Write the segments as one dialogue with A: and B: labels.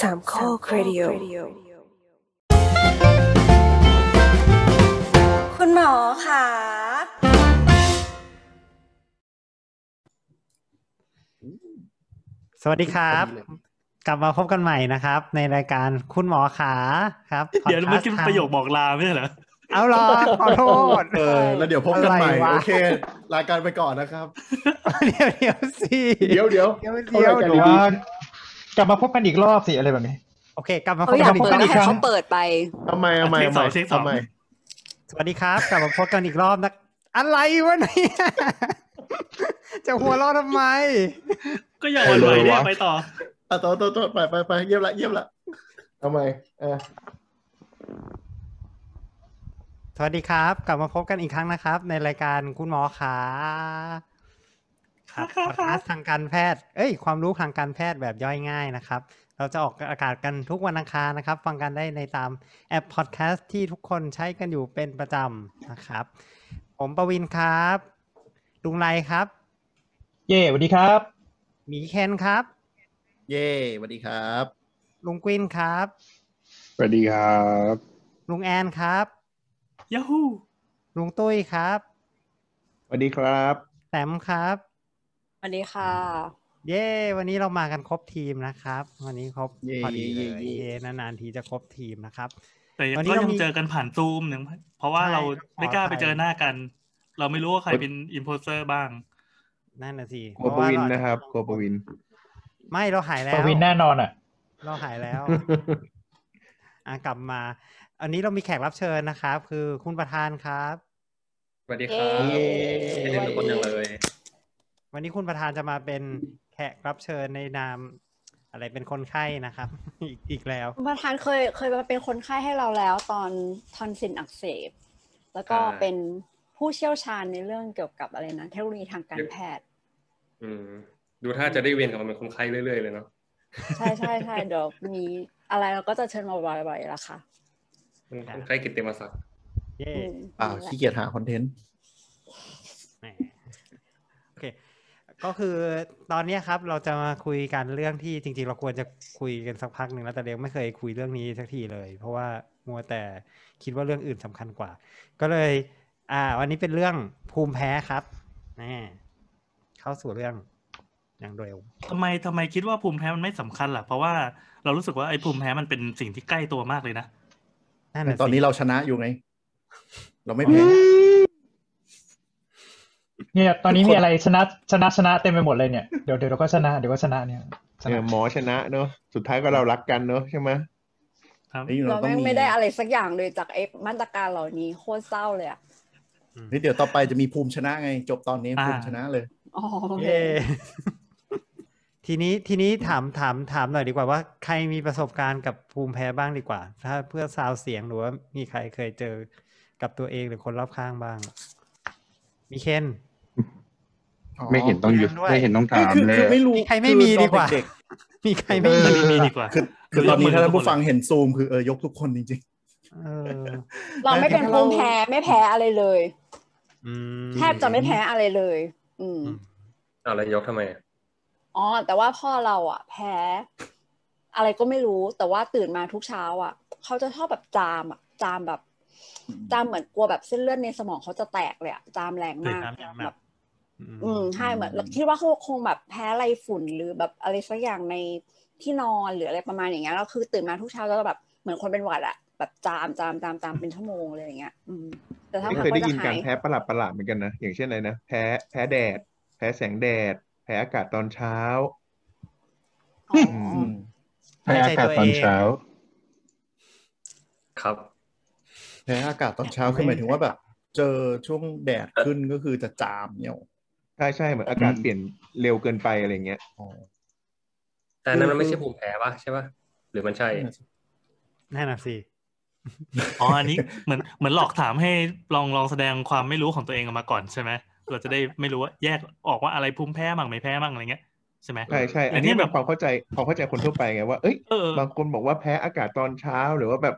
A: สามข้อครดิโอ
B: คุณหมอค่ะ
C: สวัสดีครับ
D: พอดีเลย
C: กลับมาพบกันใหม่นะครับ ในรายการคุณหมอขาครับ
E: เดี๋ยว
C: podcast
E: เมื่อกี้มัน
C: ทาง
E: ประโยคบอกลาไม่ใช่เหรอ
C: เอาเหรอขอโทษ
D: เออแล้วเดี๋ยวพบกันใหม่
C: อะไรวะ
D: โอเคลาการไปก่อนนะครับ
C: เดี๋ยวเดี๋ยวสิ
D: เดี๋ยวเดี๋ยว
C: เดี๋ยว
D: เข้า
C: เดี๋
F: หรื
C: ย
D: ราว การ
F: อ
D: ดี
F: ว่ากลับมาพบกันอีกรอบสิอะไรแบบนี้
C: โอเค กลับมาพ
B: เขาอ
C: บกั
B: ยาก
C: น
B: เปิด
C: อีกค
B: ให้
C: รั้ง
B: เขาเปิดไป
D: ๆทำไมทำไม
E: เช็คสองเช็ค
D: ทำไม
E: สอง
D: ทำไม
C: สวัสดีครับ กลับมาพบกันอีกรอบนะ อะไรวะเนี่ยจะหัวเราะทำไม
E: ก็อย่าหวันไหวเนี่ยไปต่อ
D: อ่ะโต๊ะโต๊ะโต๊ะไปไปไปเยี่ยมละเยี่ยมละทำไมเออ
C: สวัสดีครับ กลับมาพบกันอีกครั้งนะครับ ในรายการคุณหมอขาครับพอดแคสต์ทางการแพทย์ เอ้ย ความรู้ทางการแพทย์แบบย่อยง่ายนะครับ เราจะออกอากาศกันทุกวันอังคารนะครับ ฟังกันได้ในตามแอปพอดแคสต์ที่ทุกคนใช้กันอยู่เป็นประจำนะครับ ผมประวินครับ ลุงไรครับ
F: เย่สวัสดีครับ
C: หมีเคนครับ
D: เย่สวัสดีครับ
C: ลุงกวินครับ
G: สวัสดีครับ
C: ลุงแอนครับ
E: ยาฮู
C: ลุงตุ้ยครับ
G: สวัสดีครับ
C: แสมครับ
B: สวัสดีค่ะ
C: เย้ วันนี้เรามากันครบทีมนะครับ วันนี้ครบ
D: เย่
C: พอดีเล
D: เย่
C: ย
D: เย่
C: เย้นานๆทีจะครบทีมนะครับ
E: แต่
C: วันนี้
E: ก็
C: เรา
E: ยัง
C: มี
E: เจอกันผ่านซูมหนึ่งเพราะว่า
C: ใช่
E: เราไม่กล้า
C: ขออภัย
E: ไปเจอหน้ากัน เราไม่รู้ว่าใครเป็นอินโพสเซอร์บ้าง
C: นั่นน่ะสิ
G: โกลัวปวินนะครับโกลัวปวิน
C: ไม่เราหายแล้ว
F: ประวินแน่นอนอ่ะ
C: เราหายแล้ว อ่ะกลับมา อันนี้เรามีแขกรับเชิญนะครับ คือคุณประธานครับ
H: สวัสดีครับ
B: เย้
H: ไม่ได้เป็นคนอย่างเลย
C: วันนี้คุณประธานจะมาเป็นแขกรับเชิญในนาม อะไรเป็นคนไข้นะครับ อีกอีกแล้ว
B: ประธานเคยเคยมาเป็นคนไข้ให้เราแล้วตอนทอนซิลอักเสบ แล้วก็เป็นผู้เชี่ยวชาญในเรื่องเกี่ยวกับอะไรนะเทคโนโลยีทางการแพทย์
H: อืมดูถ้าจะได้เวียนกลับมาเป็นคนไข้เรื่อยๆเลยเนาะ
B: ใช่ใช่ใช่เดี๋ยวมีอะไรเราก็จะเชิญมาบ่อยๆละค่ะ
H: เป็นคนไข้กิตติมศักดิ์
C: เย้
B: อืม
D: อ่าวขี้เกียจหาคอนเทนต์
C: แหมโอเค ก็คือตอนเนี้ยครับเราจะมาคุยกันเรื่องที่จริง ๆ เราควรจะคุยกันสักพักหนึ่งแล้วแต่เด็กไม่เคยคุยเรื่องนี้สักทีเลย เพราะว่ามัวแต่คิดว่าเรื่องอื่นสำคัญกว่า ก็เลย อ่า วันนี้เป็นเรื่องภูมิแพ้ครับแน่เข้าสู่เรื่องอย่างเร็ว
E: ทำไมทำไมคิดว่าภูมิแพ้มันไม่สำคัญล่ะ เพราะว่าเรารู้สึกว่าไอ้ภูมิแพ้มันเป็นสิ่งที่ใกล้ตัวมากเลยนะ
C: นั่น
D: แต่
C: น่ะ
D: ตอน
C: สิ
D: นี้เราชนะอยู่ไง เราไม่แพ้
F: เนี่ยตอนนี้มีอะไรชนะชนะชนะเต็มไปหมดเลยเนี่ย เดี๋ยวเดี๋ยวเราก็ชนะเดี๋ยวก็ชนะเนี่ยช
G: เอ
F: นะ
G: อหมอชนะเนอะสุดท้ายก็เรารักกันเนอะใช่ไหม
E: ครับ
D: นี่
B: เรา
D: เราต้อง
B: แม่ง
D: มี
B: ไม่ได้อะไรสักอย่างเลยจากไอ้มาตรการเหล่านี้โคตรเศร้าเลยอะ
D: นี่เดี๋ยวต่อไปจะมีภูมิชนะไง จบตอนนี้
E: อ่า
D: ภูมิชนะเลย
B: อ๋อโอเค
C: เย้ ทีนี้ทีนี้ถามถามถามหน่อยดีกว่าว่าใครมีประสบการณ์กับภูมิแพ้บ้างดีกว่า ถ้าเพื่อซาวเสียงหรือว่ามีใครเคยเจอกับตัวเองหรือคนรอบข้างบ้าง มีเคน
G: ไม่เห็นต้องหยุด
C: ด้วย
G: ไม่เห็นต้องถาม
D: คือ
G: เลย
D: คือไม่รู้
C: มีใครไม่มีดีกว่า
D: คือตอนเด็ก
C: มีใครไม่มี
E: ไม่มีดีกว่า
D: ๆคือคือตอนนี้ถ้าท่านผู้ฟังเห็นซูมคือเออยกทุกคนจริง
C: เออ
B: เราไม่เป็นภูมิแพ้ไม่แพ้อะไรเลย
C: อืม
B: แทบจะไม่แพ้อะไรเลย อืม
C: อืม
H: เอาแล้วยกทำไมอะ
B: อ๋อ แต่ว่าพ่อเราอ่ะ แพ้ อะไรก็ไม่รู้ แต่ว่าตื่นมาทุกเช้า อ่ะ เขาจะชอบแบบจามอ่ะ จามแบบ
D: อืม
B: จามเหมือนกลัวแบบเส้นเลือดในสมองเขาจะแตกเลยอ่ะ จามแรงมาก
C: ตื่นมาแรงมาก
B: แบบ
C: อืม
B: อืมใช่เหมือนเราคิดว่าเขาคงแบบแพ้อะไรฝุ่นหรือแบบอะไรสักอย่างในที่นอนหรืออะไรประมาณอย่างเงี้ยแล้วคือตื่นมาทุกเช้าแล้วก็แบบเหมือนคนเป็นหวัดอ่ะ แบบจามจามจามจามเป็นชั่วโมงเลยอย่างเงี้ย อืม แต่ถ้า
G: ไม่
B: พัก
G: เคย
B: ก็
G: ได้
B: จะ
G: ยิน
B: หา
G: การ
B: ย
G: แพ้ประหลาดประหลาดๆเหมือนกันนะ อย่างเช่นอะไรนะแพ้แพ้แดด แพ้แสงแดด แพ้อากาศตอนเช้า
B: อ๋อ
D: ๆ
B: อ
D: อืม
G: แพ้อากาศตอนเช้า
H: ครับ
D: แพ้อากาศตอนเช้าคือหมายถึงว่าแบบ เจอช่วงแดดขึ้นก็คือจะจามเนี่ยหรอ
G: ใช่ใช่เหมือนอากาศเปลี่ยนเร็วเกินไปอะไรเงี้ย
H: แต่อันนั้น
D: คือ
H: มันไม่ใช่ภูมิแพ้ป่ะใช่ป่ะหรือมันใช่
C: นั่นน่ะสิ
E: อ๋ออันนี้เหมือนเหมือนหลอกถามให้ลองลองแสดงความไม่รู้ของตัวเองออกมาก่อนใช่ไหมเราจะได้ไม่รู้ว่าแยกออกว่าอะไรภูมิแพ้มั่งไม่แพ้มั่งอะไรเงี้ยใช่ไหม
G: ใช่ใช่อัน
E: อันนี้
G: นี้
E: แบ
G: แบบ บความเข้าใจความเข้าใจคนทั่วไปไงว่าเอ้ย
E: เออ
G: บางคนบอกว่าแพ้อากาศตอนเช้าหรือว่าแบบ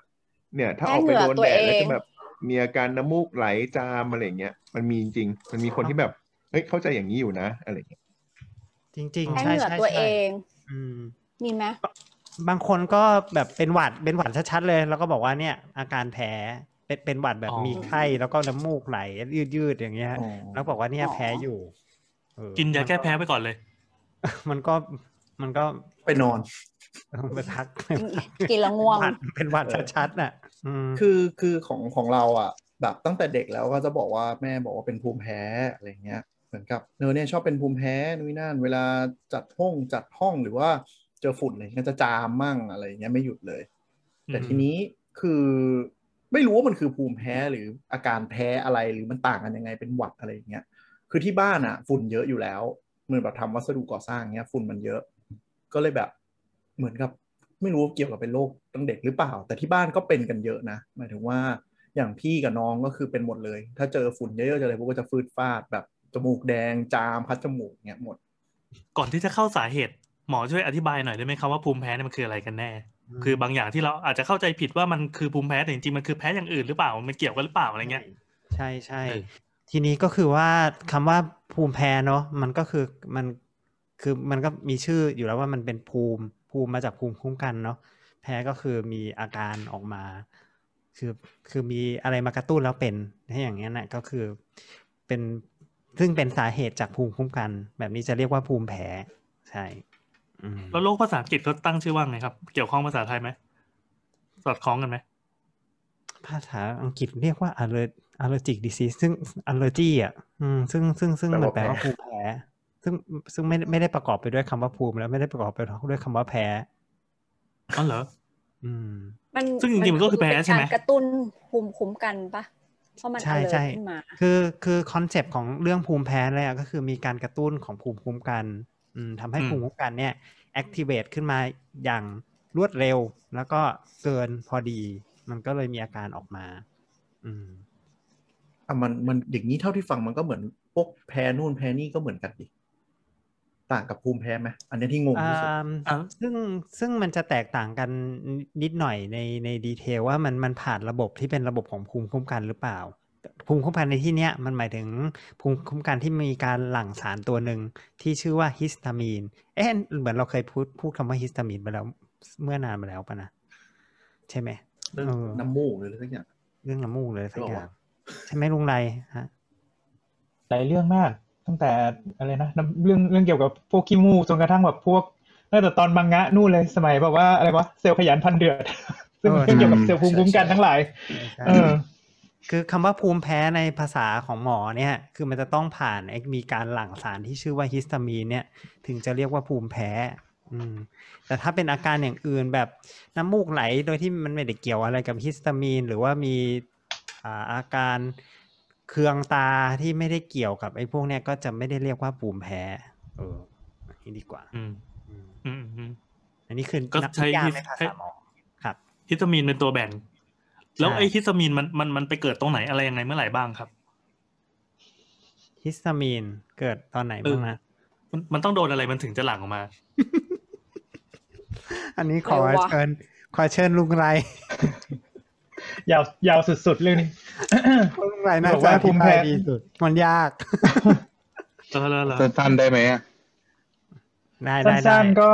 G: เนี่ย ถ้าออกไปโดนแดดแล้วจะแบบมีอาการน้ำมูกไหลจามอะไรอย่างเงี้ยมันมีจริง มันมีคนที่แบบเฮ้ยเข้าใจอย่างนี้อยู่นะ อะไรอย่างเงี้ย
C: จริง ๆ
B: แพ้
C: ใช่
B: เหงื่อ
C: ใช่
B: ตัวเอ
C: ใช่
B: ง
C: อืม
B: มีไหม
C: บางคนก็แบบเป็นหวัดเป็นหวัดชัดๆเลย แล้วก็บอกว่าเนี่ย อาการแพ้เป็นเป็นหวัดแบบ
E: อ๋อ
C: มีไข้แล้วก็น้ำมูกไหลยืดๆอย่างเงี้ยฮะ
D: อ๋อ
C: แล้วบอกว่าเนี่ยแพ้อยู่เออ
E: กินยาแก้
C: มั
E: แพ้ไปก่อนเลย
C: มันก็มันก็
D: ไปนอน
C: ไปพัก
B: กินแล้วง่วง
C: หดเป็นหวัดชัดๆน่ะ อืม
D: คือคือของของเราอ่ะ แบบตั้งแต่เด็กแล้วก็จะบอกว่าแม่บอกว่าเป็นภูมิแพ้อะไรเงี้ยเหมือนกับเนอเนี่ยชอบเป็นภูมิแพ้นู่นนนั่นเวลาจัดห้องจัดห้องหรือว่าเจอฝุ่นอะไรเงี้ยจะจามมั่งอะไรเงี้ยไม่หยุดเลย แต่
E: อืม
D: ทีนี้คือไม่รู้ว่ามันคือภูมิแพ้หรืออาการแพ้อะไรหรือมันต่างกันยังไงเป็นหวัดอะไรอย่างเงี้ย คือที่บ้านอ่ะ ฝุ่นเยอะอยู่แล้วเหมือนแบบทำวัสดุก่อสร้างเงี้ย ฝุ่นมันเยอะ ก็เลยแบบเหมือนกับไม่รู้ว่าเกี่ยวกับเป็นโรคตั้งเด็กหรือเปล่า แต่ที่บ้านก็เป็นกันเยอะนะหมายถึงว่าอย่างพี่กับน้องก็คือเป็นหมดเลย ถ้าเจอฝุ่นเยอะๆเจออะไรพวกก็จะฟืดฟาดแบบจมูกแดงจามคัดจมูกเงี้ยหมด
E: ก่อนที่จะเข้าสาเหตุหมอช่วยอธิบายหน่อยได้ไหมครับว่าภูมิแพ้เนี่ยมันคืออะไรกันแน่ คือบางอย่างที่เราอาจจะเข้าใจผิดว่ามันคือภูมิแพ้แต่จริงๆมันคือแพ้อย่างอื่นหรือเปล่ามันเกี่ยวกันหรือเปล่าอะไรเงี้ย
C: ใช่ใช่
E: เออ
C: ทีนี้ก็คือว่าคำว่าภูมิแพ้เนาะมันก็คือมันคือมันก็มีชื่ออยู่แล้วว่ามันเป็นภูมิภูมิมาจากภูมิคุ้มกันเนาะแพ้ก็คือมีอาการออกมา คือคือมีอะไรมากระตุ้นแล้วเป็นถ้าอย่างเงี้ยนะก็คือเป็นซึ่งเป็นสาเหตุจากภูมิคุ้มกัน แบบนี้จะเรียกว่าภูมิแพ้ใช่อืม
E: แล้วโรคภาษาอังกฤษเขาตั้งชื่อว่าไงครับ เกี่ยวข้องภาษาไทยไหมสอดคล้องกันไหม
C: ภาษาอังกฤษเรียกว่า aller- allergic disease ซึ่ง allergy อ่ะอืมซึ่งซึ่งซึ่ง
G: แปล
C: มัน
G: ว่ามั
C: แปลว่าภูมิแพ้ซึ่งซึ่งไม่ไม่ได้ประกอบไปด้วยคำว่าภูมิ แล้วไม่ได้ประกอบไปด้วยคำว่าแพ้
E: อ๋อเหรอ
C: อืม
B: มัน
E: ซึ่งจริงๆมันก็คือแพ้ใช่ไหม
B: นการกระตุ้นภูมิคุ้มกันปะเพราะมัน
C: ใช่
B: เลิ
C: ใช่
B: ขึ้นมา
C: คือคือคอนเซปต์ของเรื่องภูมิแพ้เลยอะก็คือมีการกระตุ้นของภูมิคุ้มกันอืมทำให้
E: อืม
C: ภูมิคุ้มกันเนี่ยแอคทีเวตขึ้นมาอย่างรวดเร็ว แล้วก็เกินพอดี มันก็เลยมีอาการออกมา อืม
D: อ่ะมันมันอย่างนี้เท่าที่ฟังมันก็เหมือนพวกแพ้นู่นแพ้นี่ก็เหมือนกันดิต่างกับภูมิแพ้ไหมอันเนี้ยที่งงที่สุด
C: อ่าซึ่งซึ่งมันจะแตกต่างกันนิดหน่อยในในดีเทลว่ามันมันผ่านระบบที่เป็นระบบของภูมิคุ้มกันหรือเปล่า ภูมิคุ้มกันในที่เนี้ยมันหมายถึงภูมิคุ้มกันที่มีการหลั่งสารตัวหนึ่งที่ชื่อว่าฮิสตามีน เอ๊ะเหมือนเราเคยพูดพูดคำว่าฮิสตามีนไปแล้วเมื่อนานมาแล้วปะนะ ใช่ไหม
D: เรื่อง
C: เออ
D: น้ำมูกหรืออะไรสักอย่าง
C: เรื่องน้ำมูกเลยสักอ
D: หรอวะ
C: ย่างใช่ไหมลุงไรฮะ
A: หลายเรื่องมาก ตั้งแต่อะไรนะน้ำเรื่องเรื่องเกี่ยวกับพวกขี้มูกจนกระทั่งแบบพวกตั้งแต่ตอนมังงะนู่นเลยสมัยแบบว่าอะไรวะเซลล์ขยันพันเดือด ซึ่งมัน
C: เออ
A: เรื่องเกี่ยวกับเซลล์ภูมิคุ้มกันทั้งหลาย เออ
C: คือคำว่าภูมิแพ้ในภาษาของหมอเนี่ย คือมันจะต้องผ่านไอ้มีการหลั่งสารที่ชื่อว่าฮิสตามีนเนี่ย ถึงจะเรียกว่าภูมิแพ้ อืม แต่ถ้าเป็นอาการอย่างอื่นแบบน้ำมูกไหลโดยที่มันไม่ได้เกี่ยวอะไรกับฮิสตามีน หรือว่ามีอ่าอาการเคืองตาที่ไม่ได้เกี่ยวกับไอ้พวกเนี้ยก็จะไม่ได้เรียกว่าภูมิแพ้ เอออย่างนี้ดีกว่า
E: อืม
C: อืม
E: อืมอืม
C: อันนี้คือ
E: ก็ใช้
C: นักวิทยา
E: ฮิส
C: ในภาษาหมอ ครับ
E: ฮิสตามีนเป็นตัวแบ่ง แล้ว
C: ใช่
E: ไอ้ฮิสตามีนมันมันมันไปเกิดตรงไหนอะไรยังไงเมื่อไหร่บ้างครับ
C: ฮิสตามีนเกิดตอนไหน
E: เออ
C: บ้างนะ
E: มันมันต้องโดนอะไรมันถึงจะหลั่งออกมา
C: อันนี้ขอ
B: อะไรวะ
C: เชิญขอเชิญลุงไร
A: ยาวยาวสุดๆเรื่องนี้
C: ลุงไรน่า
A: บอก
C: จะ
A: ว่า
C: อธิบาย
A: ภูมิแพ้
C: ดีสุดมันยาก
E: แล้วแล้วแล้ว
G: สั้นๆได้ไหมอะ
C: ได้ได้ได้
A: สั้นๆก็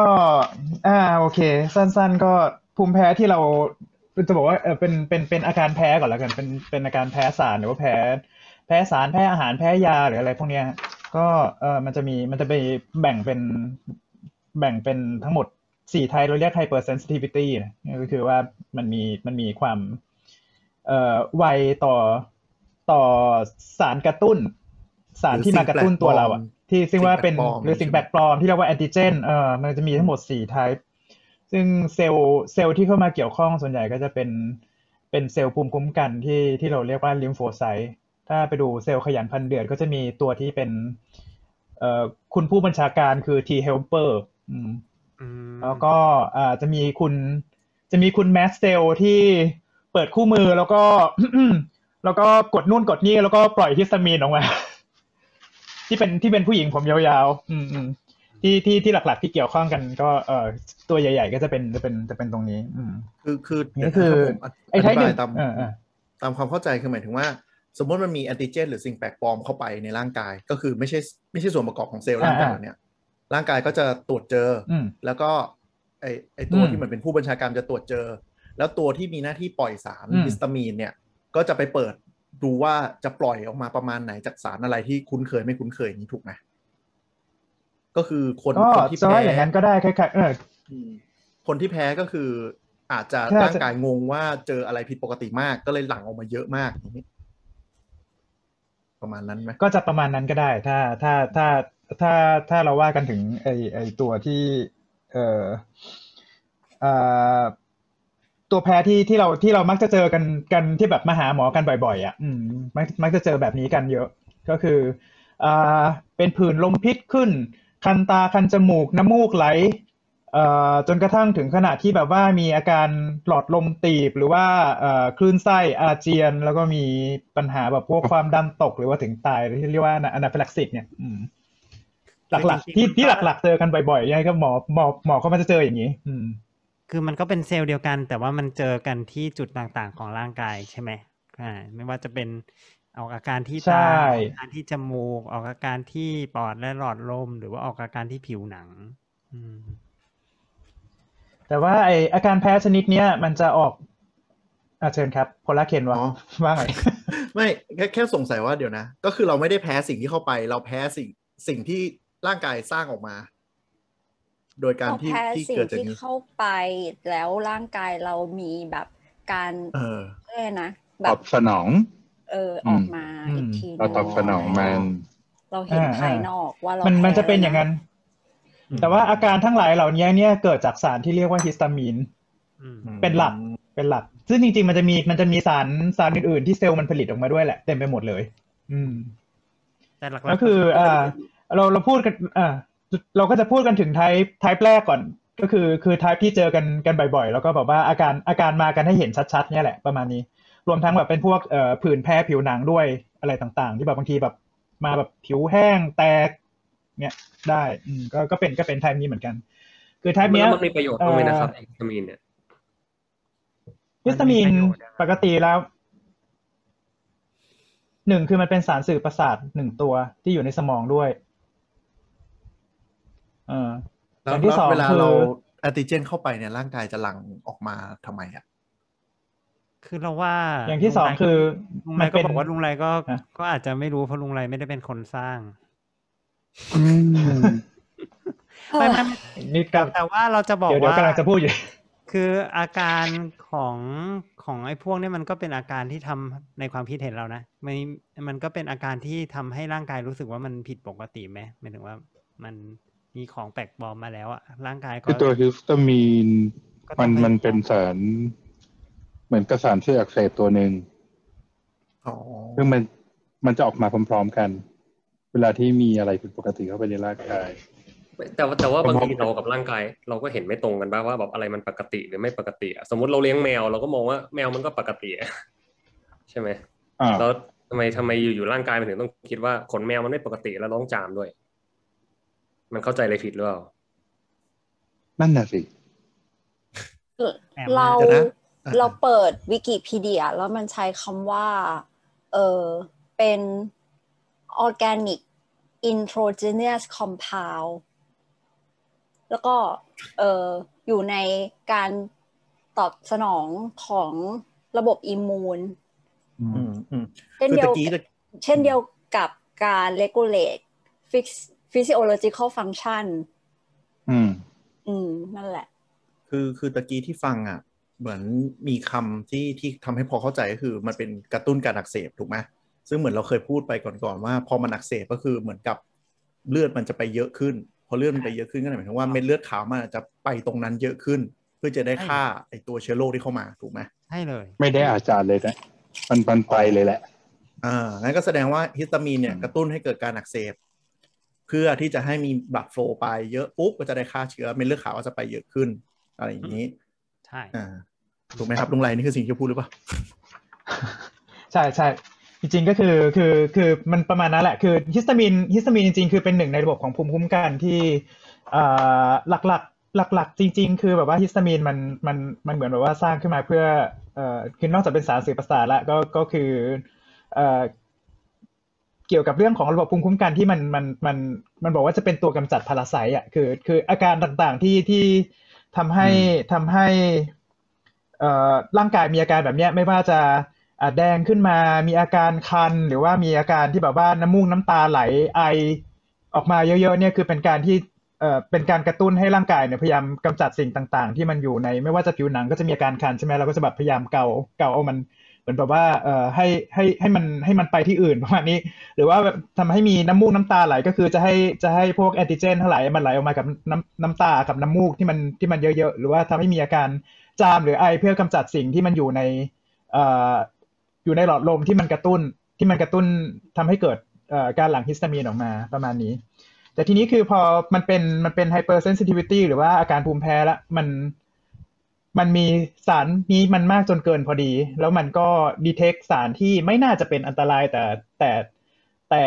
A: อ่า โอเค สั้นๆก็ภูมิแพ้ที่เราจะบอกว่าเออเป็นเป็นเป็นอาการแพ้ก่อนแล้วกัน เป็นเป็นอาการแพ้สารหรือว่าแพ้ แพ้สารแพ้อาหารแพ้ยาหรืออะไรพวกเนี้ย ก็เออมันจะมีมันจะไปแบ่งเป็นแบ่งเป็นทั้งหมดสี่ไทยเราเรียก hypersensitivity นะก็คือว่ามันมีมันมีความเอ่อไวต่อต่อสารกระตุ้น สารที่มากระตุ้นตัวเราอะที่ซึ่งว่าเป็น
D: สิ่งแปลกปลอม
A: หรือสิ่งแปลกปลอมที่เรียกว่าแอนติเจนเออมันจะมีทั้งหมดสี่ type ซึ่งเซลล์เซลล์ที่เข้ามาเกี่ยวข้องส่วนใหญ่ก็จะเป็นเป็นเซลล์ภูมิคุ้มกันที่ที่เราเรียกว่าลิมโฟไซต์ ถ้าไปดูเซลล์ขยันพันเดือดก็จะมีตัวที่เป็นเอ่อคุณผู้บัญชาการคือ T helper อืม
C: อืม
A: แล้วก็อ่าจะมีคุณจะมีคุณแมสเซลที่เปิดคู่มือแล้วก็ แล้วก็กดนู่นกดนี่แล้วก็ปล่อยฮิสตามีนออกมา ที่เป็นที่เป็นผู้หญิงผมยาวๆ อืมอืมที่ที่ที่หลักๆที่เกี่ยวข้องกัน ก็เอ่อตัวใหญ่ๆ ก็จะเป็นจะเป็นจะเป็นตรงนี้ อืม
D: คือคือ
A: นี่คือไอ้
D: เดี๋ยว
A: ไท
D: นะ
A: ยหนึ่
D: รับผมธิบายตาม
A: งเออเออ
D: ตามความเข้าใจคือหมายถึงว่า สมมติมันมีแอนติเจนหรือสิ่งแปลกปลอมเข้าไปในร่างกาย ก็คือไม่ใช่ไม่ใช่ส่วนประกอบของเซลล์ร่างกายเนี่ยร่างกายก็จะตรวจเจออ
A: อืม
D: แล้วก็ไอ อ้ไอ้ตัว
A: อืม
D: ที่เหมือนเป็นผู้บัญชาการจะตรวจเจอ แล้วตัวที่มีหน้าที่ปล่อยสาร
A: อืม
D: ฮิสตามีนเนี่ย ก็จะไปเปิดดูว่าจะปล่อยออกมาประมาณไหนจากสารอะไรที่คุ้นเคยไม่คุ้นเคยอย่างนี้ถูกไหมก็คือคน
A: ก็
D: คนที่
A: จะ
D: แพ้
A: ว่าอย่างนั้นก็ได้คล้ายๆเออ
D: อืมคนที่แพ้ก็คืออาจจะ
A: ใช่
D: ร่างกายงงว่าเจออะไรผิดปกติมากก็เลยหลั่งออกมาเยอะมากอย่างนี้ประมาณนั้นไหม
A: ก็จะประมาณนั้นก็ได้ ถ้าถ้าถ้าถ้าถ้าเราว่ากันถึงไอไอตัวที่ เออเอ่อตัวแพ้ที่ที่เราที่เรามักจะเจอกันกันที่แบบมาหาหมอกันบ่อยๆอ่ะ อืมมักมักจะเจอแบบนี้กันเยอะ ก็คืออ่าเป็นผื่นลมพิษขึ้น คันตาคันจมูกน้ำมูกไหลเอ่อจนกระทั่งถึงขณะที่แบบว่ามีอาการหลอดลมตีบหรือว่าเอ่อคลื่นไส้อาเจียน แล้วก็มีปัญหาแบบพวกความดันตกหรือว่าถึงตายหรือที่เรียกว่าอนาฟิลักซิสเนี่ยอืมหลักๆ ที่ที่หลักๆเจอกันบ่อยๆยังไงก็หมอหมอหมอก็มันจะเจออย่างนี้ อืม
C: คือมันก็เป็นเซลล์เดียวกัน แต่ว่ามันเจอกันที่จุดต่างๆของร่างกายใช่ไหมอ่าไม่ว่าจะเป็นออกอาการที่
A: ใช่
C: ตาออกอาการที่จมูก ออกอาการที่ปอดและหลอดลม หรือว่าออกอาการที่ผิวหนัง อืม
A: แต่ว่าไออาการแพ้ชนิดเนี้ยมันจะออกอาเชิญครับโพลาเคนว่า
D: อ๋อ
A: ว่าไง
D: ไม่แค่แค่สงสัยว่าเดี๋ยวนะ ก็คือเราไม่ได้แพ้สิ่งที่เข้าไป เราแพ้สิ่งสิ่งที่ร่างกายสร้างออกมา โดยการ
B: เรา
D: ที่
B: แพ้
D: ที่
B: สิ่ง
D: เกิดจาก
B: ที่
D: นี้
B: เข้าไปแล้วร่างกายเรามีแบบการ
D: เออ
B: เอ้ยนะแบ
I: ตอ
B: บบ
I: สนอง
B: เอออ
I: อืม
B: อกมาอีก
A: อืม
B: ทีห
I: เรา
B: ง
I: ตอบสนองมัน
B: เราเห็นภายนอกว่าเรา
A: มั
B: มัน
A: มันจะเป็นอย่างนั้น
C: อืม
A: แต่ว่าอาการทั้งหลายเหล่านี้เนี่ยเกิดจากสารที่เรียกว่าฮิสตามีน
C: อืม
A: เป็นหลัก เป็นหลัก ซึ่งจริงๆ มันจะมี มันจะมีสาร สารอื่นๆ ที่เซลล์มันผลิตออกมาด้วยแหละ เต็มไปหมดเลย อืม
C: แต่หลักๆ
A: ก็คืออ่าเรา เราพูดกัน อ่า เราก็จะพูดกันถึงไทป์ไทป์แรกก่อน ก็คือ คือไทป์ที่เจอกัน กันบ่อยๆ แล้วก็แบบว่าอาการ อาการมากันให้เห็นชัดๆ เนี่ยแหละ ประมาณนี้ รวมทั้งแบบเป็นพวก เอ่อ ผื่นแพ้ผิวหนังด้วย อะไรต่างๆ ที่แบบบางทีแบบ มาแบบผิวแห้ง แตก เนี่ย ได้ อืม ก็ ก็เป็น ก็เป็นไทป์นี้เหมือนกัน คือไทป์เนี้ย
H: แล้วมันมีประโยชน์บ้างไหมนะครับวิตามินเนี่ย
A: วิตามิน
C: มันมีประโยชน์นะครับ
A: ปกติแล้วหนึ่งคือมันเป็นสารสื่อประสาทหนึ่งตัวที่อยู่ในสมองด้วย เออ
D: แล้ว
A: อย่างที่สอง
D: เวลา
A: คือ
D: เราแอนติเจนเข้าไปเนี่ยร่างกายจะหลั่งออกมาทำไมอ่ะ
C: คือเราว่า
A: อย่างที่สองคือ
C: ลุงไร
A: มัน
C: ก็
A: เป็น
C: บอกว่าลุงไรก็
A: ฮะ
C: ก็อาจจะไม่รู้เพราะลุงไรไม่ได้เป็นคนสร้าง
B: เออ
A: นี่กำลัง
C: แต่ว่าเราจะบอก
A: เดี๋ยวเดี๋ยว
C: ว่า
A: กำลังจะพูดอยู่
C: คืออาการของของไอ้พวกเนี่ยมันก็เป็นอาการที่ทำในความคิดเห็นเรานะไม่มันก็เป็นอาการที่ทำให้ร่างกายรู้สึกว่ามันผิดปกติไหมหมายถึงว่ามันมีของแปลกปลอมมาแล้วอะร่างกายก็
I: คือตัวฮิสตามีน
C: ก็ต้
I: มั
C: อง
I: น
C: ไป
I: มันเป็นสาร เหมือนกับสารเสื่ออักเสบตัวหนึ่ง
D: อ๋อ
I: ซึ่งมันมันจะออกมาพร้อมๆกัน เวลาที่มีอะไรผิดปกติเข้าไปในร่างกาย
H: แต่ว่าแต่ว่า
I: ผม
H: บาง
I: มอง
H: ทีเรากับร่างกาย เราก็เห็นไม่ตรงกันบ้างว่าแบบอะไรมันปกติหรือไม่ปกติอะสมมติเราเลี้ยงแมวเราก็มองว่าแมวมันก็ปกติอะใช่ไหม
I: อ่า
H: แล้วทำไมทำไมอยู่ๆร่างกายมันถึงต้องคิดว่าขนแมวมันไม่ปกติแล้วร้องจามด้วย มันเข้าใจอะไรผิดหรือเปล่า
I: นั่นน่ะสิ
C: แอบ
B: เรา
C: มา
D: เดี๋ยวนะอ่ะ
B: เราเปิดวิกิพีเดีย แล้วมันใช้คำว่า เออเป็น organic introgenous compound แล้วก็เอออยู่ในการตอบสนองของระบบอิมมูน
D: อืมอืม
B: เช่น
D: คือ
B: เดีย
D: ตะ
B: ว
D: กี้ตะ
B: เช่นเดียวกับการ regulate fix- physiological function
I: อืม
B: อืม นั่นแหละ
D: คือคือตะกี้ที่ฟังอ่ะ เหมือนมีคำที่ที่ทำให้พอเข้าใจก็คือมันเป็นกระตุ้นการอักเสบถูกไหมซึ่งเหมือนเราเคยพูดไปก่อนๆว่า พอมันอักเสบก็คือเหมือนกับเลือดมันจะไปเยอะขึ้น พอเลือดมันไปเยอะขึ้นก็หมายถึงว่าเม็ดเลือดขาวมันอาจจะไปตรงนั้นเยอะขึ้น เพื่อจะได้ฆ่าไอตัวเชื้อโรคที่เข้ามาถูกไหม
C: ใช่เลย
I: ไม่ได้อาจารย์เลยนะมันมันไปเลยแหละ
D: อ่างั้นก็แสดงว่าฮิสตามีนเนี่ยกระตุ้นให้เกิดการอักเสบเพื่อที่จะให้มีบัตรโฟลไปเยอะปุ๊บก็จะได้ฆ่าเชื้อเม็ดเลือดขาวก็จะไปเยอะขึ้นอะไรอย่างนี้
C: ใช่
D: อ่าถูกไหมครับลุงไรนี่คือสิ่งที่พูดหรือเปล่า
A: ใช่ใช่จริงๆก็คือคือคือมันประมาณนั้นแหละคือฮิสตามินฮิสตามินจริงๆ คือเป็นหนึ่งในระบบของภูมิคุ้มกันที่เอ่อหลักๆ หลัก ๆ จริง ๆ คือแบบว่าฮิสตามินมันมันมันเหมือนแบบว่าสร้างขึ้นมาเพื่อเอ่อคือนอกจากเป็นสารสื่อประสาทแล้วก็ก็คือเอ่อเกี่ยวกับเรื่องของระบบภูมิคุ้มกันที่มันมันมันมันบอกว่าจะเป็นตัวกำจัดพาราไซต์อ่ะคือคืออาการต่างๆที่ที่ ทำให้ทำให้เอ่อร่างกายมีอาการแบบเนี้ยไม่ว่าจะอ่ะแดงขึ้นมามีอาการคัน หรือว่ามีอาการที่แบบว่าน้ำมูกน้ำตาไหลไอออกมาเยอะๆเนี่ยคือเป็นการที่เอ่อเป็นการกระตุ้นให้ร่างกายเนี่ยพยายามกำจัดสิ่งต่างๆ ที่มันอยู่ในไม่ว่าจะผิวหนังก็จะมีอาการคันใช่ไหมเราก็จะแบบพยายามเกาเกาเอามันเหมือนแบบว่าเอ่อให้ให้ให้มันให้มันไปที่อื่นประมาณนี้ หรือว่าแบบทำให้มีน้ำมูกน้ำตาไหลก็คือจะให้จะให้พวกแอนติเจนทั้งหลายมันไหลออกมากับน้ำน้ำตากับน้ำมูกที่มันที่มันเยอะๆ หรือว่าทำให้มีอาการจามหรือไอเพื่อกำจัดสิ่งที่มันอยู่ในเอ่ออยู่ในหลอดลมที่มันกระตุ้นที่มันกระตุ้นทำให้เกิดเอ่อการหลั่งฮิสตามีนออกมาประมาณนี้ แต่ทีนี้คือพอมันเป็นมันเป็นไฮเปอร์เซนซิทิวิตี้หรือว่าอาการภูมิแพ้ละมัน มันมีสารนี้มันมากจนเกินพอดี แล้วมันก็ดีเทคสารที่ไม่น่าจะเป็นอันตรายแต่แต่แต่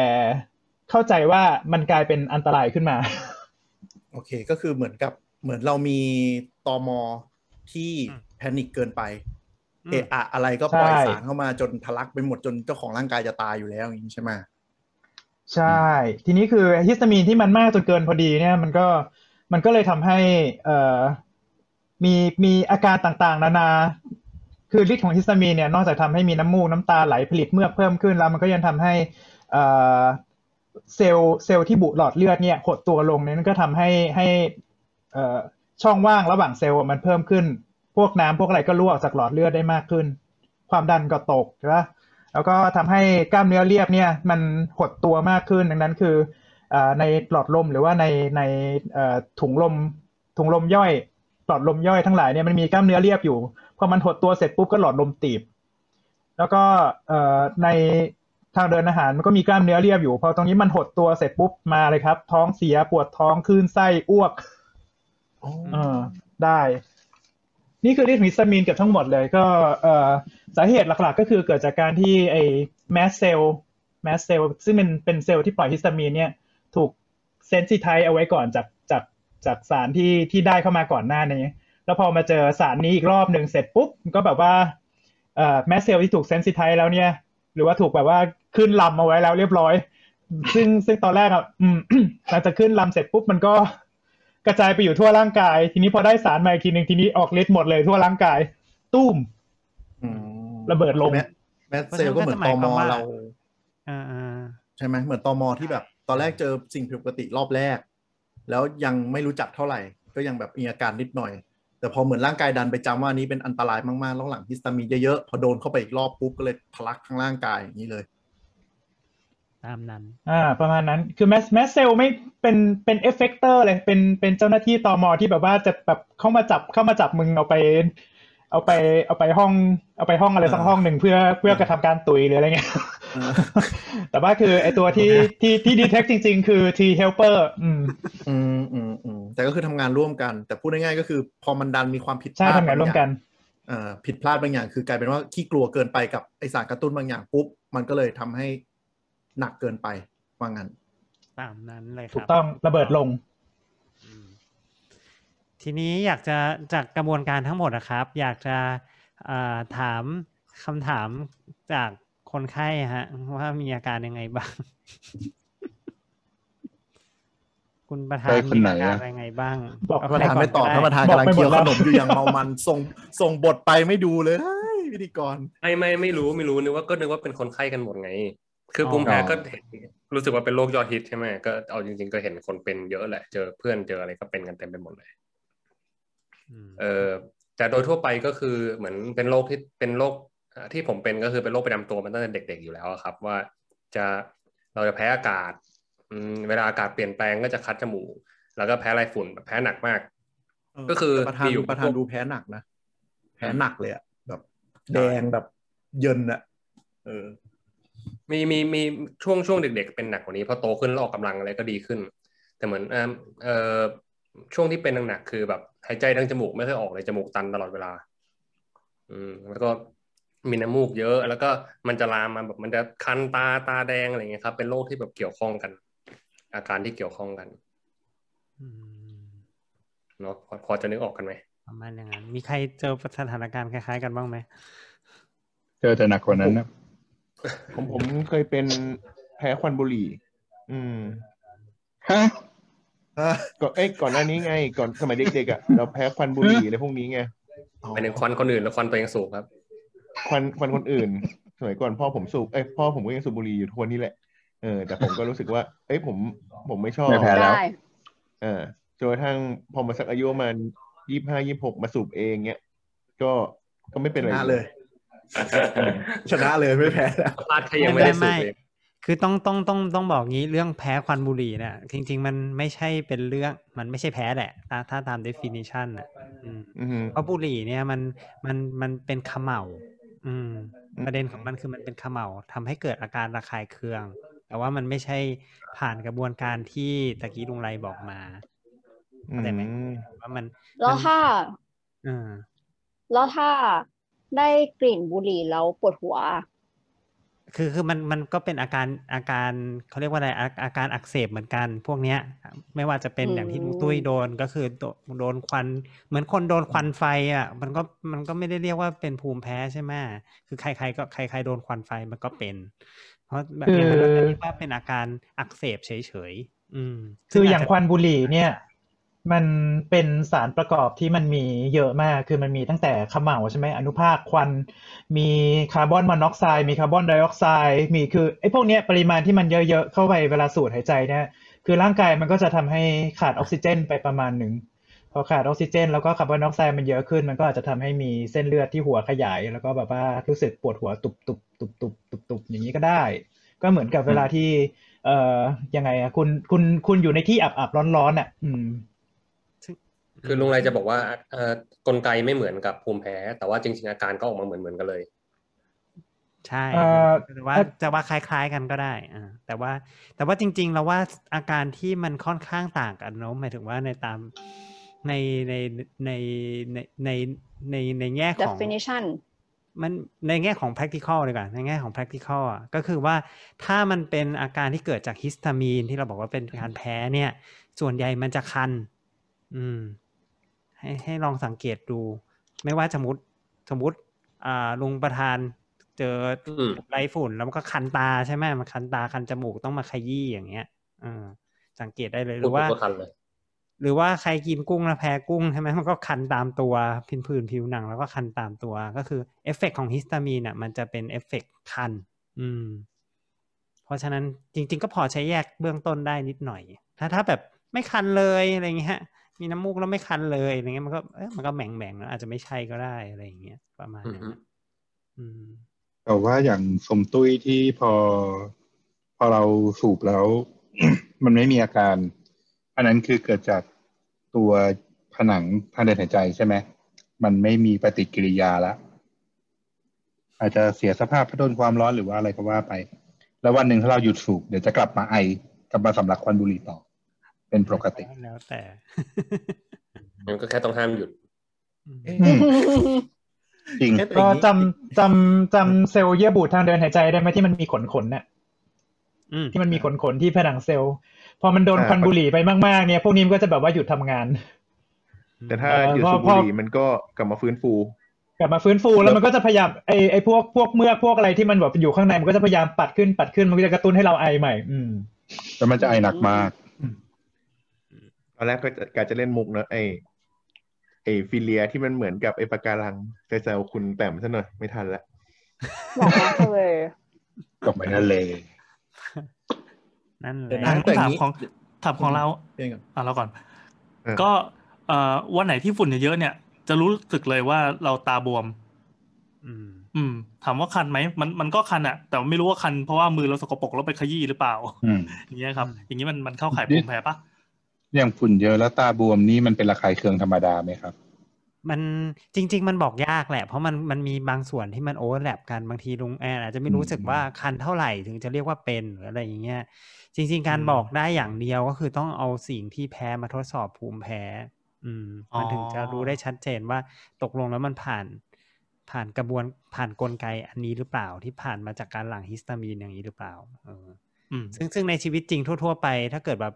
A: เข้าใจว่ามันกลายเป็นอันตรายขึ้นมา
D: โอเคก็คือเหมือนกับเหมือนเรามีตอมอที่
C: อืม
D: แพนิคเกินไป
C: อืม
D: เอะอะอะไรก็ปล่อย
A: ใช่
D: สารเข้ามาจนทะลักไปหมดจนเจ้าของร่างกายจะตายอยู่แล้วอย่างนี้ใช่ไหม
A: ใช่ ทีนี้คือฮิสตามีนที่มันมากจนเกินพอดีเนี่ยมันก็มันก็เลยทำให้เอ่อมีมีอาการต่างๆ นานา คือฤทธิ์ของฮิสตามีนเนี่ยนอกจากทำให้มีน้ำมูกน้ำตาไหลผลิตเมือกเพิ่มขึ้นแล้วมันก็ยังทำให้เอ่อเซลล์เซลล์ที่บุหลอดเลือดเนี่ยหดตัวลงเนี่ยนั่นก็ทำให้ให้เอ่อช่องว่างระหว่างเซลล์อะมันเพิ่มขึ้น พวกน้ำพวกอะไรก็รั่วออกจากหลอดเลือดได้มากขึ้น ความดันก็ตกใช่ปะ แล้วก็ทำให้กล้ามเนื้อเรียบเนี่ยมันหดตัวมากขึ้นดังนั้นคือเอ่อในหลอดลมหรือว่าในในเอ่อถุงลมถุงลมย่อยหลอดลมย่อยทั้งหลายเนี่ยมันมีกล้ามเนื้อเรียบอยู่พอมันหดตัวเสร็จปุ๊บก็หลอดลมตีบ แล้วก็เอ่อในทางเดินอาหารมันก็มีกล้ามเนื้อเรียบอยู่พอตรงนี้มันหดตัวเสร็จปุ๊บมาเลยครับ ท้องเสียปวดท้องคลื่นไส้อ้วก เออได้ นี่คือฤทธิ์ของฮิสตามีนเกือบทั้งหมดเลยก็เอ่อสาเหตุหลักๆ ก็คือเกิดจากการที่ไอ้แมสเซลแมสเซลซึ่งเป็นเป็นเซลล์ที่ปล่อยฮิสตามีนเนี่ยถูกเซนซิไทเอาไว้ก่อนจากจากจากสารที่ที่ได้เข้ามาก่อนหน้านี้ แล้วพอมาเจอสารนี้อีกรอบหนึ่งเสร็จปุ๊บ ก็แบบว่าเอ่อแมสเซลที่ถูกเซนซิไทแล้วเนี่ย หรือว่าถูกแบบว่าขึ้นลำเอาไว้แล้วเรียบร้อย ซึ่งซึ่งตอนแรกอ่ะ อืม หลังจากขึ้นลำเสร็จปุ๊บมันก็ กระจายไปอยู่ทั่วร่างกาย ทีนี้พอได้สารมาอีกทีหนึ่งทีนี้ออกฤทธิ์หมดเลยทั่วร่างกาย ตุ้ม ระเบิดลม
D: แมแมสเซลก็เหมือนตอมอเรา
C: อ่าอ่า
D: ใช่ไหมเหมือนตอมอที่แบบ ตอนแรกเจอสิ่งผิดปกติรอบแรก แล้วยังไม่รู้จักเท่าไหร่ ก็ยังแบบมีอาการนิดหน่อย แต่พอเหมือนร่างกายดันไปจำว่าอันนี้เป็นอันตรายมากๆแล้วหลังฮิสตามีนเยอะๆพอโดนเข้าไปอีกรอบปุ๊บก็เลยทะลักทั้งร่างกายอย่างนี้เลย
C: ตามนั้น
A: อ่า ประมาณนั้นคือแมสแมสเซลไม่เป็นเป็นเอฟเฟกเตอร์เลยเป็นเป็นเจ้าหน้าที่ตอมอที่แบบว่าจะแบบเข้ามาจับเข้ามาจับมึงเอาไป เอาไปเอาไปห้อง เอาไปห้องอะไรสัก
D: อ่า
A: ห้องหนึ่งเพื่อเพื่อกระทำการตุยหรืออะไรเงี้ย
D: อ่า
A: แต่ว่าคือไอตัวที่ที่ที่ดีเทคจริง ๆ คือ T helper อืม
D: อืมอืมอืมแต่ก็คือทำงานร่วมกัน แต่พูดง่ายๆก็คือ พอมันดันมีความผิดพ
A: ใช่
D: ลาด
A: ทำงานร่วมกัน
D: เอ่อผิดพลาดบางอย่าง คือกลายเป็นว่าขี้กลัวเกินไปกับไอสารกระตุ้นบางอย่างปุ๊บมันก็เลยทำให้หนักเกินไปว่างั้น
C: ตามนั้นเลยครับ
A: ถูกต้องระเบิดลง
C: อืมทีนี้อยากจะจากกระบวนการทั้งหมดนะครับ อยากจะเอ่อถามคำถามจากคนไข้ฮะ ว่ามีอาการยังไงบ้าง คุณประธาน
J: ใครคน
C: มี
J: ไหน
C: อา
J: อะ
C: การยังไงบ้าง
A: บอก
C: เ
D: ประธาน
C: ใคก่
D: ไม่ตอบ
C: ก็ด้
D: ท่านประธาน
A: บอก
D: กำลัง
A: ไปหมด
D: เคี้ยว
A: แล้
D: ข
A: ว
D: นมอยู่อย่างเมามัน ส่งส่งบทไปไม่ดูเลยพิธีกร
H: ไม่ไม่ไม่รู้ไม่รู้นึกว่าก็นึกว่าเป็นคนไข้กันหมดไง คืออ
C: อ
H: ภูมิแพ้ก็เห็นรู้สึกว่าเป็นโรคยอดฮิตใช่ไหมก็เอาจริง ๆ ก็เห็นคนเป็นเยอะแหละ เจอเพื่อนเจออะไรก็เป็นกันเต็มไปหมดเลย
C: อืม
H: เออแต่โดยทั่วไปก็คือเหมือนเป็นโรคที่เป็นโรคเอ่อที่ผมเป็นก็คือเป็นโรคประจำตัวมันตั้งแต่เด็ก ๆอยู่แล้วอะครับ ว่าจะเราจะแพ้อากาศอืมเวลาอากาศเปลี่ยนแปลงก็จะคัดจมูกแล้วก็แพ้ไรฝุ่นแบบแพ้หนักมาก
D: เออ
H: ก็คือ
D: แต่ประธาน
H: มีอยู่
D: ประธานดูแพ้หนักนะ แพ้หนักเลยอะแบบแดงแบบเยินอะเออ
H: มีมีมีช่วงช่วงเด็ก ๆ เป็นหนักกว่านี้พอโตขึ้นแล้วออกกำลังอะไรก็ดีขึ้น แต่เหมือนเออเอ่อช่วงที่เป็นหนักๆคือแบบหายใจทางจมูกไม่ค่อยออกเลยจมูกตันตลอดเวลา อืมแล้วก็มีน้ำมูกเยอะ แล้วก็มันจะลามมาแบบมันจะคันตาตาแดงอะไรเงี้ยครับ เป็นโรคที่แบบเกี่ยวข้องกัน อาการที่เกี่ยวข้องกัน
C: อืม
H: เนาะพอพอจะนึกออกกันไหม
C: ประมาณอย่างนั้น มีใครเจอสถานการณ์คล้ายๆกันบ้างไหม
J: เจอแต่หนักกว่านั้นนะ
G: ผมผมเคยเป็นแพ้ควันบุหรี่ อืม
J: ฮะ
D: เอ
G: ก่อนเอ้ยก่อนหน้านี้ไง ก่อนสมัยเด็กๆอ่ะเราแพ้ควันบุหรี่อะไรพวกนี้ไง
H: ไปถึงควันคนอื่นแล้วควันตัวเองสูบ ครับ
G: ควันควันคนอื่นสมัยก่อนพ่อผมสูบเอ้ยพ่อผมก็ยังสูบบุหรี่อยู่ทุกวันนี้แหละเออแต่ผมก็รู้สึกว่า เอ้ยผมผมไม่ชอบ
A: ไม่แพ้ ล้ว
B: ได้
G: เออจนกระทั่งพอมาสักอายุประมาณยี่ห้ายี่หกมาสูบเองเนี้ยก็ก็ไม่เป็น
D: ช
G: ไร
D: นะเลย ชนะเลยไม่แพ้แล้ว
H: พลาดใครยังไม่ได้สูบเลย
C: คือต้องต้องต้องต้องบอกงี้เรื่องแพ้ควันบุหรี่เนี่ยจริง ๆ มันไม่ใช่เป็นเรื่องมันไม่ใช่แพ้แหละถ้าถ้าตาม definition อ่ะอืม
G: อือฮึ
C: เพราะบุหรี่เนี่ยมันมันมันเป็นเขมเหลาอืม ประเด็นของมันคือมันเป็นเขมเหลาทำให้เกิดอาการระคายเคือง แต่ว่ามันไม่ใช่ผ่านกระบวนการที่ตะกี้ลุงไรบอกมา
G: อื
C: เข้าใจไหม
G: ม
C: ว่ามัน
B: แล้วถ้า
C: อ่า
B: แล้วถ้าได้กลิ่นบุหรี่แล้วปวดหัว
C: คือคือมันมันก็เป็นอาการอาการเขาเรียกว่าอะไรอาอาการอักเสบเหมือนกัน พวกเนี้ย ไม่ว่าจะเป็นอย่างที่ลุงตุ้ยโดนก็คือโดนโดนควัน เหมือนคนโดนควันไฟอ่ะ มันก็มันก็ไม่ได้เรียกว่าเป็นภูมิแพ้ใช่ไหมคือใคร ๆ ก็ใคร ๆ โดนควันไฟมันก็เป็น เพราะแบบเนี้ยมันก็จะเรียกว่าเป็นอาการอักเสบเฉยๆอืม
F: คืออย่าง
C: จจะ
F: ควันบุหรี่เนี่ย มันเป็นสารประกอบที่มันมีเยอะมาก คือมันมีตั้งแต่เขม่าวใช่ไหมอนุภาคควัน มีคาร์บอนมอนอกไซด์มีคาร์บอนไดออกไซด์มีคือไอ้พวกเนี้ยปริมาณที่มันเยอะๆ เข้าไปเวลาสูดหายใจเนี่ยคือร่างกายมันก็จะทำให้ขาดออกซิเจนไปประมาณหนึ่งพอขาดออกซิเจน แล้วก็คาร์บอนมอนอกไซด์มันเยอะขึ้น มันก็อาจจะทำให้มีเส้นเลือดที่หัวขยาย แล้วก็แบบว่ารู้สึกปวดหัวตุบๆตุบๆตุบๆอย่างนี้ก็ได้ ก็เหมือนกับเวลาที่ เอ่อยังไงอะคุณคุณคุณอยู่ในที่อับอับร้อนร้อนๆอะอืม
H: คือลุงไรจะบอกว่าเอ่อกลไกไม่เหมือนกับภูมิแพ้ แต่ว่าจริง ๆ อาการก็ออกมาเหมือนเหมือนกันเลย
C: ใช่
F: เอ่อ
C: แต่ว่าจะว่าคล้าย ๆ กันก็ได้อ่าแต่ว่าแต่ว่าจริง ๆ แล้วว่าอาการที่มันค่อนข้างต่างกันเนอะหมายถึงว่าในตามในในในในในในในแง่ของ
B: definition
C: มันในแง่ของ practical ดีกว่าในแง่ของ practical อ่ะก็คือว่าถ้ามันเป็นอาการที่เกิดจากฮิสตามีนที่เราบอกว่าเป็นการแพ้เนี่ย ส่วนใหญ่มันจะคัน อืม ให้ให้ลองสังเกตดู ไม่ว่าสมมติสมมติ อ่าลุงประธานเจอ
H: อืม
C: ไรฝุ่น แล้วมันก็คันตาใช่ไหมมันคันตาคันจมูกต้องมาขยี้อย่างเงี้ยอ่าสังเกตได้เลยหรือว่า
H: พูดถึงก็คันเลย
C: หรือว่าใครกินกุ้งแล้วแพ้กุ้งใช่ไหมมันก็คันตามตัวพินผื่นผิวหนังแล้วก็คันตามตัวก็คือเอฟเฟกของฮิสตามีนอ่ะมันจะเป็นเอฟเฟกคัน อืม เพราะฉะนั้นจริง ๆ ก็พอใช้แยกเบื้องต้นได้นิดหน่อย ถ้าถ้าแบบไม่คันเลยอะไรเงี้ยมีน้ำมูกแล้วไม่คันเลยอะไรเงี้ยมันก็เอ๊ะมันก็แหม่งแหม่งๆนะอาจจะไม่ใช่ก็ได้อะไรอย่างเงี้ยประมาณนั้น
H: อือฮึ
C: อืม
A: แต่ว่าอย่างสมตุ้ยที่พอ พอเราสูบแล้ว มันไม่มีอาการ อันนั้นคือเกิดจากตัวผนังทางเดินหายใจใช่ไหมมันไม่มีปฏิกิริยาละอาจจะเสียสภาพเพราะโดนความร้อนหรือว่าอะไรก็ว่าไป แล้ววันหนึ่งถ้าเราหยุดสูบเดี๋ยวจะกลับมาไอกลับมาสำลักควันบุหรี่ต่อ เป็นปกติ
C: แล้วแต่
H: มันก็แค่ต้องห้ามหยุด
A: อืมจริง
F: ก็จำจำจำเซลล์เยื่อบุทางเดินหายใจได้ไหมที่มันมีขนขนๆน่ะ
C: อืม
F: ที่มันมีขนขนๆที่ผนังเซลล์ พอมันโดน
G: อ่า
F: ควันบุหรี่ไปมากๆเนี่ยพวกนี้มันก็จะแบบว่าหยุดทำงาน
G: แต่ถ้า
F: เอ่อ
G: หยุด
F: พอ
G: สูบบุห
F: พ
G: รี่
F: อ
G: มันก็กลับมาฟื้นฟู
F: กลับมาฟื้นฟูแล้วมันก็จะพยายามไอไอพวกพวกเมือกพวกอะไรที่มันแบบอยู่ข้างในมันก็จะพยายามปัดขึ้นปัดขึ้นมันก็จะกระตุ้นให้เราไอใหม่ อืม
A: แล้วมันจะไอหนักมาก
G: ตอนแรกก็จะการจะเล่นมุกเนอะไอไอฟิเลียที่มันเหมือนกับไอปะการังจะแซวคุณแต้มซะหน่อยไม่ทันละ
B: บอกรักเธอเลย
A: กลับไปนั่นเลย
C: นั่นแห
D: เดี๋ยว
C: ละ
D: นะ แต่อ
E: ถา
D: ย่าม งนี้
E: ของถามของเรา
D: เพียงกับ
E: อ่ะเราก่อน
G: เออ
E: ก็เอ่อวันไหนที่ฝุ่นเยอะๆเนี่ย จะรู้สึกเลยว่าเราตาบวม
C: อืม
E: อืม ถามว่าคันไหมมันมันก็คันอะแต่ไม่รู้ว่าคันเพราะว่ามือเราสกปรกแล้วไปขยี้หรือเปล่า
A: อืม
E: อย่างเงี้ยครับ
C: อืม
E: อย่างนี้มันมันเข้าข่าย
A: นี่
E: ภูมิแพ้ปะ
A: อย่างฝุ่นเยอะแล้วตาบวมนี่มันเป็นระคายเคืองธรรมดาไหมครับ
C: มันจริง ๆ มันบอกยากแหละ เพราะมันมันมีบางส่วนที่มันโอเวอร์แลปกันบางทีลุงแอนอาจจะไม่รู้สึกว่าคันเท่าไหร่ถึงจะเรียกว่าเป็นหรืออะไรอย่างเงี้ยจริง ๆ การบอกได้อย่างเดียวก็คือต้องเอาสิ่งที่แพ้มาทดสอบภูมิแพ้ อืม มันถึงจะรู้ได้ชัดเจนว่าตกลงแล้วมันผ่าน ผ่านกระบวนผ่านกลไกอันนี้หรือเปล่าที่ผ่านมาจากการหลั่งฮิสตามีนอย่างนี้หรือเปล่าเออ
E: อืม
C: ซึ่งซึ่งในชีวิตจริงทั่ว ๆ ไป ถ้าเกิดแบบ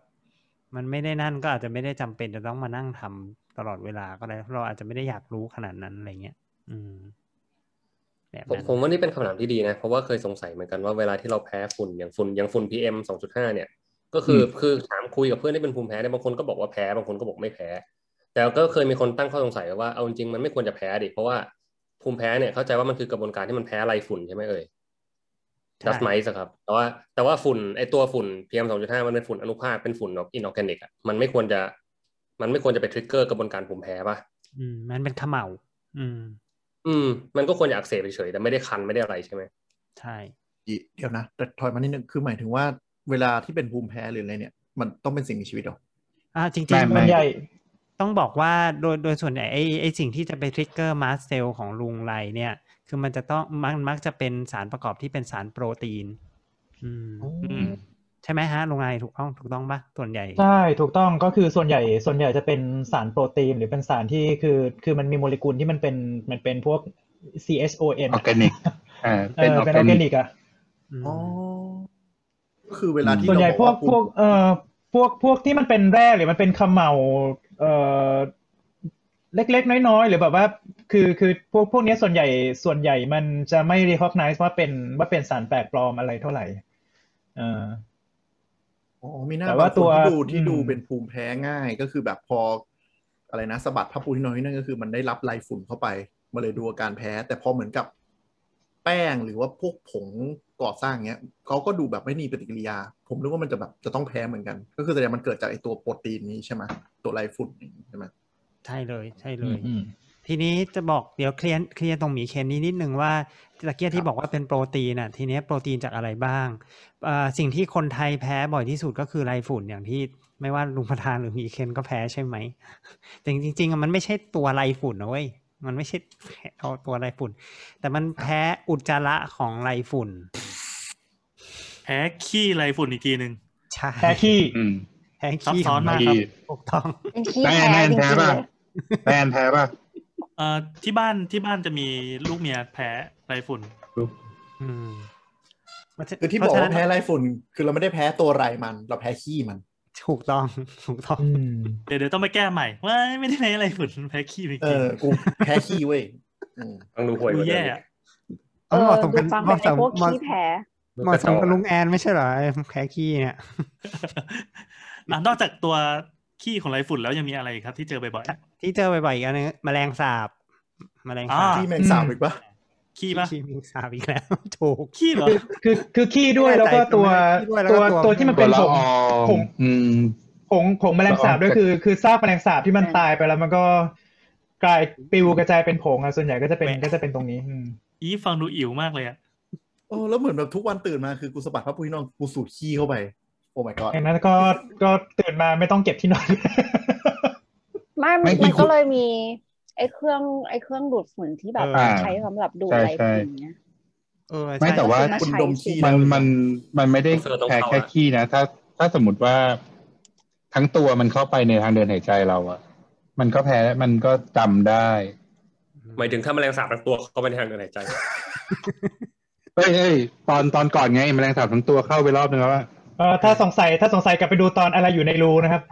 C: มันไม่ได้นั่นก็อาจจะไม่ได้จำเป็นจะต้องมานั่งทำตลอดเวลาก็ได้เพราะเราอาจจะไม่ได้อยากรู้ขนาดนั้นอะไรเงี้ยอืม แบบ
H: ผม
C: นั้น
H: ผมว่านี่เป็นคำถามที่ดีนะ เพราะว่าเคยสงสัยเหมือนกันว่าเวลาที่เราแพ้ฝุ่นอย่างฝุ่นอย่างฝุ่น PM 2.5 เนี่ย ก็คือคือถามคุยกับเพื่อนที่เป็นภูมิแพ้เนี่ยบางคนก็บอกว่าแพ้บางคนก็บอกไม่แพ้ แต่ก็เคยมีคนตั้งข้อสงสัยไว้ว่าเอาจริงๆมันไม่ควรจะแพ้ดิเพราะว่าภูมิแพ้เนี่ยเข้าใจว่ามันคือกระบวนการที่มันแพ้ไรฝุ่นใช่ไหมเอ่ยดัสไมส์ครับแต่ว่าแต่ว่าฝุ่นไอตัวฝุ่น PM สองจุดห้ามันเป็นฝุ่นอนุภาคเป็นฝุ่นอินออร์แกนิกอ่ะมันไม่ควรจะ มันไม่ควรจะไปทริกเกอร์กระบวนการภูมิแพ้ป่ะ
C: อืมมันเป็นขมเหลาอืม
H: อืม มันก็ควรจะอักเสบเฉยๆแต่ไม่ได้คันไม่ได้อะไรใช่ไหม
C: ใช่
D: เดี๋ยวนะแต่ถอยมานิดนึงคือหมายถึงว่าเวลาที่เป็นภูมิแพ้หรืออะไรเนี่ย มันต้องเป็นสิ่งมีชีวิตหรอ
C: อ่าจริง
A: ไม่
C: ๆ
A: ไม่
F: มันใหญ่
C: ต้องบอกว่าโดยโดยส่วนใหญ่ไอไอสิ่งที่จะไปทริกเกอร์มาสเซลของลุงไรเนี่ย คือมันจะต้องมันมักจะเป็นสารประกอบที่เป็นสารโปรตีน อืม
E: อืม
C: ใช่ไหมฮะลุงไรถูกต้องถูกต้องปะส่วนใหญ่
F: ใช่ถูกต้องก็คือส่วนใหญ่ส่วนใหญ่จะเป็นสารโปรตีนหรือเป็นสารที่คือคือมันมีโมเลกุลที่มันเป็นมันเป็นพวก CHON
A: ออร์แกนิกอ่า
F: เอ
A: เป็น
F: อ
A: ออ
F: เป็น
A: ร์
F: ออร์
A: แก
F: แก
A: นิ
F: นิ
A: ก
F: กอะ
C: อืม
D: อ๋อก็คือเวลาที่
F: ส่วน
D: เรา
F: ใหญ่
D: บอก
F: พวก
D: ว่า
F: พวกเอ่อพวกพวกที่มันเป็นแร่หรือมันเป็นเขมเหลาเอ่อเล็กๆ น้อยๆ หรือแบบว่าคือคือพวกพวกเนี้ยส่วนใหญ่ส่วนใหญ่มันจะไม่ recognize ว่าเป็นว่าเป็นสารแปลกปลอมอะไรเท่าไหร่เออ
D: อ๋อมีหน้า
F: แต่
D: บา
F: ว่าง
D: ค
F: ตัว
D: นที่ดูที่ดู
F: อืม
D: เป็นภูมิแพ้ง่ายก็คือแบบพอ อะไรนะสะบัดผ้าปูที่นอนที่นั่นก็คือมันได้รับไรฝุ่นเข้าไปมาเลยดูอาการแพ้ แต่พอเหมือนกับแป้งหรือว่าพวกผงก่อสร้างเงี้ยเขาก็ดูแบบไม่มีปฏิกิริยา ผมนึกว่ามันจะแบบจะต้องแพ้เหมือนกัน ก็คือแสดงมันเกิดจากไอตัวโปรตีนนี้ใช่ไหมตัวไรฝุ่นนี้ใช่ไหม
C: ใช่เลยใช่เล
F: อื
C: ย
F: มอืม
C: ทีนี้จะบอกเดี๋ยวเคลียร์เคลียร์ตรงหมีเคนนี้นิดนึงว่าตะเกียที่บอกว่าเป็นโปรตีนน่ะทีนี้โปรตีนจากอะไรบ้างเอ่อสิ่งที่คนไทยแพ้บ่อยที่สุดก็คือไรฝุ่นอย่างที่ไม่ว่าลุงประธานหรือหมีเคนก็แพ้ใช่ไหม แต่จริงๆอะมันไม่ใช่ตัวไรฝุ่นนะเว้ยมันไม่ใช่เอาตัวไรฝุ่น แต่มันแพ้อุจจาระของไรฝุ่น
E: แพ้ขี้ไรฝุ่นอีกทีหนึ่ง
C: ใช่
F: แพ้ขี้
A: อืม
C: แพ้ขี้
E: ซับซ้อนมาก
A: ที่
C: ถูกต้อง
B: เป็นขี้
A: แม่
B: แพ้
A: แม่
B: จริ
A: แพ้
B: งๆเลย
A: ป่ะแม่แพ้ป่ะ
E: เอ่อที่บ้านที่บ้านจะมีลูกเมียแพ้ไรฝุ่น
C: อืมมันจะ
D: คือที่บอก
C: เพระฉะนั้
D: ว่าน แพ้ไรฝุ่น คือเราไม่ได้แพ้ตัวไรมัน เราแพ้ขี้มัน
C: ถูกต้องถูกต้อง
F: อืม
E: เดี๋ยวเดี๋ยวต้องไปแก้ใหม่ว่าไม่ได้แพ้ไรฝุ่น แพ้ขี้จริง
D: เออกูแพ้ขี้เว้ยอืม
H: ฟังดูห่วย
E: ดู
H: กว่าเดิ
E: แย่
H: ม
E: อะ
B: เอ
C: เห
B: อ
C: มาะสม
B: ดู
C: กัน
B: ฟัง
C: เห
B: เป็น
C: มาะส
B: ไอ้
C: ม
B: พวก
C: เหมาะ
B: ขี้แพ้
C: เหมาะสมกับลุงแอนไม่ใช่เหรอไอ้แคคี้เนี่ย
E: อ่ะนอกจากตัวขี้ของไรฝุ่นแล้วยังมีอะไรอีกครับที่เจอบ่อย
C: ที่เจอบ่อยๆอีกอันนึงแมลงสาบแมลง
E: ๆอ่า
C: สาบ
D: ขี้แมงสาบอีกปะ
E: ขี้ปะ
C: ขี้แมลงสาบอีกแล้ว ถูก
E: ขี้เหรอ
F: คือคือคือขี้ด้วย
C: ไม่แน่
F: แล้วก็
C: ใจ
F: ตัว
C: ขี้ด้วยแล้วก็
F: ตัว
C: ตัว
F: ตัวที่มัน
A: ตั
F: เป็
A: วน ละ
F: ผง
A: ออง
F: ผม
A: อืม
F: ผงผงแมลงสาบด้วยคือ คือซากแมลงสาบที่มันตายไปแล้วมันก็กลายปลิวกระจายเป็นผงอะส่วนใหญ่ก็จะเป็นก็จะเป็นตรงนี้อืม
E: อีฟังดูอิ๋วมากเลยอะ
D: โอ้แล้วเหมือนแบบทุกวันตื่นมาคือกูสะบัดผ้าปูที่นอนกูสูดขี้เข้าไป โอ้ my god
F: อย่างนั้นก็ก็ตื่นมาไม่ต้องเก็บที่นอน
B: ไม่
A: ไม่
B: มัน
A: มี
B: มัน
A: คุณ
B: ก็เลยมี ไอ้เครื่องไอ้เครื่องดูดฝุ่นที่แบบ
C: เออ
B: ใช้สำหรับดูด
A: ใช่
B: ไร
A: ใช่
B: ฝุ่นเนี่ย
C: เออ
A: ไม่
C: ใช่
A: แต่ว่า
D: คุณดมขี้
A: มั
D: แล้
A: น
D: ว
A: มันมันไม่ได้แพ้แค่ขี้นะ ถ้าถ้าสมมติว่าทั้งตัวมันเข้าไปในทางเดินหายใจเราอะมันก็แพ้มันก็จำได้
H: หมายถึงถ้าแมลงสาบทั้งตัวเข้าไปในทางเดินหายใจ
A: เฮ้ยเฮ้ยตอนตอนก่อนไงแมลงสาบทั้งตัวเข้าไปรอบนึงแล้วอะ
F: เออถ้าสงสัยถ้าสงสัยกลับไปดูตอนอะไรอยู่ในรูนะครับ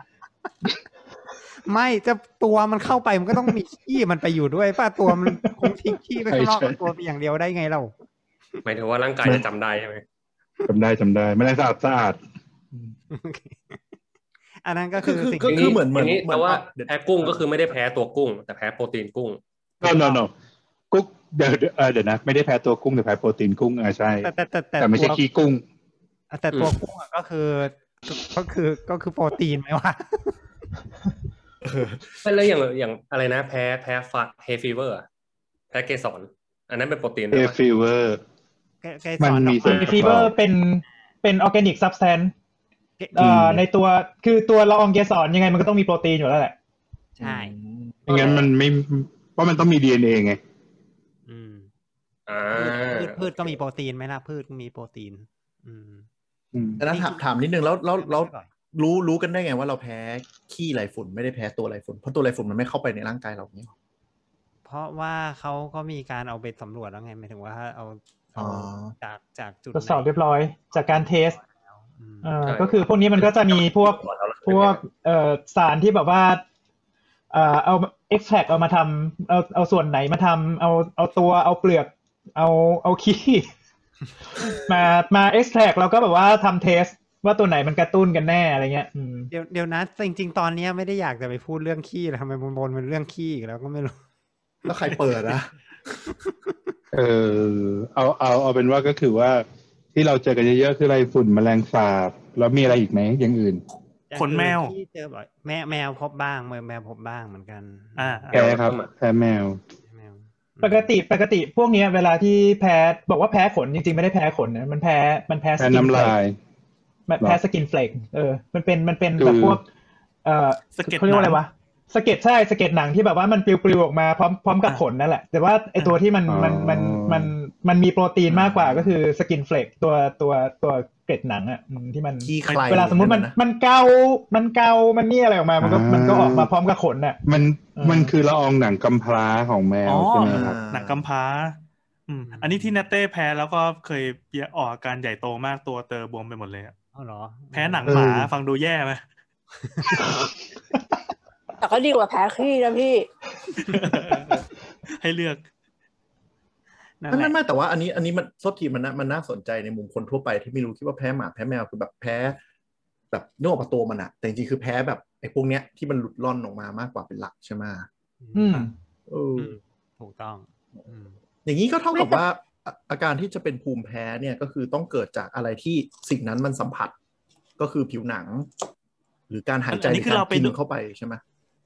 C: ไม่จะตัวมันเข้าไปมันก็ต้องมีขี้มันไปอยู่ด้วยป้าตัวมันคงทิ้งขี้ไปข้างนอก
A: ใช่ใช่
C: มันตัวไปอย่างเดียวได้ไงเรา
H: หมายถึงว่าร่างกายจะจำได้ใช่ไหม
A: จำได้จำได้แมลงสาบสะอาด
C: โอเคอันนั้นก็
D: คื
C: คือ อ
D: คือ
C: สิ่ง
D: ก็
C: ที่
D: คือเหมือนเหมือน
H: ย่าง
D: เหมื
H: แต่
D: อน
H: ว่า
D: เดี๋ยว
H: แพ้กุ้งก็คือไม่ได้แพ้ตัวกุ้ง แต่แพ้โปรตีนกุ้ง
A: no no no กุ๊กเดี๋ยวเดี๋ยวเออเดี๋ยวนะ ไม่ได้แพ้ตัวกุ้งแต่แพ้โปรตีนกุ้งอ่ะใช่
C: แต่แต่แต่แต่
A: แต่ไม่ใช่
C: ตัว
A: ขี้กุ้ง
C: แต่ตัวกุ้งอะก็คือก็คือก็คือโปรตีนไหมวะ
H: ไม่แล้วอย่างอย่างอะไรนะ แพ้แพ้ฟัดเฮฟีเวอร์แพ้เกสรอันนั้นเป็นโปรตีน
A: a
H: ด้ว
A: y
H: ยปะ
A: fever
C: แกแกสอน
A: มันมี
C: ออก
A: ส่วน
C: มา
F: ฟีเบอร์เป็นเป็นออร์แกนิกซับสแตนเอ่อ
A: อืม
F: ในตัวคือตัวละอองเกสรยังไงมันก็ต้องมีโปรตีนอยู่แล้วแหละ
C: ใช่
D: อืม
A: ไม่งั้นมันไม่เพราะมันต้องมี DNA ไง
C: อืม
H: อ่า
C: พืชพืชก็มีโปรตีนไหมล่ะพืชก็มีโปรตีน อืม
A: อืม
D: แต่นั้นถามถามนิดนึงแล้วแล้วแล้ว
C: ก่อน
D: รู้รู้กันได้ไงว่าเราแพ้ขี้ไรฝุ่นไม่ได้แพ้ตัวไรฝุ่นเพราะตัวไรฝุ่นมันไม่เข้าไปในร่างกายเราอย่างนี้หรอ
C: เพราะว่าเขาก็มีการเอาไปสำรวจแล้วไงหมายถึงว่าเอา
D: อ๋
C: เอา
D: อ
C: จากจากจุด
F: ตรวจสอบเรียบร้อยจากการเทส
C: อืม
F: เอ่อก็คือพวกนี้มันก็จะมีพวก พวกเอ่อสารที่แบบว่าเอ่อเอา extract เอามาทำเอาเอาส่วนไหนมาทำเอาเอาตัวเอาเปลือก เอาเอาขี้ มามา extract แล้วก็แบบว่าทำเทส ว่าตัวไหนมันกระตุ้นกันแน่อะไรเงี้ยอืม
C: เดี๋ยวเดี๋ยวนะจริง ๆ ตอนเนี้ยไม่ได้อยากจะไปพูดเรื่องขี้เลยทำไมบนบนๆมันเรื่องขี้อีกแล้วก็ไม่รู้
D: แล้วใครเปิดอะ
A: เออเอาเอาเอาเป็นว่าก็คือว่าที่เราเจอกันเยอะๆคืออะไรฝุ่นแมลงสาบ แล้วมีอะไรอีกไหมอย่างอื่น
E: ขนแมว
C: ที่เจอบ่อยแมวแมวพบบ้างแมวแมวพบบ้างเหมือนกัน
E: อ่า
A: แพ้ครับแพ้แมว
C: แมว
F: ปกติปกติพวกเนี้ยเวลาที่แพ้บอกว่าแพ้ขนจริงๆไม่ได้แพ้ขนนะมันแพ้มันแพ้ส
A: แพ้
F: กิน
A: น้ำ
F: เฟล
A: ลาก ย
F: มันแพ้สกินเฟลกเออมันเป็นมันเป็น
A: คือ
F: แบบพวกเออ
E: สะเก็ด
F: เขาเรียกว่าอะไร
E: หนัง
F: วะสะเก็ดใช่สะเก็ดหนังที่แบบว่ามันปลิวๆออกมาพร้อมพร้อมกับ
E: อ่ะ
F: ขนนั่นแหละ แต่ว่าไอตัวที่มันมันมันมันมันมีโปรตีนมากกว่าก็คือสกินเฟลกตัวตัวตัวเกล็ดหนังอ่ะอืมที่มัน
D: ขี้ใคร
F: เวลาสมมติมันมันเกา มันเกา มันนี่อะไรออกมา มันก็
A: อ่ามั
F: มันก็ออกมาพร้อมกับขนน่ะ
A: มัน
F: เออ
A: มันคือละอองหนังกำพร้าของแมว
E: อ๋อ
A: ใช่ไหมครับ
E: หนังกำพร้าอืมอันนี้ที่นาเต้แพ้แล้วก็เคยออกอาการใหญ่โตมากตัวเตอบวมไปหมดเลยอะ
C: เอาเหรอ
E: แพ้หนังหมา
A: เออ
E: ฟังดูแย่ ไหม
B: แต่ก็ดีกว่าแพ้ขี้นะพี่
E: ให้เลือก
C: นั่น
D: ไม่
C: แหละ
D: ไม่ไม่แต่ว่าอันนี้อันนี้มันโทษทีมันน่ามันน่าสนใจในมุมคนทั่วไปที่ไม่รู้คิดว่าแพ้หมาแพ้แมวคือแบบแพ้ แบบเนื้อออกมาตัวมันอะแต่จริงๆคือแพ้แบบไอ้พวกเนี้ยที่มันหลุดล่อนออกมามากกว่าเป็นหลักใช่ไหม
F: อืม
D: เอออ
C: ม ถูกต้องอืม
D: อย่างนี้ก็เท่ากับว่าอาอาการที่จะเป็นภูมิแพ้เนี่ยก็คือต้องเกิดจากอะไรที่สิ่งนั้นมันสัมผัส ก็คือผิวหนัง หรือการหายใจ
E: อันนี้
D: ห
E: คือเราไป
D: กกิ
E: ดู
D: นเข้าไปใช่ไหม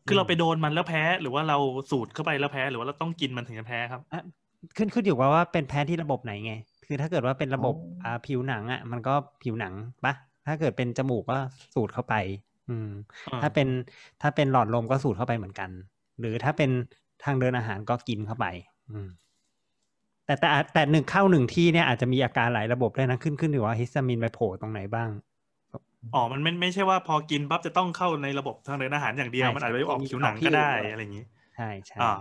E: คือเราไปโดนมันแล้วแพ้ หรือว่าเราสูดเข้าไปแล้วแพ้ หรือว่าเราต้องกินมันถึงจะแพ้ครับ
C: ขึ้นขึ้นอยู่กับว่าเป็นแพ้ที่ระบบไหนไง คือถ้าเกิดว่าเป็นระบบอ่าผิวหนังอ่ะมันก็ผิวหนังปะถ้าเกิดเป็นจมูกก็สูดเข้าไป อืม ถ้าเป็นถ้าเป็นหลอดลมก็สูดเข้าไปเหมือนกัน หรือถ้าเป็นทางเดินอาหารก็กินเข้าไป อืม แต่แต่อาจแต่หนึ่งเข้าหนึ่งที่เนี่ยอาจจะมีอาการหลายระบบด้วยนะขึ้นขึ้นอยู่ว่าฮิสตามินไปโผล่ตรงไหนบ้าง
E: อ๋อ มันไม่ไม่ใช่ว่าพอกินปั๊บจะต้องเข้าในระบบทางเดินอาหารอย่างเดียว
C: ใช่
E: มันอาจจะไปออกผิวหนัง
C: มีเข้า
E: ก็
C: ที่
E: ได้
C: ด้วย
E: อะไรอย่างนี้
C: ใช่ใช่
E: อ่า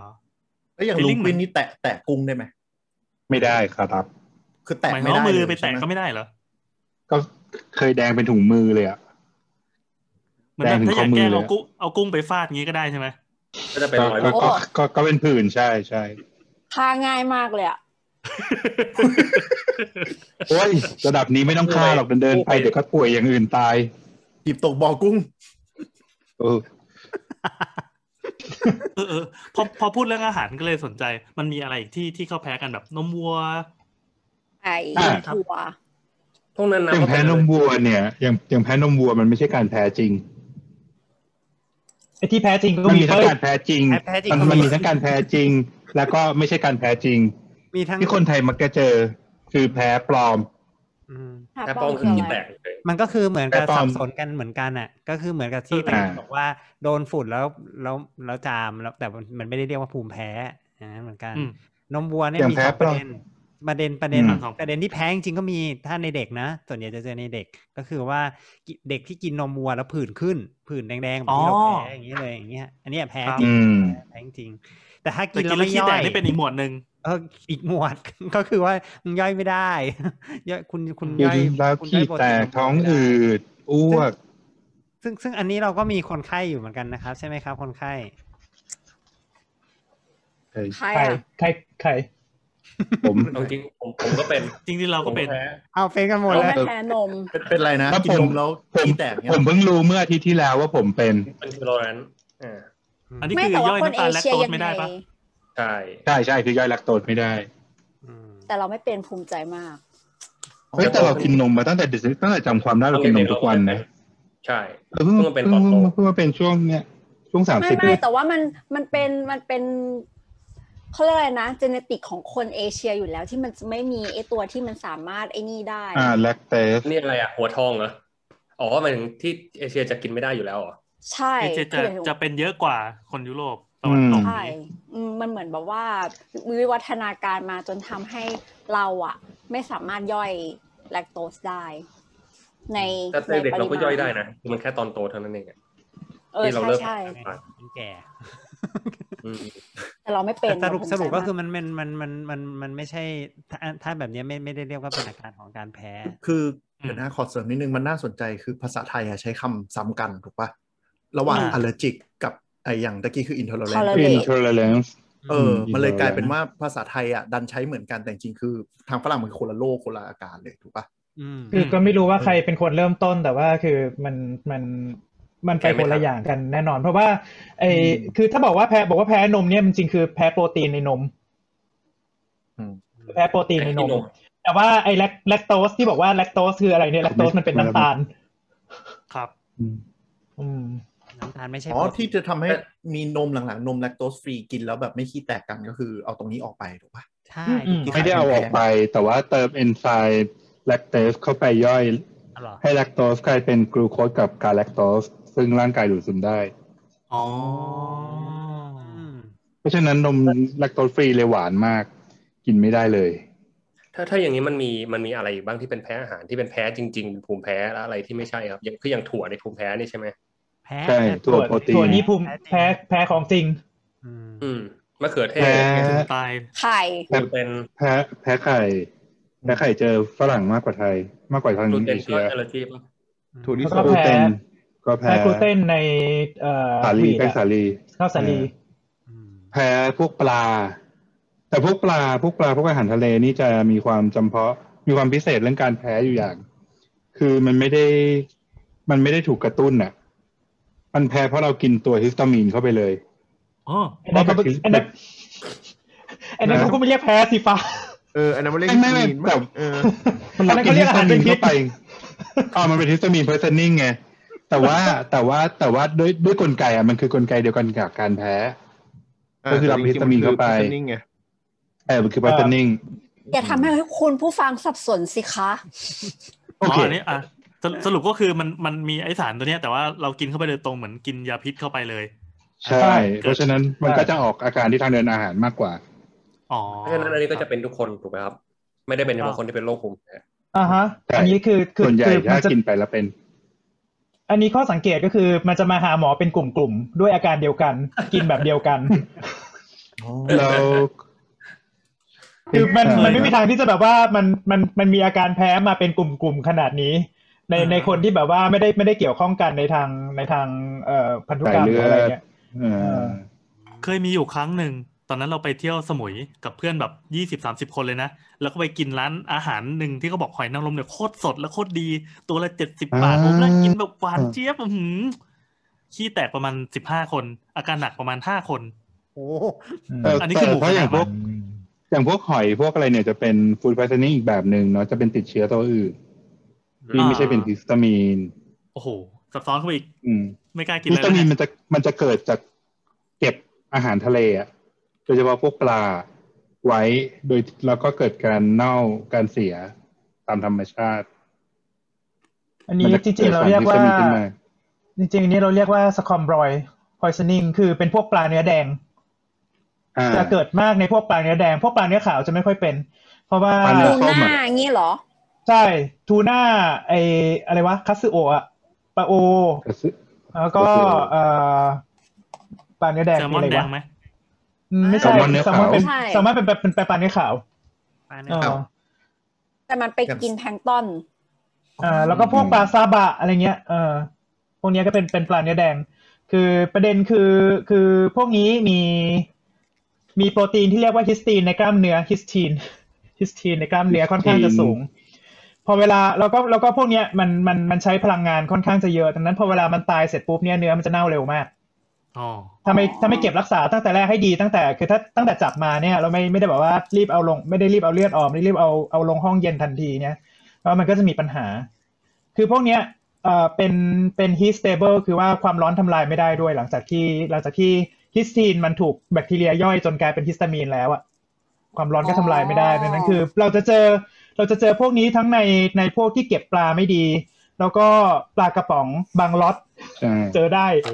D: แล้วอย่างลุ
E: Feeling
D: ง
E: เหมือ
D: วิ
E: น
D: นนี่แตะแตะกุ้งได้ไหม
A: ไม่ได้ครับ
D: คือ
E: ห
D: แตะ
E: มาย
D: ไม่
E: ความ
D: ได้
E: ว่ามือไป
D: เลยใช่
E: แตะ
D: ไหม
E: ก็ไม่ได้เหรอ
A: ก็เคยแดงเป็นถุงมือเลยอ่ะ
E: เหมือนแบบ
A: แตะถึง
E: ถ้าอยาก
A: ข้อมือ
E: แกล้ง
A: เลย
E: เอา
A: อะ
E: กุ้งเอากุ้งไปฟาดงี้ก็ได้ใช่ไหม
H: ก็จะเป็น
A: ก็
H: รอย
A: ก็
H: แบ
A: ก็
H: บ
A: ก็ก็เป็นผื่นใช่ใช่
B: ฆ่าง่ายมากเลยอะ
A: โอ้ยระดับนี้ไม่ต้องฆ่าหรอกเดินๆไปเดี๋ยวก็ป่วยอย่างอื่นตาย
D: หยิบตกบ่อกุ้ง
A: เออ
E: เออเออพอพอพูดเรื่องอาหารก็เลยสนใจ มันมีอะไรอีกที่ที่เข้าแพ้กันแบบนมวัว
B: ไอ้
A: อ่า
B: ทัว
H: พวกนั้นนะ
A: อย่างแพ้นมวัวเนี่ยอย่างอย่างแพ้นมวัวมันไม่ใช่การแพ้จริง
F: ไอที่แพ้จริงก็
A: มัน
F: มี
A: มีทั้ง
F: เอ้ย
A: การแพ้จริง
C: แพ้แพ้จริง
A: มัน
C: ก็
A: มัน
C: มี
A: มีทั้งการแพ้จริง แล้วก็ไม่ใช่การแพ้จริง
C: มีทั้ง
A: ที่คนไทยมักจะเจอคือแพ้ปลอม
C: อืม
H: แพ้ป้องคือขี้แตกเฉย
C: มันก็คือเหมือนกับ
A: แต่ตอน
C: สับสนกันเหมือนกันอ่ะ ก็คือเหมือนกับที่
A: เออ
C: ตะกี้
A: อ่า
C: บอกว่าโดนฝุ่นแล้วแล้วแล้วจามแล้วแต่มันไม่ได้เรียกว่าภูมิแพ้อย่างนั้นเหมือนกัน
E: อืม
C: นมวัวเนี่ย
A: อย่าง
C: มี
A: แพ้
C: สองประเด็นประเด็นประเด็น
A: อืม
C: ของประเด็นที่แพ้จริงๆก็มีถ้าในเด็กนะ ส่วนใหญ่จะเจอในเด็กก็คือว่ากิเด็กที่กินนมวัวแล้วผื่นขึ้น ผื่นแดงๆแบบที่เรา
E: อ๋อ
C: แพ้อย่างนี้ยเลยอย่างเงี้ยอันเนี้ยแพ้จริง
A: อืม
C: แพ้จริง แต่ถ้า
E: แต่
C: กิน
E: กิ
C: แล้ว
E: นแล้ว
C: ไม่
E: ขี้
C: ย่
E: แต
C: อก ย
E: นี่เป็นอีกหมวดหนึ่ง
C: เอออีกหมวด ก็คือว่ามึงย่อยไม่ได้ ย่อยคุณคุณ
A: กิ
C: ย่อน ย
A: แล้ว
C: คุณย่
A: ขี้
C: อยโปร
A: แต
C: ตีน
A: ก
C: นมวัว
A: ท้อง
C: ไม่ได้
A: อืดอ้วก
C: ซึ่งซึ่งอันนี้เราก็มีคนไข้อยู่เหมือนกันนะครับ ใช่ไหมครับ คนไข้
B: ใคร
F: ใคร
B: อะ
F: ใครใคร
A: ผม
H: เอาจริงผมผมก็เป็น
E: จริงๆเราก็เป็น
H: ผมแพ้
C: เอาเป็นกันหมด
B: เรา
C: เล
B: ไม่
C: ย
B: แพ้นม
D: เป็นเป็นอะไรนะ
A: แล้ว
D: กิ
A: ผ
D: นนม
A: ม
D: แล้ว
A: ผม
D: ขี้แตกเนี่ย
A: ผมเพิ่งรู้เมื่ออาทิตย์ที่แล้วว่าผมเป็น
H: มันคือรอยนั้นอ่า
E: อันนี้
B: ไม่
E: คื
B: แต่ว่า
E: ย่อย
B: คน
E: น้ำ
B: เอ
E: ตาล
B: เชีย
E: แลคโตส
B: ยัง
E: ไม่
B: ไง
E: ได้ปะ
H: ใช่
A: ใช่ใช่คือย่อยแลคโตสไม่ได้
C: อืม
B: แต่เราไม่เป็นภูมิใจมาก
A: เฮ้ยแต่เรากินนมมาตั้งแต่เด็กตั้งแต่จำความได้เรากินนมทุกวันนะ
H: ใช่
A: เออเพิ่ง
H: เพิ่งมาเป็น
A: เพิ่ง
H: ตอนโต
A: เพิ่งเพิ่งมาเป็นช่วงเนี้ยช่วงสาม
B: ไม่
A: สิบ
B: ไม่
A: เนี่ย
B: แต่ว่ามันมันเป็นมันเป็นเขาเรียกอะไรนะเจเนติกของคนเอเชียอยู่แล้วที่มันจะไม่มีไอตัวที่มันสามารถไอนี่ได้
A: อ่าแลคเตส
H: นี่อะไรอ่ะหัวทองเหรออ๋อหมันถึงที่เอเชียจะกินไม่ได้อยู่แล้วเหรอ
B: ใช่
E: เอเจจะ
B: ที่หมายถึง
E: จะเป็นเยอะกว่าคนยุโรปตะวันตก
B: ใช่อืมมันเหมือนแบบว่าวิวัฒนาการมาจนทำให้เราอะไม่สามารถย่อยแลคโตสได้ ใน
H: ถ้า
B: ใน
H: เด็ก
B: ป
H: เรา
B: ริ
H: ก็
B: มาณ
H: ย่อยได้นะคือมันแค่ตอนโตเท่านั้นเองอะ
B: เออ
H: ที่เรา
B: ใช่
H: เลิก
B: ใช่
C: มันแก่
H: อืม
B: แต่เราไม่เป็น
C: แต่สรุป
B: เาภูมิ
C: สรุปก็
B: ใจมา
C: คือมันมันมันมันมันมันไม่ใช่ถ้าถ้าแบบเนี้ยไม่ไม่ได้เรียกว่าเป็นอาการของการแพ้
D: คือเดี๋ยวนะขอเสริมนิดนึงมันน่าสนใจคือภาษาไทยอะใช้คำซ้ำกันถูกปะระหว่าง
E: อ่า
D: อ l ลเลอร์จิกกับไออย่างตะกี้คืออินทอร์เรน
B: Tolerant
A: อินเทอร์เรนซ์
D: เออ
A: อืม
D: มันเลยกลาย
A: intolerant
D: เป็นว่าภาษาไทยอ่ะดันใช้เหมือนกันแต่จริงๆคือ ทางฝรั่งมันคือคนละโลกคนละอาการเลยถูกปะ
K: อืม
C: คือก็ไม่รู้ว่าใครเป็นคนเริ่มต้นแต่ว่าคือมันมันมันไป
H: แก้
C: ค
H: ไม่
C: นละ
H: ทัน
C: อย่างกันแน่นอน เพราะว่าไอคือถ้าบอกว่าแพ้บอกว่าแพ้นมเนี่ยจริงๆคือแพ้โปรตีนในนม
D: อืม
C: แพ้โปรตีนในนม แต่ว่าไอแลคแลคโตสที่บอกว่าแลคโตสคืออะไรเนี่ยแลคโตสมันเป็นน้ำตาล
E: ครับ
A: อืม
C: อืม
K: น้ำตาลไม่ใช่
D: อ๋อ
K: โปรตีน
D: ที่จะทำให้มีนมหลังๆ นมแลคโตสฟรีกินแล้วแบบไม่ขี้แตกกันก็คือเอาตรงนี้ออกไปถูกปะ
K: ใช่
C: อืม
A: ไม่ได้เอาออกไป แต่ว่าเติมเอนไซม์แลคเตสเข้าไปย่อย
K: อ๋อเหรอ
A: ให้แลคโตสกลายเป็นกลูโคสกับกาแลคโตสซึ่งร่างกายดูดซึมได้
E: อ๋อ
K: อืม
A: เพราะฉะนั้นนมแลคโตสฟรีเลยหวานมาก กินไม่ได้เลย
H: ถ้าถ้าอย่างนี้มันมีมันมีอะไรอีกบ้างที่เป็นแพ้อาหารที่เป็นแพ้จริงๆเป็นภูมิแพ้แล้วอะไรที่ไม่ใช่ครับอย่างคืออย่างถั่วในภูมิแพ้นี่ใช่ไหม
K: แพ้
A: ใช่ถั่วโปรตี
C: ส่วนนี้ภูมิแพ้แพ้ของจริง
K: อืม
H: อืมมะเขือเท
A: แพ้
H: ศ
E: ตาย
B: ไข่
H: กลูเตน
A: แพ้แพ้ไข่แพ้ไข่เจอฝรั่งมากกว่าไทย มากกว่าทาง
H: กลูเต
A: เอน เชี
H: ก็
A: ย
H: แอลเลอร์จีป่ะ
G: ถั่วลิ
A: ก
G: ส
C: แล้
G: ง
C: ว
A: ลูเตนก็แพ้
C: แพ้กลูเตนในเอ่อ
A: สาลี
C: วีท
A: แป้ง
C: อะ
A: สาลี
C: ข้าวสาลี
K: อืม
A: แพ้พวกปลา แต่พวกปลาพวกปลาพวกอาหารทะเลนี่จะมีความจำเพาะ มีความพิเศษเรื่องการแพ้อยู่อย่าง คือมันไม่ได้ มันไม่ได้ถูกกระตุ้นน่ะ มันแพ้เพราะเรากินตัวฮิสตามีนเข้าไปเลย
E: อ๋อ
C: อันนั้นก็ไม่อันนั้นอันนั้นเขาก็ไม่เรียกแพ้สิฟ้า
G: เอออันนั้นมันเรียก
A: ไม่ไม่ไม่
G: ยีนแบ
A: แต่
G: บเออ
C: อันนั้นเขาเรียกอาหารเป็นพิษ
A: เข้าไปอ๋อมันเป็นฮิสตามีนเพอร์เซนนิ่งไง แต่ว่าแต่ว่าแต่ว่าด้วยด้วยกลไกอ่ะมันคือกลไกเดียวกันกับการแพ้ ก็คือรับ
G: แต่จงๆ
A: วิตามินเข้าไป
G: คือ poisoning ไง
A: เออมันคือเพอร์เซนนิ่ง
B: อย่าทำให้คุณผู้ฟังสับสนสิคะ
A: โอ
E: อ๋อ
A: เค
E: อันนี้อ่ะสรุปสรุปก็คือมันมันมีไอสารตัวเนี้ย แต่ว่าเรากินเข้าไปโดยตรงเหมือนกินยาพิษเข้าไปเลย
A: ใช่ เพราะฉะนั้นมันก็จะออกอาการที่ทางเดินอาหารมากกว่า
E: อ๋อ
H: เพราะฉะนั้นอันนี้ก็จะเป็นทุกคนถูกไหมครับ ไม่ได้เป็นเฉพาะคนที่เป็นโรคภูมิแพ้
C: อ่าฮะ
A: ใช่
C: อันนี้คือคือ
A: ส่วนใหญ่
C: คือมั
A: ถ้าน
C: จะ
A: กินไปแล้วเป็น
C: อันนี้ข้อสังเกตก็คือมันจะมาหาหมอเป็นกลุ่มๆด้วยอาการเดียวกัน กินแบบเดียวกัน
A: เรา
C: คือมัน
A: เ
C: มันไม่มีทางที่จะแบบว่ามันมันมันมีอาการแพ้มาเป็นกลุ่มๆขนาดนี้ ในในคนที่แบบว่าไม่ได้ไม่ได้เกี่ยวข้องกันในทางในทางเอ่อพันธุกรรมหรืออะไรเงี้ย
A: เออ
E: เคยมีอยู่ครั้งหนึ่ง ตอนนั้นเราไปเที่ยวสมุยกับเพื่อนแบบยี่สิบสามสิบคนเลยนะ แล้วก็ไปกินร้านอาหารหนึ่งที่เขาบอกหอยนางรมเนี่ยโคตรสดและโคตรดี ตัวละเจ็ดสิบบาทผมนั่งกินแบบหวานเจี๊ยบอื้อหือขี้แตกประมาณสิบห้าคน อาการหนักประมาณห้าคน
K: โอ้
A: แต่
E: อันนี้
A: แต่
E: คือหมู
A: ถ้าอย่างพวก
E: ขนาดนั้น
A: อย่างพวกหอยพวกอะไรเนี่ยจะเป็นฟู้ดไพ o ซนิ่งอีกแบบหนึ่งเนาะจะเป็นติดเชื้อตัวอื่นที่ไม่ใช่เป็นฮิสตามีน
E: โอ้โหซับซ้อนเข้าไปอีก
A: อืม
E: ไม่กล้ากิน
A: ฮิ
E: เล
A: ส
E: ย
A: ตามีน
E: นะ
A: มันจะมันจะเกิดจากเก็บอาหารทะเลอะโดยเฉพาะพวกปลาไว้โดยแล้วก็เกิดการเน่าการเสียตามธรรมชาติ
C: อันนี้
A: มันจะ
C: จริงๆเรา
A: เกิดสาร
C: เรียกว่า
A: พิษขึ้นมา
C: จริงๆอันนี้เราเรียกว่าสคอมบรอยพอยซ o นิงคือเป็นพวกปลาเนื้อแดง
A: อ่า
C: จะเกิดมากในพวกปลาเนื้อแดง พวกปลาเนื้อขาวจะไม่ค่อยเป็น เพราะว่า
A: ปลาเนื้
B: ทู
A: อ ส้ม
B: น่า
A: อะ
B: อย่างงี้เหรอ
C: ใช่ทูน่าไออะไรวะคัตสึโอะอะปลาโอ
A: กระซึ
C: แล้วก็
A: คัตสึโอะ
C: เอ่อปลาเนื้อแดง
E: แซลม
C: มี
E: อน
C: อะไร
E: แดง
C: วะ
E: ไหม
C: อืมไม่ใช่
A: แซลมอนเนื้อ
C: แซลมอนเป็น
B: ขาว
C: แซลมอนเป็นแบบเป็นปลาเนื้อขาว
K: ปลาเนื้
C: เอ
K: อ
C: อ
B: แต่มันไปกินแพลงก์ต้น
C: เออแล้วก็พวกปลาซาบะอะไรเงี้ยเออพวกเนี้ยก็เป็นเป็นปลาเนื้อแดง คือประเด็นคือคือพวกนี้มี มีโปรตีนที่เรียกว่าฮิสตีนในกล้ามเนื้อฮิสตีนฮิสตีนในกล้ามเนื้อค่อนข้างจะสูง พอเวลาแล้วก็แล้วก็พวกเนี้ยมันมันมันใช้พลังงานค่อนข้างจะเยอะดังนั้นพอเวลามันตายเสร็จปุ๊บเนี่ยเนื้อมันจะเน่าเร็วมาก
E: อ๋อ
C: ถ้าไม่
B: อ๋อ
C: ถ้าไม่เก็บรักษาตั้งแต่แรกให้ดีตั้งแต่คือถ้าตั้งแต่จับมาเนี่ยเราไม่ไม่ได้แบบว่ารีบเอาลงไม่ได้รีบเอาเลือดออกไม่ได้รีบเอาเอาลงห้องเย็นทันทีเนี่ยแล้วมันก็จะมีปัญหา คือพวกเนี้ยเอ่อเป็นเป็น heat stable คือว่าความร้อนทำลายไม่ได้ด้วยหลังจากที่หลังจากที่ฮิสตีนมันถูกแบคทีเรียย่อยจนกลายเป็นฮิสตามีนแล้วอะความร้อนก็ทำลายไม่ได้ดังนั้นคือ เราจะเจอเราจะเจอพวกนี้ทั้งในในพวกที่เก็บปลาไม่ดี แล้วก็ปลากระป๋องบางล็อต
A: ใช่
C: เจอได้
E: โห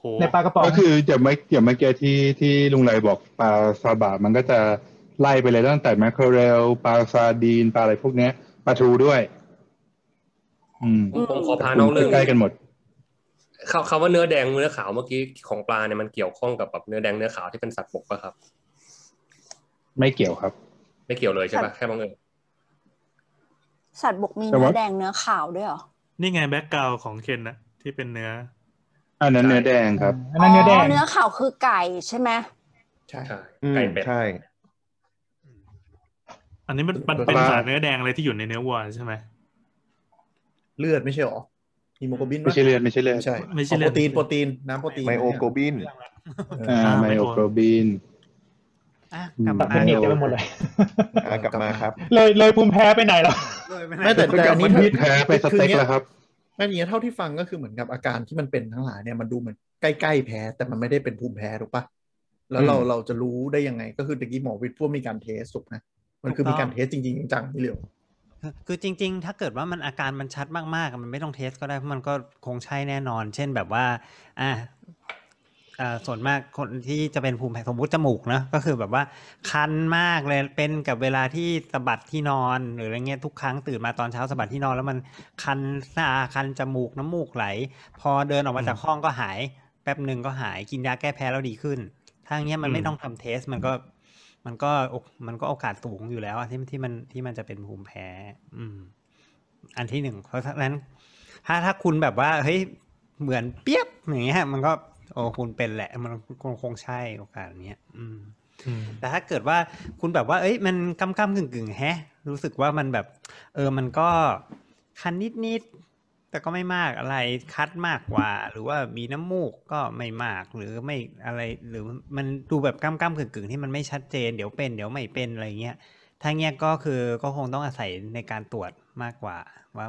E: โห
C: ในปลากระป๋อง
A: ก็คืออย่างเมื่ออย่างเมื่อกี้ที่ที่ลุงไรบอกปลาซาบะมันก็จะไล่ไปเลยตั้งแต่แมคโครเรลปลาซาร์ดีนปลาอะไรพวกเนี้ยปลาทูด้วย อืม
H: ผมผมขอ
B: ม
H: พานอกเรื่อง
A: ใกล้ๆกันหมด
H: คำคำว่าเนื้อแดงเนื้อขาวเมื่อกี้ของปลาเนี่ยมันเกี่ยวข้องกับแบบเนื้อแดงเนื้อขาวที่เป็นสัตว์บกปะครับ
A: ไม่เกี่ยวครับ
H: ไม่เกี่ยวเลยใช่ปะแค่บังเอิญ
B: สัตว์บกมี
A: แต่
B: เนื้
A: ว่า
B: อแดงเนื้อขาวด้วยเหรอ
E: นี่ไงแบ็กกราวของเคนนะที่เป็นเนื้อ
A: อันนั้นเนื้อแดงครับ
C: อันนั้นเนื้อแดง
B: เนื้อขาวคือไก่ใช่ไหม
D: ใช่
H: ใช่
G: อืม
H: ไก่เป็ด
G: ใช่
E: อันนี้มันมันเป็นสารเนื้อแดงอะไรที่อยู่ในเนื้อวัวใช่ไหม
D: เลือดไม่ใช่หรอฮีโมโกลบินปะ
A: ไม่ใช่เลือดไม่ใช่เลือด
D: ไม่ใช่
E: ไม่ใช่
D: อ๋อ
E: เลือด
D: โปรตีนโปรตีนน้ำโปรตีน
G: ไมโอโกลบิน
D: เอ
A: อ่า
D: อ
A: ไมโอโกลบิน
C: อ่ะกลับ
A: ตั
C: มา
A: ด
F: เป็นเด็กกันไปหมดเลย
G: อ่ะกลับมาครับ
F: เลยเลยภูมิแพ้ไปไหนแล้ว
C: เลยไม่
D: ไม่แต่แต่อันนี้
A: ก็กลับมาแพ้ไปสเต็กแล้วครับ
D: คือเนี้ยอันนี้เท่าที่ฟังก็คือเหมือนกับอาการที่มันเป็นทั้งหลายเนี่ยมันดูเหมือนใกล้ๆแพ้แต่มันไม่ได้เป็นภูมิแพ้ถูกปะแล้วเรา
A: อืม
D: เราจะรู้ได้ยังไงก็คือตะกี้หมอวิทย์พูดมีการเทสถูกนะมันคือมีการเทสจริงๆจังๆนี่เร็ว
C: คือจริง ๆ ถ้าเกิดว่ามันอาการมันชัดมากๆอะมันไม่ต้องเทสก็ได้เพราะมันก็คงใช่แน่นอน เช่นแบบว่า อ่ะเอ่อส่วนมากคนที่จะเป็นภูมิแพ้สมมติจมูกนะก็คือแบบว่า คันมากเลยเป็นกับเวลาที่สะบัดที่นอนหรืออะไรเงี้ยทุกครั้งตื่นมาตอนเช้าสะบัดที่นอน แล้วมันคันหน้าคันจมูกน้ำมูกไหล พอเดินออกมาจากห้องก็หาย แป๊บหนึ่งก็หายกินยาแก้แพ้แล้วดีขึ้น ถ้าอย่างเงี้ยมันไม่
E: อืม
C: ต้องทำเทสมันก็ มันก็โอกมันก็โอกาสสูงอยู่แล้วอะที่ที่มันที่มันจะเป็นภูมิแพ้ อืม อันที่หนึ่งเพราะฉะนั้น ถ้าถ้าคุณแบบว่าเฮ้ยเหมือนเปียบอย่างเงี้ยมันก็โอ้คุณเป็นแหละ มันคงคงใช่โอกาสเนี้ยอืม
E: อืม
C: แต่ถ้าเกิดว่าคุณแบบว่า เอ้ย มันกำกำกึ่งกึ่งๆแฮะ รู้สึกว่ามันแบบ เออ มันก็คันนิดนิดๆแต่ก็ไม่มากอะไร คัดมากกว่า หรือว่ามีน้ำมูกก็ไม่มาก หรือไม่อะไร หรือมันดูแบบกำกำกึ่งกึ่งๆที่มันไม่ชัดเจน เดี๋ยวเป็น เดี๋ยวไม่เป็นอะไรเงี้ย ถ้าเงี้ยก็คือก็คงต้องอาศัยในการตรวจมากกว่า ว่า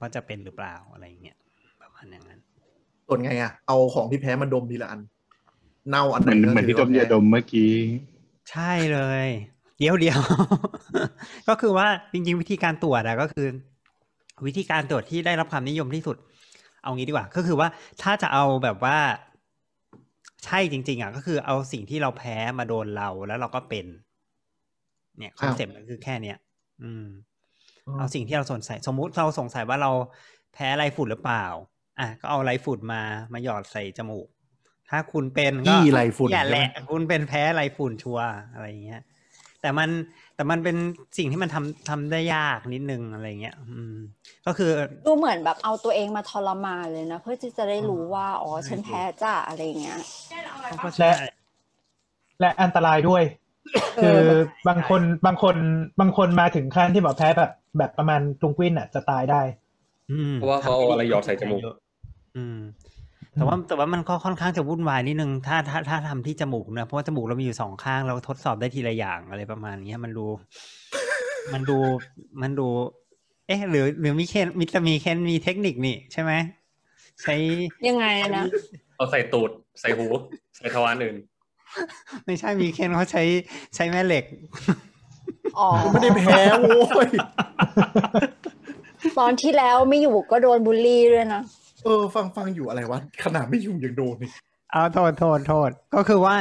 C: ว่าจะเป็นหรือเปล่าอะไรเงี้ย ประมาณอย่างนั้น
D: ๆส่วนไงอ่ะเอาของที่แพ้มาดมทีละอัน เน่าอัน
A: เหมือน
D: ก็
A: เหมือน
D: ถื
A: ที่ดม
D: ว่
A: ยาดมเมื่อกี้
C: ใช่เลย เดี๋ยวเดียว ก็คือว่าจริงๆ วิธีการตรวจอะก็คือ วิธีการตรวจที่ได้รับความนิยมที่สุด เอางี้ดีกว่า ก็คือว่าถ้าจะเอาแบบว่า ใช่จริง ๆอะก็คือเอาสิ่งที่เราแพ้มาโดนเราแล้วเราก็เป็น เนี่ยคอนเซ็ปต์มันคือแค่เนี้ยอืม เอาสิ่งที่เราสงสัยสมมุติเราสงสัยว่าเราแพ้ไรฝุ่นหรือเปล่า อ่ะก็เอาไรฝุ่นมามาหยอดใส่จมูก ถ้าคุณเป็นก็
D: ขี้ไรฝุ่น
C: อย่าแหละ
D: ใช่ไม
C: คุณเป็นแพ้ไรฝุ่นชัวร์อะไรอย่างเงี้ย แต่มันแต่มันเป็นสิ่งที่มันทำทำได้ยากนิดนึงอะไรเงี้ย อืม ก็คือ
B: ดูเหมือนแบบเอาตัวเองมาทรมานเลยนะ เพื่อที่จะได้รู้ว่าอ๋อฉันแพ้จ้าอะไรอย่างเงี้ย
C: ก็ใช่
F: และอันตรายด้วย
B: เอ
F: คือ อบางคนบางคนบางคนมาถึงขั้นที่แบบแพ้แบบแบบประมาณลุงกวินอ่ะจะตายได้
C: อืม
H: เพราะว่าเขาเอาอะไรหยอดใส่จมูก
C: อืม แต่ว่าแต่ว่ามันก็ค่อนข้างจะวุ่นวายนิดนึง ถ้าถ้าถ้าทำที่จมูกนะเพราะว่าจมูกเรามีอยู่สองข้างเราทดสอบได้ทีละอย่างอะไรประมาณเนี้ยมันดู มันดูมันดู เอ๊ะ หรือหรือมีเคนมิตรมีเคนมีเทคนิคนี่ใช่ไหมใช้
B: ยังไงนะ
H: เอาใส่ตูด ใส่หู ใส่ทวารอื่น
C: ไม่ใช่มีเคนเขาใช้ใช้แม่เหล็ก
B: อ๋อ
D: ่ได้แพ้โว้ย
B: ตอนที่แล้วไม่อยู่ก็โดนบูลลี่ด้วยนะ
D: เออฟังฟังอยู่อะไรวะขนาดไม่อยู่ยังโดนเลย
C: เอาโทษโทษโทษก็คือว่า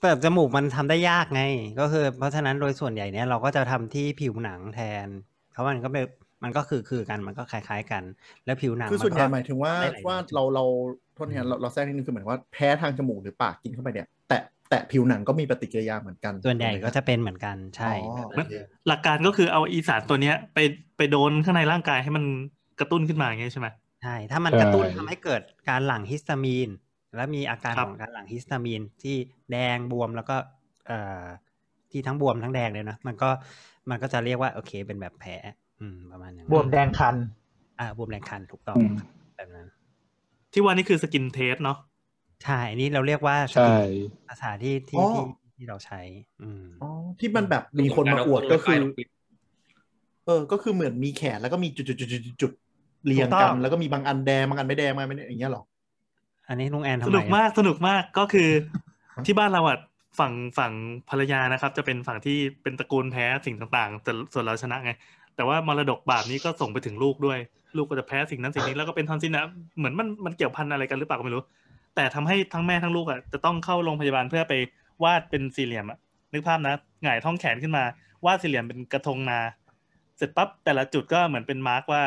C: แต่จมูกมันทำได้ยากไง ก็คือ เพราะฉะนั้นโดยส่วนใหญ่เนี่ยเราก็จะทำที่ผิวหนังแทน เพราะมันก็เป็นมันก็คือคือกันมันก็คล้าย ๆกัน แล้วผิวหนัง
D: คือส่วนใหญ่
C: ก็
D: หมายถึงว่า
C: ได้หลาย
D: ว่า
C: จุด
D: เราเราโทษทีนะเราเราแทรกนิดนึงคือหมายถึงว่าแพ้ทางจมูกหรือปากกินเข้าไปเนี่ยแตะแตะผิวหนังก็มีปฏิกิริยาเหมือนกัน
C: ส่วนใหญ่
D: ถูไม
C: ก็จะเป็นเหมือนกันใช่
D: อ๋อ
C: แบบนั้น
D: โอเค
E: หลักการก็คือเอาอีสารตัวเนี้ย ไปไปโดนข้างในร่างกายให้มันกระตุ้นขึ้นมาอย่างเงี้ยใช่ไหม
C: ใช่ถ้ามัน
A: ใช่
C: กระตุ้นทำให้เกิดการหลั่งฮิสตามีน และมีอาการ
E: ครั
C: ข
E: บ
C: องการหลั่งฮิสตามีนที่แดงบวมแล้วก็เอ่อที่ทั้งบวมทั้งแดงเลยนะมันก็มันก็จะเรียกว่าโอเค เป็นแบบแผลอืมประมาณอย่างนั้น
F: บวมแดงคัน
C: อ่าบวมแรงคันถูกต้อง
A: อืม
C: แบบนั้น
E: ที่ว่านี่คือสกินเทสเนาะ
C: ใช่อันนี้เราเรียกว่าส
A: ใช่
C: กิลภาษาที่ที่ที่ที่เราใช้ อืม
D: อ๋อที่มันแบบมีคนมาอวดก็คือ เออ ก็คือเหมือนมีแขนแล้วก็มีจุดๆๆๆๆๆเรียง
C: ถูกต้
D: กั
C: อน ง
D: แล้วก็มีบางอันแดงบางอันไม่แดงบางอันไม่แดงอย่างเงี้ยหรอ
C: อันนี้ลุงแอนทำ
E: ส
C: ไม
E: นุกมากสนุกมากก็คือ ที่บ้านเราอ่ะฝั่งฝั่งภรรยานะครับ จะเป็นฝั่งที่เป็นตระกูลแพ้สิ่งต่างๆ แต่ส่วนเราชนะไง แต่ว่ามรดกบาปนี้ก็ส่งไปถึงลูกด้วย ลูกก็จะแพ้สิ่งนั้นสิ่งนี้แล้วก็เป็นทอนซิลนะเหมือนมันมันเกี่ยวพันอะไรกันหรือเปล่าก็ไม่รู้ แต่ทำให้ทั้งแม่ทั้งลูกอ่ะจะต้องเข้าโรงพยาบาลเพื่อไปวาดเป็นสี่เหลี่ยมอ่ะนึกภาพนะหงายท้องแขนขึ้นมาวาดสี่เหลี่ยมเป็นกระทงนา เสร็จปั๊บแต่ละจุดก็เหมือนเป็นมาร์กว่า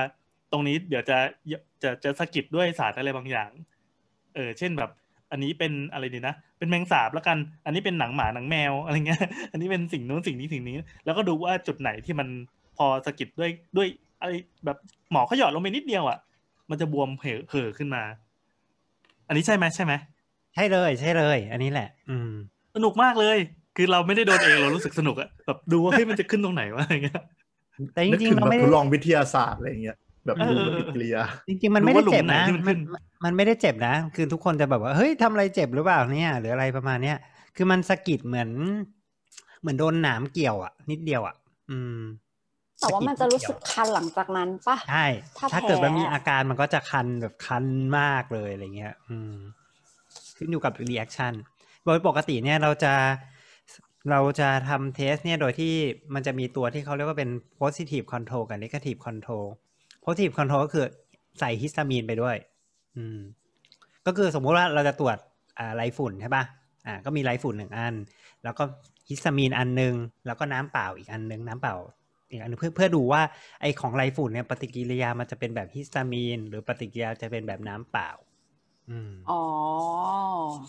E: ตรงนี้เดี๋ยวจะจะจะสะกิดด้วยสารอะไรบางอย่าง เออเช่นแบบ อันนี้เป็นอะไรดีนะ เป็นแมงสาบแล้วกัน อันนี้เป็นหนังหมาหนังแมวอะไรเงี้ย อันนี้เป็นสิ่งนู้นสิ่งนี้สิ่งนี้ แล้วก็ดูว่าจุดไหนที่มันพอสะกิดด้วยด้วยอะไรแบบหมอเขาหยอดลงไปนิดเดียวอ่ะ มันจะบวมเห่อเห่อขึ้นมา อันนี้ใช่ไหมใช่ไหม
C: ใช่เลย ใช่เลย อันนี้แหละ อืม
E: สนุกมากเลย คือเราไม่ได้โดนเองเรารู้สึกสนุกอะแบบดูว่าเฮ้ยมันจะขึ้นตรงไหนวะอะไรเงี้ย
C: แต่จ
D: นึก
C: ริง
D: ถึ
C: ๆ
D: ง
C: เรา
D: แบบ
C: ไม่
D: ท
C: ได้
D: ดลองวิทยาศาสตร์อะไรอย่างเงี้ย แบบ
C: เออ
D: ดูปฏิกิริยา
C: จริงๆมันไม่ได้เจ็บนะ
E: รู้ว่าหลุมไหนที่มันขึ้
C: มัน
E: น
C: มันไม่ได้เจ็บนะ คือทุกคนจะแบบว่าเฮ้ยทำอะไรเจ็บหรือเปล่าเนี่ยหรืออะไรประมาณเนี้ยคือมันสะกิดเหมือน เหมือนโดนหนามเกี่ยวอ่ะ นิดเดียวอ่ะ อืม
B: แต่ว่ามันจะรู้สึก
C: เยว
B: คันหลังจากนั้นปะ
C: ใช่
B: ถ้า
C: ถ้าเกิด
B: แผล
C: มันมีอาการมันก็จะคันแบบคันมากเลยอะไรเงี้ย อืม ขึ้นอยู่กับรีแอคชั่นโดยปกติเนี่ยเราจะเราจะทำเทสเนี่ยโดยที่มันจะมีตัวที่เขาเรียกว่าเป็น positive control กับ negative control positive control ก็คือใส่ฮิสตามีนไปด้วย อืม ก็คือสมมุติว่าเราจะตรวจอ่าไรฝุ่นใช่ปะ่ะ อ่า ก็มีไรฝุ่นหนึ่งอัน แล้วก็ฮิสตามีนอันหนึง แล้วก็น้ำเปล่าอีกอันหนึง น้ำเปล่าอีกอันหนึงเพื่อเพื่อดูว่าไอของไรฝุ่นเนี่ยปฏิกิริยามันจะเป็นแบบฮิสตามีน หรือปฏิกิริยาจะเป็นแบบน้ำเปล่า อืม
B: อ๋อ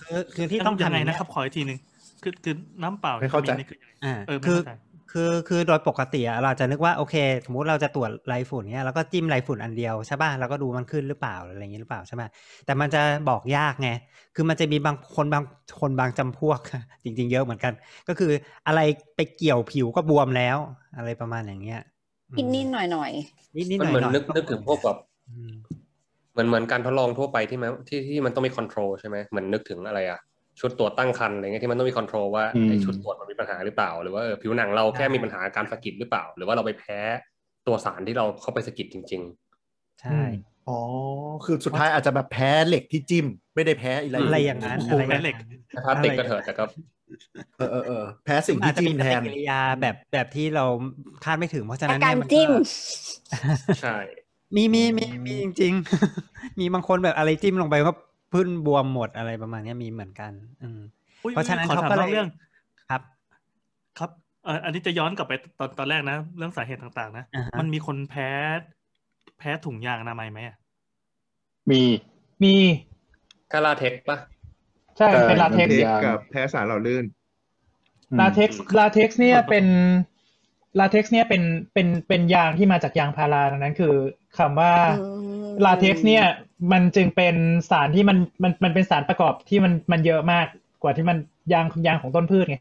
C: คือคือที่ต้อง
E: ยั
C: ทำ
E: งไง
C: ย่าเย
E: นะครับ ขออีกทีหนึ่งคือคือน้ำเปล่า
D: ไม่เข้าใจ
E: นี่คือยังไง
C: อ่า
E: เออไม่
C: คือ
E: เข้าใจ
C: คือคือโดยปกติอะเราจะนึกว่าโอเค สมมุติเราจะตรวจไรฝุ่นเนี่ยแล้วก็จิ้มไรฝุ่นอันเดียวใช่ป่ะแล้วก็ดูมันขึ้นหรือเปล่าอะไรอย่างนี้หรือเปล่าใช่ไหมแต่มันจะบอกยากไงคือมันจะมีบางคนบางคนบางจำพวก จริง ๆ เยอะเหมือนกัน ก็คืออะไรไปเกี่ยวผิวก็บวมแล้ว อะไรประมาณอย่างเงี้ยอืม
B: กินนิดหน่อยหน่อย
C: นิดนิดหน่
H: มัน
C: อย
H: เหมือ
C: ห
H: น
C: น่อย
H: นึกนึกถึงพวกแบบ
C: อืม
H: เหมือนเหมือนการทดลองทั่วไปที่มันที่ที่มันต้องมีคอนโทรลใช่ไหมเหมือนนึกถึงอะไรอะชุดตรวจตั้งครรภ์อะไรเงี้ยที่มันต้องมีคอนโทรลว่า
A: อืม
H: ไอชุดตรวจมันมีปัญหาหรือเปล่า หรือว่าเออผิวหนังเราแค่มีปัญหาการสะกิดหรือเปล่า หรือว่าเราไปแพ้ตัวสารที่เราเข้าไปสะกิดจริง
C: ใช่
D: อ๋อ คือสุดท้ายอาจจะแบบแพ้เหล็กที่จิ้ม ไม่ได้แพ้อะไร
C: อะไรอย่างนั้น
D: โโห
C: อะไรอย่าง
E: แม่เหล็ก
H: ๆ ถ้าติดก็เถอะแต่ก็
D: เออเออเออแพ้สิ่งที่
C: อาจจะ
D: จิ้
C: มี
D: ม
C: ป
D: แท
C: ฏิ
D: น
C: กิริยาแบบแบบที่เราคาดไม่ถึงเพราะฉะ
B: อา
C: นั้น
B: การ
C: เนี่ยมันก็
B: จิ้ม
H: ใช่
C: มีมีมีมีจริงๆ มีบางคนแบบอะไรจิ้มลงไปก็พื้นบวมหมดอะไรประมาณเนี้ยมีเหมือนกัน อืม
E: อุ๊ย
C: เพราะฉะนั้น
E: ขอถาม
C: เขาก็เลย
E: นอกเรื่อง
C: ครับ
E: ครับเอ่ออันนี้จะย้อนกลับไปตอนตอนแรกนะ เรื่องสาเหตุต่างๆ นะ
C: อ่าฮะ
E: มันมีคนแพ้ แพ้ถุงยางอนามัยไหมอะ
A: มี
F: มี
H: กาลาเทคปะ
F: ใช่มันเป็นลาเท็ก
A: ซ์
F: ซ์
G: กับแพ้สารเหล่าลื่น
F: ลาเท็กซ์ลาเท็กซ์เนี่ยเป็นลาเท็กซ์เนี่ยเป็นเป็นเป็นยางที่มาจากยางพาราดังนั้นคือคำว่า
B: อืม
F: ลาเท็กซ์เนี่ยมันจึงเป็นสารที่มันมันมันเป็นสารประกอบที่มันมันเยอะมากกว่าที่มันยางยางของต้นพืชไง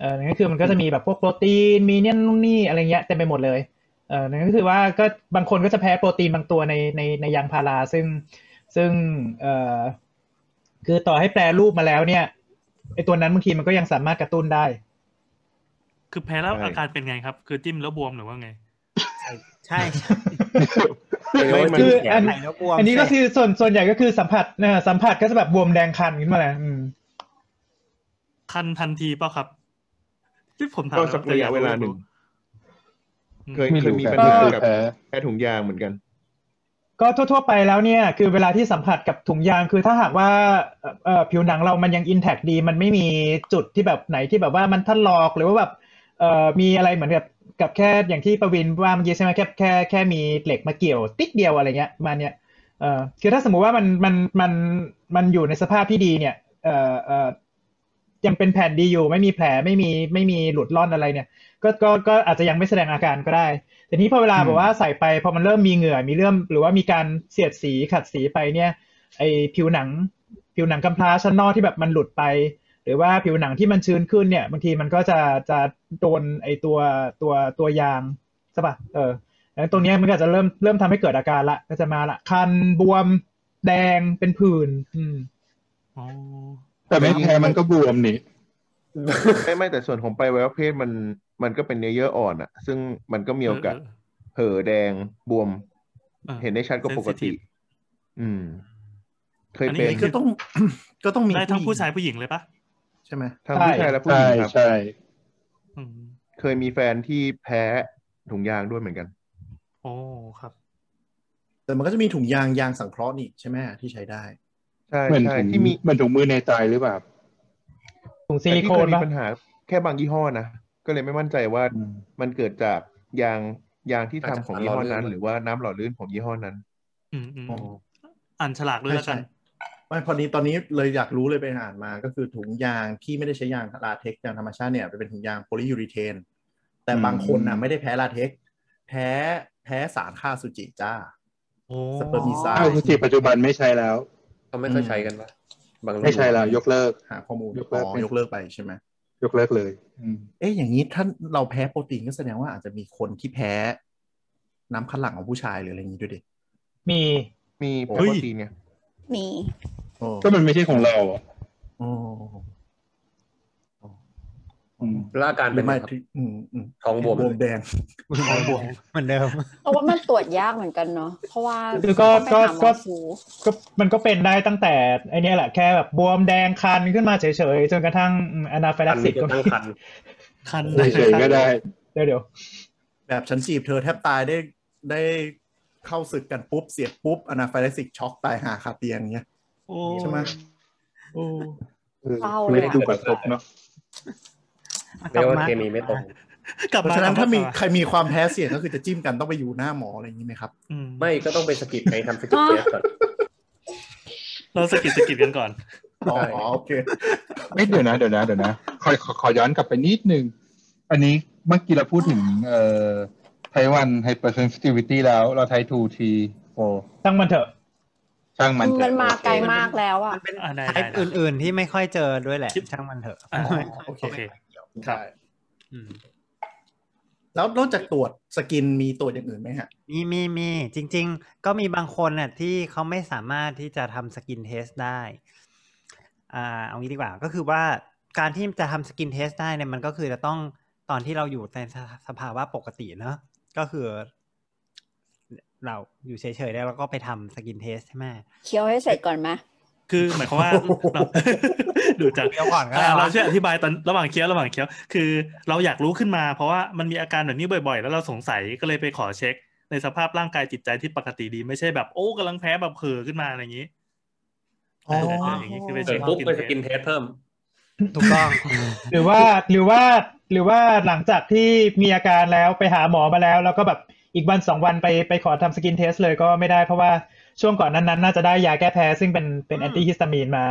F: เออนั่นก็คือมันก็จะมีแบบพวกโปรตีนมีเนี่ยนู่นนี่อะไรเงี้ยเต็มไปหมดเลยเออนั่นก็คือว่าก็บางคนก็จะแพ้โปรตีนบางตัวในในในยางพาราซึ่ง ซึ่งเอ่อคือต่อให้แปลรูปมาแล้วเนี่ยไอตัวนั้นบางทีมันก็ยังสามารถกระตุ้นได้
E: คือแพ้แล้ว
G: ใช่
E: อาการเป็นไงครับ คือจิ้มแล้วบวมหรือว่าไง
C: ใช่ใช่
H: ไ ม่
F: คื
H: คืออ
F: อัน
C: ไหนแล้วบวม
F: อันนี้ก็
C: เสร็จ
F: คือส่วนส่วนใหญ่ก็คือสัมผัสเอ่อสัมผัสก็จะแบบบวมแดงคันขึ้นมาแหละอืม
E: คันทันทีเปล่าครับที่ผมถาม
G: ก็
E: น
G: สักระยะเวลาหนึ่ง
E: อืม
G: เคย
A: ไม่
G: เคย
A: รู้
G: มี
A: กั
G: ปั
A: น
G: ญหา
A: ไม่เคย
G: กับ
A: แพ้
G: แพ้ถุงยางเหมือนกัน
F: ก็ทั่ว ๆ ไปแล้วเนี่ย คือเวลาที่สัมผัสกับถุงยางคือถ้าหากว่าเอ่อเอ่อผิวหนังเรามันยังอินแท t ดี มันไม่มีจุดที่แบบไหนที่แบบว่ามันทะลอกหรือว่าแบบเอ่อมีอะไรเหมือนกับกับแค่อย่างที่ประวินว่าเมื่อกี้ใช่ไหมแค่แค่แค่มีเหล็กมาเกี่ยวติ๊กเดียวอะไรเงี้ยมาเนี่ย เอ่อคือถ้าสมมุติว่ามันมันมันมันอยู่ในสภาพที่ดีเนี่ยเอ่อเอ่อยังเป็นแผ่นดีอยู่ไม่มีแผลไม่มีไม่มีหลุดร่อนอะไรเนี่ย ก็ก็ก็อาจจะยังไม่แสดงอาการก็ได้ แต่นี้พอเวลา
A: อืม
F: แบบว่าใส่ไปพอมันเริ่มมีเหงื่อมีเริ่มหรือว่ามีการเสียดสีขัดสีไปเนี่ยไอผิวหนัง ผิวหนังกำพร้าชั้นนอกที่แบบมันหลุดไป หรือว่าผิวหนังที่มันชื้นขึ้นเนี่ยบางทีมันก็จะจะโดนไอตัวตัวตัวยางใช่ปะเออ แล้วตรงเนี้ยมันก็อาจจะเริ่มเริ่มทำให้เกิดอาการละก็จะมาละคันบวมแดงเป็นผื่นอืม
E: อ๋อ
A: แต่ไม่แพ้มันก็บวมนี่
G: ไม่ไม่แต่ส่วนของไปไวรัสเพศมันมันก็เป็นเนื้อเยื่ออ่อนอะซึ่งมันก็มีโอกาส
E: เออ
G: เผลอแดงบวม
E: เออ
G: เห็นได้ชัดกว่าปกติ
E: sensitive
G: อืม เคย
E: อันนี้
G: เป็น
D: นี่ก็ต้อง ก็ต้อง
E: เอ
D: มี
E: อได้ทั้งผู้ชาย
D: หญิ
E: ผู้หญิงเลยปะ
D: งใช่ไหม
G: ทั้งผู้ชายและผู้ห
A: ใช่
G: ญิงครับ
A: ใช่
E: อืม
G: เคยมีแฟนที่แพ้ถุงยางด้วยเหมือนกัน
E: โอ้ครับ
D: แต่มันก็จะมีถุงยางยางสังเคราะห์นี่ใช่ไหมที่ใช้ได้
G: ใช่
A: เหมือน
G: ใช่
A: ถุง
G: ที่มี
A: เหมือนถุงมือในใจหรือเปล่า
F: ถุงซิ
G: แต่
F: ลิ
G: ที่
F: โค
G: เคน ยมี
F: ปะ
G: ปัญหาแค่บางยี่ห้อนะ ก็เลยไม่มั่นใจว่า
A: อืม
G: มันเกิดจากยางยางที่ทำของยี่ห้อนั้น หรือว่าน้ำหล่อลื่นของยี่ห้อนั้น
E: อืมอืม
D: อ๋อ
E: อ่านฉลากด้วยแล้วกัน
D: ไม่พอดีตอนนี้เลยอยากรู้เลยไปอ่านมา ก็คือถุงยางที่ไม่ได้ใช้ยางลาเท็กซ์ยางธรรมชาติเนี่ยเป็นถุงยางโพลิยูริเทน แต่บางคน
A: อื
D: นะ
A: ม
D: ไม่ได้แพ้ลาเท็กซ์แพ้แพ้สารฆ่าสุจิจ้า
E: โอ้
D: สเปิร์มไซ
A: เอาคือสิปัจจุบันไม่ใช้แล้ว
H: เขาไม่ค่อยใช้กันปะบางรุ่น
A: ไม่ใช้แล้ว ยกเลิก
D: หาข้อมูล
A: ยกเลิ
D: อ๋
A: ก
D: อ
A: ไป
D: ยกเลิกไปใช่ไหม
A: ยกเลิกเลยอืม
D: เอ๊ะอย่างนี้ถ้าเราแพ้โปรตีนก็แสดงว่าอาจจะมีคนที่แพ้ น้ำคั้นหลังของผู้ชายหรืออะไรอย่างนี้ด้วยดิ
F: มี
G: มีแพ
E: เฮ้
G: ล
E: ย
G: วัคซีนไง
B: มี
D: โอ้
A: ก็มันไม่ใช่ของเราอะ
D: โอ้
A: อืม
H: แล้วอาการ
D: หรื
H: เป็
D: อน ไม่
H: ไงครับ
D: ที่อืมอืม
H: ท้องบวม
D: บวมแดง
C: เหมือนเดิม
B: เพราะว่ามันตรวจยากเหมือนกันเนาะเพราะว่า
F: คือก็
B: ต้องไป
F: ก็
B: หาหม
F: ก็
B: อสู
F: ก็มันก็เป็นได้ตั้งแต่ไอเนี้ยแหละแค่แบบบวมแดงคันขึ้นมาเฉยๆ จนกระทั่งอนาฟิ
H: คั
F: ลั
H: น
F: กซิ
H: นี่
F: ส
H: จะ
F: ก็
H: ตั้
F: มี
H: งคัน
E: คัน
A: เฉยๆก็ได้
F: เดี๋ยวเดี๋ยว
D: แบบฉันจีบเธอแทบตายได้ได้เข้าศึกกันปุ๊บ เสียบปุ๊บอนาไฟลซิกช็อกตายหาคาเตียงเงี้ย
E: โอ้
D: ใช่ไหม
E: โอ้
B: เศร้าเล
A: ไม่
B: ย
A: ได้
B: อะ
A: ดูแบบครบเนาะ
C: กลั
H: ไม่
C: บ
H: ว่า
C: มา
H: เคมีไม่ตรง
E: กลับ
D: เพราะ
E: มา
D: ฉะนั้นถ้ามี
E: กลับ
D: ใครมีความแพ้เสี่ยงก็คือจะจิ้มกันต้องไปอยู่หน้าหมออะไรอย่างนี้ไหมครับ
E: อืม
H: ไม่ก็ต้องไปสกิดไปทำสกิดเทสก่อน
E: เราสกิดสกิดกันก่อน
D: อ๋อโอเค
A: เอ้ยเดี๋ยวนะเดี๋ยวนะเดี๋ยวนะขอขอขอย้อนกลับไปนิดนึง อันนี้เมื่อกี้เราพูดถึง เอ่อไต้หวันไฮเปอร์เซนซิทิวิตี้แล้วเราไทยทูทีโอ
F: ตั้งมันเถอะ
A: ช่างมันเถอะ
B: มันมาไกล
A: โอเค
B: มากแล้วอะ
C: เป็น
E: อ่าได้
C: ไท
E: ได้
C: ป์อื่น ๆ ที่ไม่ค่อยเจอด้วยแหละ
E: คิด
C: ช่างมันเถอะ
E: อ่า
D: โอเค
E: โอเค ครับ
C: อืม
D: แล้วนอกจากตรวจสกินมีตรวจอย่างอื่นไหมฮะ
C: มีมีมีจริง ๆ ก็มีบางคนน่ะที่เขาไม่สามารถที่จะทำสกินเทสได้อ่าเอางี้ดีกว่าก็คือว่าการที่จะทำสกินเทสได้เนี่ยมันก็คือจะต้องตอนที่เราอยู่ในสภาวะปกติเนอะก็คือ เราอยู่เฉยๆแล้วเราก็ไปทำสกินเทสใช่ไหม
B: เคี้ยวให้เสร็จก่อนไหม
E: คือหมายความว่า ดูจัง
C: เดี๋ยวก่อนก็
E: อ่าว
C: ได้ะ
E: เราช่วยอธิบายตอนระหว่างเคี้ยวระหว่างเคี้ยว คือเราอยากรู้ขึ้นมา เพราะว่ามันมีอาการแบบนี้บ่อยๆ แล้วเราสงสัยก็เลยไปขอเช็ค ในสภาพร่างกายจิตใจที่ปกติดีไม่ใช่แบบโอ้กำลังแพ้แบบเผลอขึ้นมาอะไรอย่างนี้
D: อ๋อ
E: เอออย่างนี้คือไป
H: เสร็
E: เช็
H: จ
E: ค
H: ปุ๊บไปส
E: ส
H: กินเทสเพิ่ม
C: ถูกต้อง
F: หรือว่าหรือว่าหรือว่าหลังจากที่มีอาการแล้วไปหาหมอมาแล้ว แล้วก็แบบอีกวันสองวันไปไปขอทำสกินเทสเลยก็ไม่ได้เพราะว่าช่วงก่อนนั้นๆ น่าจะได้ยาแก้แพ้ซึ่งเป็นเป็นแอนตี้ฮิสตามีนมา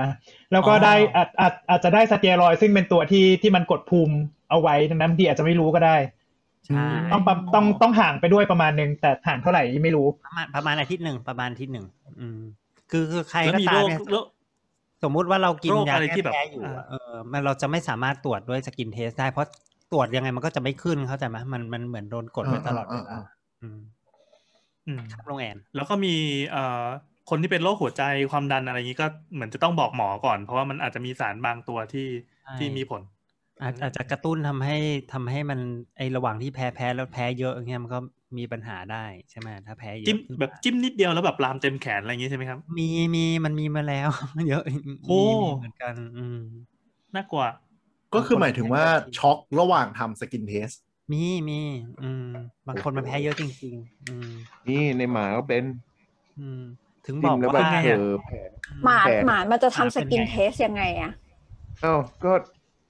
F: แล้วก็ได้อาจอาจอาจจะได้สเตียรอยด์ซึ่งเป็นตัวที่ที่มันกดภูมิเอาไว้ดังนั้นบางทีอาจจะไม่รู้ก็ได้
C: ใช่
F: ต้องประต้องต้องห่างไปด้วยประมาณนึงแต่ห่างเท่าไหร่ไม่รู้
C: ประมาณประมาณอาทิตย์หนึ่งประมาณอาทิตย์หนึ่งอืม คือคือใคร
E: แล้
C: ก็
E: วมี
C: ตา
E: โร
C: ม
E: ค
C: เนี่ย
E: โรค
C: สมมุติว่าเรากิน
E: โรค
C: ยา
E: อะไรที่
C: แก้
E: แบบ
C: แพ้อยู่อะ
E: อ่า
C: เออมันเราจะไม่สามารถตรวจด้วยสกินเทสได้เพราะตรวจยังไงมันก็จะไม่ขึ้นเข้าใจไหมมันมันเหมือนโดนกดไว้ตลอดเวลา
D: อ่า
C: อืม
E: อืม
C: ครับโรงแอน
E: แล้วก็มีเอ่อคนที่เป็นโรคหัวใจความดันอะไรอย่างนี้ก็เหมือนจะต้องบอกหมอก่อน เพราะว่ามันอาจจะมีสารบางตัวที่ที่มีผล
C: อาจอาจจะกระตุ้นทำให้ทำให้มันไอระหว่างที่แพ้แพ้แล้วแพ้เยอะอย่างเงี้ยมันก็มีปัญหาได้ใช่ไหมถ้าแพ้เยอะ
E: จิ้มแบบจิ้มนิดเดียวแล้วแบบลามเต็มแขนอะไรอย่างนี้ใช่ไหมครับ
C: มีมีมันมีมาแล้ว เยอะมี
E: โอ้
C: มีเหมือนกัน อืม
E: น่ากลัว
D: ก็คือหมายถึงว่าช็อกระหว่างทำสกินเทส
C: มีมีอืม บางคนมันแพ้เยอะจริง ๆ อืม
G: นี่ในหมาก็เป็น
C: อืม ถึงบ
G: จิ้
C: อ
G: ม
C: ก
G: แล้วแบบ
C: ว่า
G: เผลอแผล
B: หมา
G: แปด
B: หมามันจะ
E: หมา
B: ทำส
E: เป็น
B: กิน
E: ไง
B: เทสยังไงอะ
G: อ้าวก็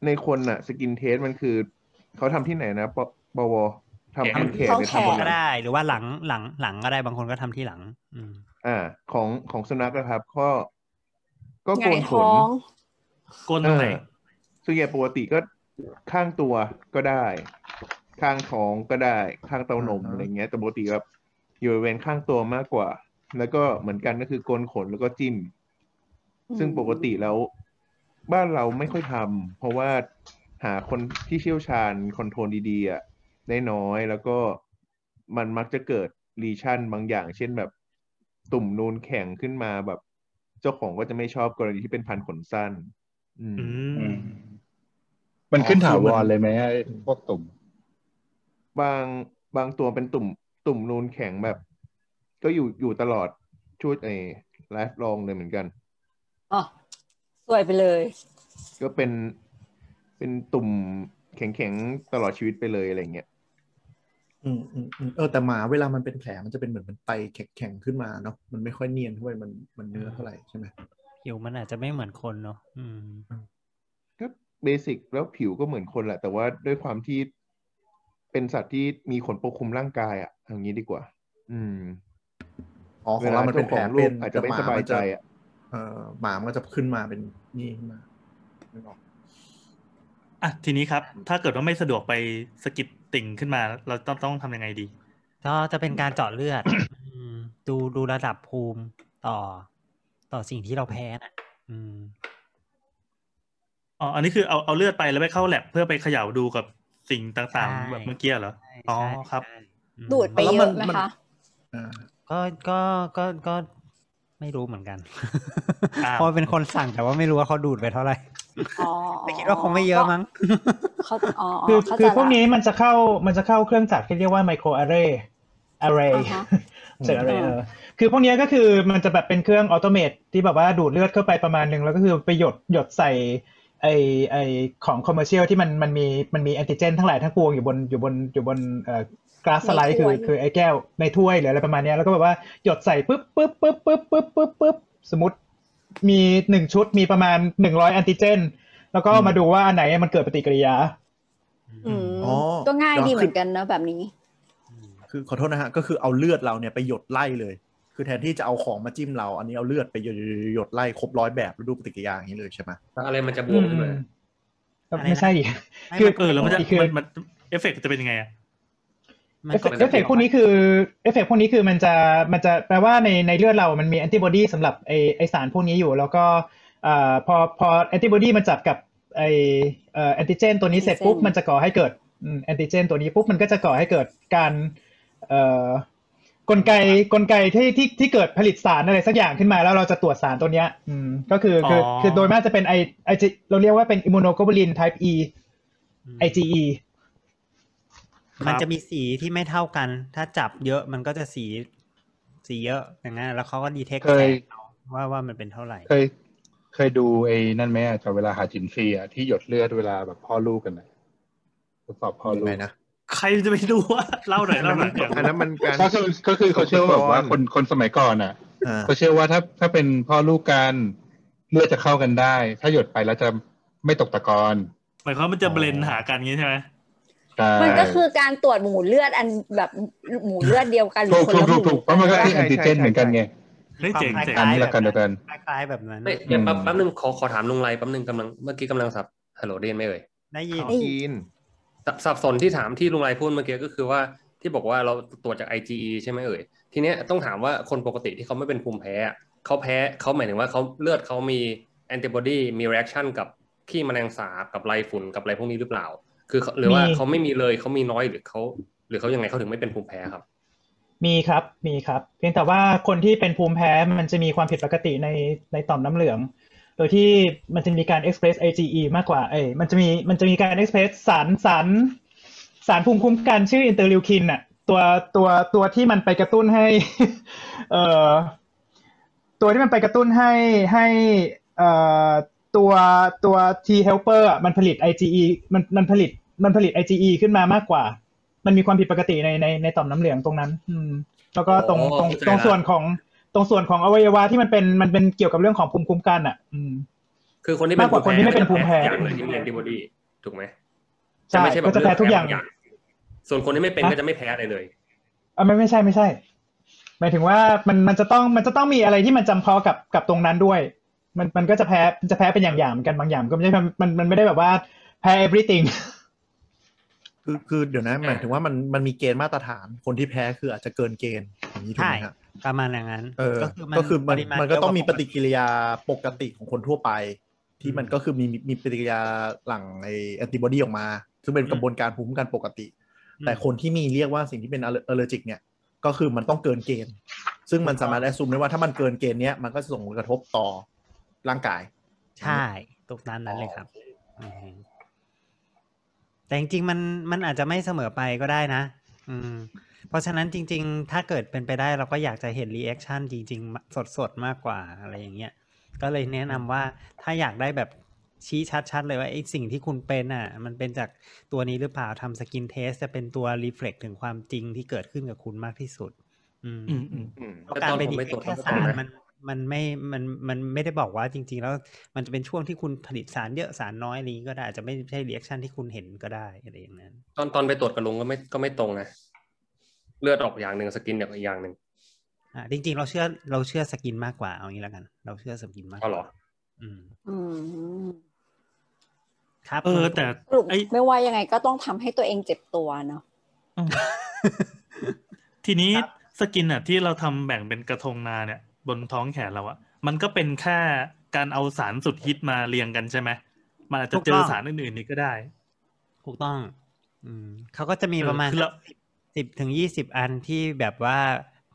G: ในคนอะสกินเทสมันคือ เขาทำที่ไหนนะปปวทำบนเขตหรือทำบ
C: ก็
G: นหลัง
C: ได้หรือว่าหลังหลังหลังก็ได้บางคนก็ทำที่หลัง อืม
G: อ่า ของของสุนัขนะครับ ก็ก็
B: ไง
G: โกนข
B: ท้
G: น
B: อง
E: ก้นตรงไหน
G: เออส่วนใหญ่ปกติก็ข้างตัวก็ได้ ข้างท้องก็ได้ ข้างเต้านม
D: อ่าฮะ
G: อะไรเงี้ยแต่ปกติแบบอยู่บริเวณข้างตัวมากกว่า แล้วก็เหมือนกันก็คือโกนขนแล้วก็จิ้ม
B: อืม
G: ซึ่งปกติแล้วบ้านเราไม่ค่อยทำเพราะว่าหาคนที่เชี่ยวชาญคอนโทรลดีๆอ่ะได้น้อยแล้วก็มันมักจะเกิดรีชั่นบางอย่าง เช่นแบบตุ่มนูนแข็งขึ้นมาแบบ เจ้าของก็จะไม่ชอบกรณีที่เป็นพันขนสั้น อืม
E: อื
A: อื
E: ม
A: มมันขึ้นถาวรเลยไหมไอ้พวกตุ่ม
G: บางบางตัวเป็นตุ่ม ตุ่มนูนแข็งแบบ ก็อยู่อยู่ตลอดช่วยไอ้ไลฟ์ลองเลยเหมือนกัน
B: อ๋อสวยไปเลย
G: ก็เป็นเป็นตุ่มแข็งๆตลอดชีวิตไปเลยอะไรเงี้ย
D: อืมอืมอืมเออแต่หมาเวลามันเป็นแผลมันจะเป็นเหมือนมันไตแข็งๆขึ้นมาเนาะมันไม่ค่อยเนียนเท่าไหร่มันมันเนื้อเท่าไหร่ใช่ไหม
C: ผิวมันอาจจะไม่เหมือนคนเนอะอืม
G: ก็เบสิกแล้วผิวก็เหมือนคนแหละ แต่ว่าด้วยความที่เป็นสัตว์ที่มีขนปกคลุมร่างกายอะเอย่างนี้ดีกว่า อืม
D: อ๋อของเรามันเป็นแผล
G: เวลา
D: เป็น
G: เจ้าของลูกอาจจะไม่สบายใจอะ
D: เออหมามันก็จะขึ้นมาเป็นนี่ขึ้นมานึกออก
E: อ่ะทีนี้ครับ ถ้าเกิดว่าไม่สะดวกไปสกิดติ่งขึ้นมา เราต้องต้องทำยังไงดี
C: ก็จะเป็นการเจาะเลือด อืมดูดูระดับภูมิต่อ ต่อสิ่งที่เราแพ้น่ะ อืม
E: อ๋อ อันนี้คือเอาเอาเลือดไปแล้วไปเข้าแลบเพื่อไปเขย่าดูกับสิ่งต่าง
C: ใช่
E: ๆ แบบเมื่อกี้เหรอ
C: ใช่
E: อ๋อ
C: ใช่
E: ครับ
C: ใช่อืม
B: ดูดไปเยอะไหมคะ
D: อ่า
C: ก็ก็ก็ก็ไม่รู้เหมือนกัน
E: อ้า ว
C: เพราะเป็นคนสั่งแต่ว่าไม่รู้ว่าเขาดูดไปเท่าไหร่
B: อ๋อ
C: แต่คิดว่าคงไม่เยอะมั้ง
B: เขาอ๋อ
G: คือ
B: เข้าใจ
G: คือพวก
B: ละ
G: นี้มันจะเข้ามันจะเข้าเครื่องจักรที่เรียกว่าไมโครอาร์เรย์อาร์เรย์
B: อ่าฮะ
G: เสร็จอาร์เรย์
B: อ่า
G: เออคือพวกนี้ก็คือมันจะแบบเป็นเครื่องออโตเมตที่แบบว่าดูดเลือดเข้าไปประมาณหนึ่งแล้วก็คือไปหยดหยดใส่ไอไอของคอมเมอร์เชียลที่มันมันมีมันมีแอนติเจนทั้งหลายทั้งปวงอยู่บนอยู่บนอยู่บนเอ่อกราสสไลด์คือคือไอแก้วในถ้วยหรืออะไรประมาณเนี้ยแล้วก็แบบว่าหยดใส่ปุ๊บปุ๊บปุ๊บปุ๊บปุ๊บปุ๊บปุ๊บสมมติมีหนึ่งชุดมีประมาณหนึ่งร้อยแอนติเจน แล้วก็มาดูว่าอันไหนมันเกิดปฏิกิริยา
B: อืม
D: อ๋อ
B: ก็ง่ายดีเหมือนกันเนอะแบบนี้
D: คือขอโทษนะฮะก็คือเอาเลือดเราเนี่ยไปหยดไล่เลย คือแทนที่จะเอาของมาจิ้มเรา อันนี้เอาเลือดไปหยดๆๆหยดไล่ครบร้อยแบบแล้วดูปฏิกิริยาอย่างนี้เลยใช่ไหม
H: แล้วอะไรมันจะบวมขึ้นมา
G: อืมไม่ใช่ดิ
C: ไม่
G: คือ
C: มัน
E: เออแล้วมันจะ
G: คือ
E: มันมันเอฟเฟกต์จะเป็นยังไงอะ
C: มัน
G: เอฟเฟ
C: ก็
G: กต์เอฟเฟกต์พวกนี้คือเอฟเฟกต์พวกนี้คือมันจะมันจะแปลว่าในในเลือดเรามันมีแอนติบอดีสำหรับไอไอสารพวกนี้อยู่ แล้วก็เอ่อพอพอแอนติบอดีมันจับกับไอเอ่อแอนติเจนตัวนี้เสร็จ
B: Antigen
G: ปุ๊บมันจะก่อให้เกิดแอนติเจนตัวนี้ปุ๊บมันก็จะก่อให้เกิดการเอ่อกลไกกลไกที่ที่ที่เกิดผลิตสารอะไรสักอย่างขึ้นมาแล้วเราจะตรวจสารตัวเนี้ยอืมก็คือคือ
E: อ๋อ
G: คือโดยมากจะเป็นไอไอเราเรียกว่าเป็นอิมมูโนโกลบูลินไทป์ E IgE
C: มันจะมีสีที่ไม่เท่ากัน ถ้าจับเยอะมันก็จะสีสีเยอะอย่างนั้นแล้วเขาก็ดีเทค
A: เคย
C: ว่าว่ามันเป็นเท่าไหร่
A: เคยเคยดูไอ้นั่นไหมอะจากเวลาหาจินฟรีอะที่หยดเลือดเวลาแบบพ่อลูกกันนะทดสอบพ่อ
D: ยั
A: ลู
D: งไง
A: ก
D: นะ
E: ใครจะไปดูว่าเล่าหน่อยเล่าหน่อยเดี๋ยว
L: อันนั้นมันการ
A: ก็คือก็คือเขาเชื่อว่าแบบว่า
L: อุปกรณ์
A: คนคนสมัยก่อนอ่ะ
D: อ่า
A: เขาเชื่อว่าถ้าถ้าเป็นพ่อลูกกันเลือดจะเข้ากันได้ ถ้าหยดไปแล้วจะไม่ตกตะกอน
E: หมายความว่ามันจะเบลนหากันงี้ใช่ไหม
A: แต่
B: มันก็คือการตรวจหมูเลือดอันแบบหมูเลือดเดียวกันหรื
A: ถู
B: อก คนละห
A: ถูกถู
B: มู
A: กถูกเพราะมันก็คือแอนติเจนเหมือนกันไง
E: เฮ้ยเจ๋งเจ๋ง
A: อันนี้ละกันเดียวกัน
C: คล้ายๆแบบนั้น
H: ไม่เดี๋ยวแป๊บแป๊บนึงขอขอถามลุงไรแป๊บนึงกำลังเมื่อกี้กำลังสับฮัลโหลได้ยินไหมเอ่ย
C: ได้ยิน
L: เขากิน
H: สับสับสนที่ถามที่ลุงไรพูดเมื่อกี้ก็คือว่าที่บอกว่าเราตรวจจาก IgE ใช่ไหมเอ่ยทีเนี้ยต้องถามว่าคนปกติที่เขาไม่เป็นภูมิแพ้อะเขาแพ้เขาหมายถึงว่าเขาเลือดเขามีแอนติบอดีมี reaction กับขี้แมลงสาบกับไรฝุ่นกับอะไรพวกนี้หรือเปล่า คือเขาหรือว่า
G: มี
H: เขาไม่มีเลยเขามีน้อยหรือเขาหรือเขายังไงเขาถึงไม่เป็นภูมิแพ้ครับ
G: มีครับ มีครับ เพียงแต่ว่าคนที่เป็นภูมิแพ้มันจะมีความผิดปกติในในต่อมน้ำเหลือง โดยที่มันจะมีการ express IgE มากกว่า เอ้ยมันจะมีมันจะมีการ express สารสารสารภูมิคุ้มกันชื่ออินเตอร์ลิวคินอะตัวตัวตัวที่มันไปกระตุ้นให้ เอ่อตัวที่มันไปกระตุ้นให้ให้เอ่อตัวตัว T helper อะมันผลิต IgE มันมันผลิตมันผลิต IgE ขึ้นมามากกว่า มันมีความผิดปกติในในในต่อมน้ำเหลืองตรงนั้น อืม แล้วก็ตรง
H: อ๋อ
G: ตรง
H: เข้าใจ
G: ตรง
H: ละ
G: ส่วนของตรงส่วนของอวัยวะที่มันเป็นมันเป็นเกี่ยวกับเรื่องของภูมิคุ้มกันอ่ะ อืม
H: คือคนที่เป็
G: มากกว่าคนที่ไม่เป็นภูมิแพ้
H: จะอย่างเลยที่มีแอนติบอดีถูกไหม
G: ใช่
H: ไม่ใช่บบ
G: ก็จะแพ้ทุกอย่าง
H: เลืดแพ้ส่วนคนที่ไม่เป็นก็จะไม่แพ้อะไรเลย
G: อ่ะไม่ไม่ใช่ไม่ใช่ หมายถึงว่ามันมันจะต้องมันจะต้องมีอะไรที่มันจำเพาะกับกับตรงนั้นด้วย มันมันก็จะแพ้จะแพ้เป็นอย่างๆเหมือนกันบางอย่างก็ไม่ใช่มันมันมันไม่ได้แบบว่าแพ้ everything
D: คือคือเดี๋ยวนะหมายถึงว่ามันมันมีเกณฑ์มาตรฐานคนที่แพ้คืออาจจะเกินเกณฑ์อย่างนี้ถูกไหมฮะ
C: ประมาณอย่างนั้น
D: เออ
C: มัน
D: ก็คือมัน
C: ปริาณ
D: มันก็ต้องมี
C: เย
D: ป
C: ว่า
D: ฏิกิริยาปกติของคนทั่วไป ที่มันก็คือมีมีมีปฏิกิริยาหลั่งไอแอนติบอดีออกมา ซึ่งเป็นกระบวนการภูมิคุ้มกันปกติ
C: อืม
D: แต่คนที่มีเรียกว่าสิ่งที่เป็นอ l ลเลอร์จิกเนี่ยก็คือมันต้องเกินเกณฑ์ ซึ่งมันสามารถแอสซูมได้ว่าถ้ามันเกินเกณฑ์เนี้ยมันก็จะส่งผลกระทบต่อร่างกาย
C: ใช่ตกนั้นนั้นเลยครับมแต่จริงๆมันมันอาจจะไม่เสมอไปก็ได้นะ อืม เพราะฉะนั้นจริง ๆ ถ้าเกิดเป็นไปได้เราก็อยากจะเห็นรีแอคชั่นจริง ๆ สดๆ มากกว่าอะไรอย่างเงี้ย ก็เลยแนะนำว่าถ้าอยากได้แบบชี้ชัดๆ เลยว่าไอ้สิ่งที่คุณเป็นอ่ะ มันเป็นจากตัวนี้หรือเปล่าทำสกินเทสจะเป็นตัวรีเฟล็กถึงความจริงที่เกิดขึ้นกับคุณมากที่สุด อืม
E: อืมอืม
L: อืม
C: เพราะการไปดี
H: แต่
C: เทค
H: ตอนผมไปตรวจ
C: แค่
H: เขาก็
C: สาร
H: ตรวจนะ
C: มันมันไม่มันมันไม่ได้บอกว่าจริง ๆ แล้วมันจะเป็นช่วงที่คุณผลิตสารเยอะสารน้อยอะไรอย่างนี้ก็ได้อาจจะไม่ใช่เรีแอคชั่นที่คุณเห็นก็ได้อะไรอย่างนั้น
H: ตอนตอนไปตรวจกับลุงก็ไม่ก็ไม่ตรงนะเลือดออกอย่างหนึ่งสกินเนี่ยอีกอย่างหนึ่ง
C: อ่าจริง ๆ เราเชื่อเราเชื่อสกินมากกว่าเอางี้แล้วกัน เราเชื่อสกินมากก
H: ก็
C: ว่า
H: หรอ
C: อืม
B: อืม
C: ครับ
E: เออแต่
B: สรุป
E: ไอ
B: ไม่ว่ายังไงก็ต้องทำให้ตัวเองเจ็บตัวเนาะ
E: ทีนี้สกินอ่ะที่เราทำแบ่งเป็นกระทงนาเนี่ย บนท้องแขนเราอะมันก็เป็นแค่การเอาสารสุดฮิตมาเรียงกันใช่ไหมมันอาจจะเจอสารอื่นๆนี้ก็ได้
C: ถูกต้อง อืมเขาก็จะมีประมาณ
E: คือเรา
C: สิบถึงยี่สิบอันที่แบบว่า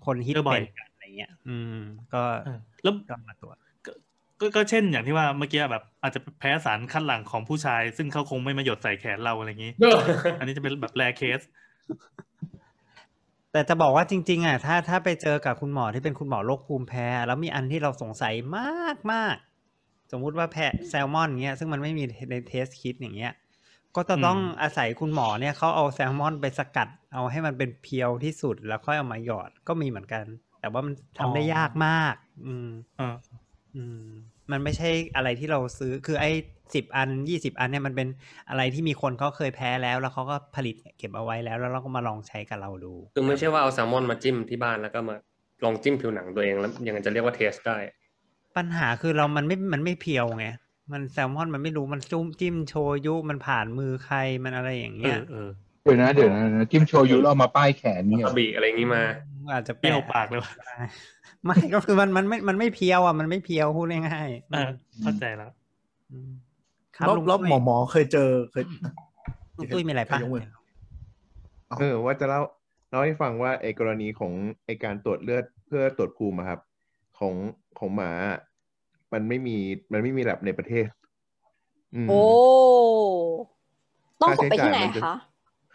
C: คนฮิต
E: เจอบ่
C: เป็
E: อย
C: นกันอะไรเงี้ย อืม ก็
E: เออแล้ว
C: ก็มาตรวจ
E: ก็ก็ก็เช่นอย่างที่ว่าเมื่อกี้แบบ อาจจะแพ้สารคัดหลั่งของผู้ชาย ซึ่งเขาคงไม่มาหยดใส่แขนเราอะไรอย่างนี้
H: เออ
E: อันนี้จะเป็นแบบแรเคส
C: แต่จะบอกว่าจริง ๆ อ่ะ ถ้าถ้าไปเจอกับคุณหมอที่เป็นคุณหมอโรคภูมิแพ้ แล้วมีอันที่เราสงสัยมากมากสมมุติว่าแพะแซลมอนเงี้ยซึ่งมันไม่มีในเทสคิดอย่างเงี้ย ก็จะต้อง
E: อืม
C: อาศัยคุณหมอเนี่ยเขาเอาแซลมอนไปสกัด เอาให้มันเป็นเพียวที่สุดแล้วค่อยเอามาหยอดก็มีเหมือนกัน แต่ว่ามันทำได้ยากมาก อืม
E: เออ
C: อืมมันไม่ใช่อะไรที่เราซื้อคือไอ้สิบอันยี่สิบอันเนี่ยมันเป็นอะไรที่มีคนเขาเคยแพ้แล้ว แล้วเขาก็ผลิตเก็บเอาไว้แล้ว แล้วเราก็มาลองใช้กับเราดู
H: คือไม่ใช่ว่าเอาแซลมอนมาจิ้มที่บ้านแล้วก็มาลองจิ้มผิวหนังตัวเองแล้วยังไงจะเรียกว่าเทสได้
C: ปัญหาคือเรามันไม่มันไม่เพียวไงมันแซลมอนมันไม่รู้มันจุ้มจิ้มโชยุมันผ่านมือใครมันอะไรอย่าง
E: เอ
C: เงี้ย
E: อเออ
A: เดี๋ยวนะเดี๋ยวนะจิ้มโชยุแล้วเอามาป้ายแขนนี่เหร
H: อา
A: อ
H: บีอะไรอย่างนี้มา
C: อาจจะ
E: เปรี้ยว
C: แะ
E: ปากเลยว่ะ
C: ไม่ก็คือมันมันไม่มันไม่เพียวอ่ะมันไม่เพียวพูดง่ายๆ
E: เออเข้าใจแล้ว
C: มครับ
D: รอบ
C: ลุง
D: รอบหมอหมอเคยเจอเคย
C: ตุ้ยลุงตุ้ยมีอะไรปะ
D: ยกมือ
G: เออว่าจะเล่าเล่าให้ฟังว่าไอ้กรณีของไอ้การตรวจเลือดเพื่อตรวจภูมิอะครับ ของของหมาอะมันไม่มีมันไม่มีแลบในประเทศ อืม
B: โอ้ ต้องส่งไปที่ไหน
G: ค่าใ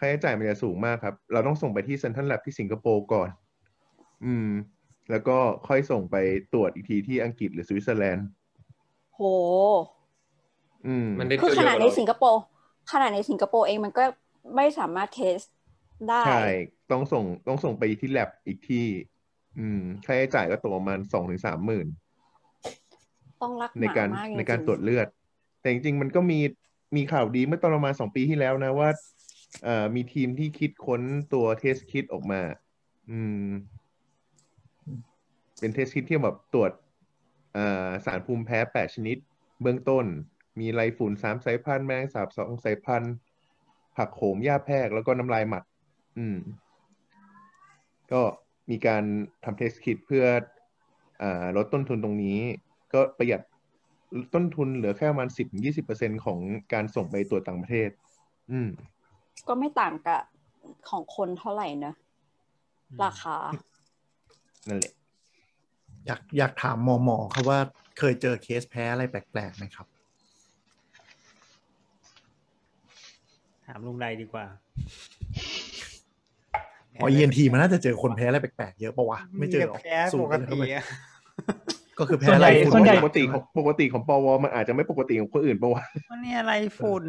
B: คะ
G: ช้จ่ายมันจะค่าใช้จ่ายมันจะสูงมากครับ เราต้องส่งไปที่เซ็นทรัลแลบที่สิงคโปร์ก่อน อืม แล้วก็ค่อยส่งไปตรวจอีกทีที่อังกฤษหรือสวิตเซอร์แลนด์
B: โห
G: อืม
H: มันได้
B: คือ
H: เที่ย
B: ข
H: วเย
B: นาด
H: อะก
B: ใน
H: ว่าเรา
B: สิงคโปร์ขนาดในสิงคโปร์เองมันก็ไม่สามารถเทสได้
G: ใช่ ต้องส่งต้องส่งไปที่แลบอีกที่ อืม ค่าใช้จ่ายก็ตกประมาณสองถึงสามหมื่น
B: ต้องรักห
G: ใน
B: มา
G: การ
B: มากจ
G: ในการ
B: ริง
G: ตรวจเลือด แต่จริงๆ มันก็มีมีข่าวดีเมื่อตอนประมาณสองปีที่แล้วนะว่าเอ่อมีทีมที่คิดค้นตัวเทสคิดออกมา อืม เป็นเทสคิดที่แบบตรวจเอ่อสารภูมิแพ้แปดชนิด เบื้องต้น มีไรฝุ่นสามสายพันธุ์แมลงสาบสองสายพันธุ์ผักโขมหญ้าแพรกแล้วก็น้ำลายหมัด อืม ก็มีการทำเทสคิดเพื่ออาลดต้นทุนตรงนี้ ก็ประหยัดต้นทุนเหลือแค่ประมาณสิบยี่สิบเปอร์เซ็นของการส่งไปตรวจต่างประเทศ อืม
B: ๆ ก็ไม่ต่างกับของคนเท่าไหร่นะ ราคา
G: นั่นแหละ
D: อยากอยากถามหมอหมอครับว่าเคยเจอเคสแพ้อะไรแปลกๆไหมครับ
C: ถามลุงไรดีกว่า
D: อ๋อ ENT มันน่าจะเจอคนแพ้อะไรแปลกๆเยอะปะวะ ไม่เจอหรอ
C: แพ้
D: สู
C: ป
D: ง
C: ก
D: เลยเข้า
C: ติ
D: ไป
C: อะ
D: ก็คือแพ้
F: ส่วน
D: อะ
F: ให
D: ไร
F: ญ่
D: ฝุ่
F: ส่วนใหญ่
G: ปกติของปกติของปวมันอาจจะไม่ปกติของคนอื่นปะวะ
C: มันเนี่ยอะไรฝุ่น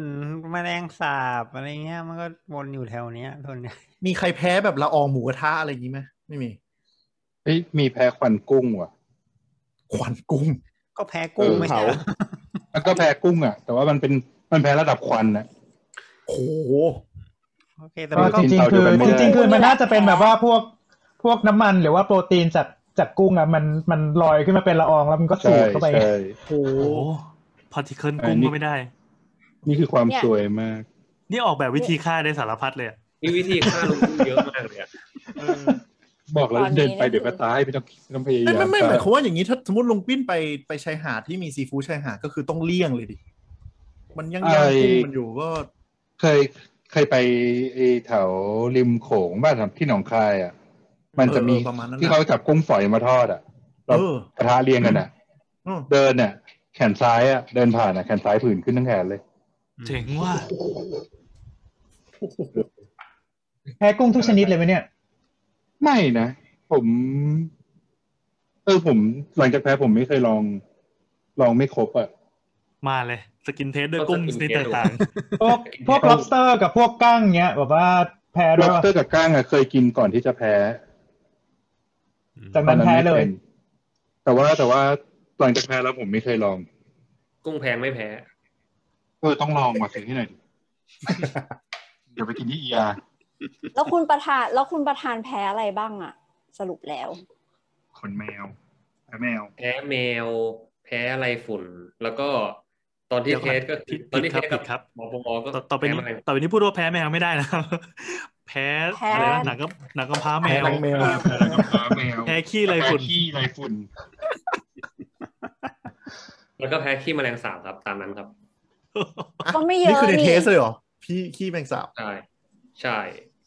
C: แมลงสาบอะไรเงี้ยมันก็วนอยู่แถวเนี้ยส่วนใหญ่
D: มีใครแพ้แบบละอองหมูกระทะอะไรอย่างนี้ไหมไม่มี
A: เฮ้ยมีแพ้ควันกุ้งว่ะ
D: ควันกุ้ง
C: ก็แพ้กุ้ง
G: เออ
C: ไม่ใช่เหรอ
G: เผ
A: แล้วก็แพ้กุ้งอ่ะ แต่ว่ามันเป็นมันแพ้ระดับควันนะ
D: โห
C: โอเคแต่
A: ป
C: มั
A: ก
C: นก็
A: ติ
F: จริงๆคือ
A: เราเดินไม่
F: จ
A: ได้
F: ริงๆคือมันน่าจะเป็นแบบว่าพวกพวกน้ำมันหรือว่าโปรตีนจากจากกุ้งอ่ะมันมันลอยขึ้นมาเป็นละอองแล้วมันก็สูด
A: ใช่
F: เข้าไป
A: ใช่
D: โห
E: โอ้พาร์ติเคิล
A: อั
E: กุ้ง
A: นนี้
E: ก็ไม่ได้
A: นี่คือความ
B: เนี่ย
A: สวยมาก
E: นี่ออกแบบวิธีฆ่าได้สารพัดเลยอะ
H: มีวิธีฆ่าลุงตุ้ยเยอะมากเลยอะ
A: บอกแล้ว
B: ตอนนี้
A: เดินไป
B: นี่
A: เดี๋ยวก็
B: คือ
A: ตายไม่ต้องไม่ต้องพยายา
D: ไม่
A: ม
D: ไม่ไม่หมายความ
A: ต
D: ว่าอย่างนี้ถ้าสมมติลงปิ้นไปไปชายหาดที่มีซีฟู้ดชายหาดก็คือต้องเลี่ยงเลยดิ มันยังยางกุ้งมันอยู่ก็
A: ยเคยเคยไปไอ้แถวริมโขงบ้านที่หนองคายอ่ะ มันจะมี
D: เออเออประมาณนั้น
A: ที่
D: น่ะ
A: เขาจับกุ้งฝอยมาทอดอ่ะเรา
D: เออ
A: กระทะเรียงกันอ่ะ
D: อืม
A: เดินเนี่ยแขนซ้ายอ่ะเดินผ่านอ่ะแขนซ้ายผื่นขึ้นทั้งแขนเลย
E: เจ๋งว่ะ
F: แพ้กุ้งทุกชนิดเลยไหมเนี่ย
A: ไม่นะ ผม เออผมหลังจากแพ้ผมไม่เคยลอง ลองไม่ครบอ่ะ
E: มาเลย สกินเทสด้วยกุ้งชนิดต่าง
F: พวกพวก lobster กับพวกกั้งเนี้ยแบบว่าแพ้ด้
A: ล็
F: ว
A: อย บ
F: ปะ
A: เตอร์กับก้างอ่ะเคยกินก่อนที่จะแพ้
F: จากนั้น
A: ตอ
F: แพ้
A: ไม่
F: เลย
A: ป็นแต่ว่าแต่ว่าหลังจากแพ้แล้วผมไม่เคยลอง
H: กุ้งแพงไม่แพ้
A: เออต้องลองมาซื้อให้หน่อยดิ เดี๋ยวไปกินที่เอีย
B: แล้วคุณประธานแล้วคุณประธานแพ้อะไรบ้างอะสรุปแล้ว
A: ขนแมวแพ้แมว
H: แพ้แมว แพ้อะไรฝุ่น แล้วก็ตอนที่เทสก็
E: ๆผิด
H: ตอน
E: ผิด
H: ที่
E: ค
H: เท
E: รับผิ
H: สกั
E: ด
H: บ
E: ครับ
H: หมอปอก็
E: ต่อต่อไปนี้
H: แพ้ะร
E: ต่อไปนี้พูดว่าแพ้แม วไม่ได้นะครับ แพ้
B: แพ้
E: อะไรนะหนังก็หนังก็พร้าแม
D: แพ้
E: ว
D: นางแมว
A: แพ้แล้วก็แพ้แมว
E: แพ้ขี้ไรฝุ่น
A: แพ้ขี้ไรฝุ่น
H: แล้วก็แพ้ขี้แมลงสาบครับตามนั้นครับ
B: ก็ไม่เยอะ
D: นี่คือใน
B: นี่
D: เทสเลยเหรอ พี่ขี้แมงสาบ
H: ใช่ ใช่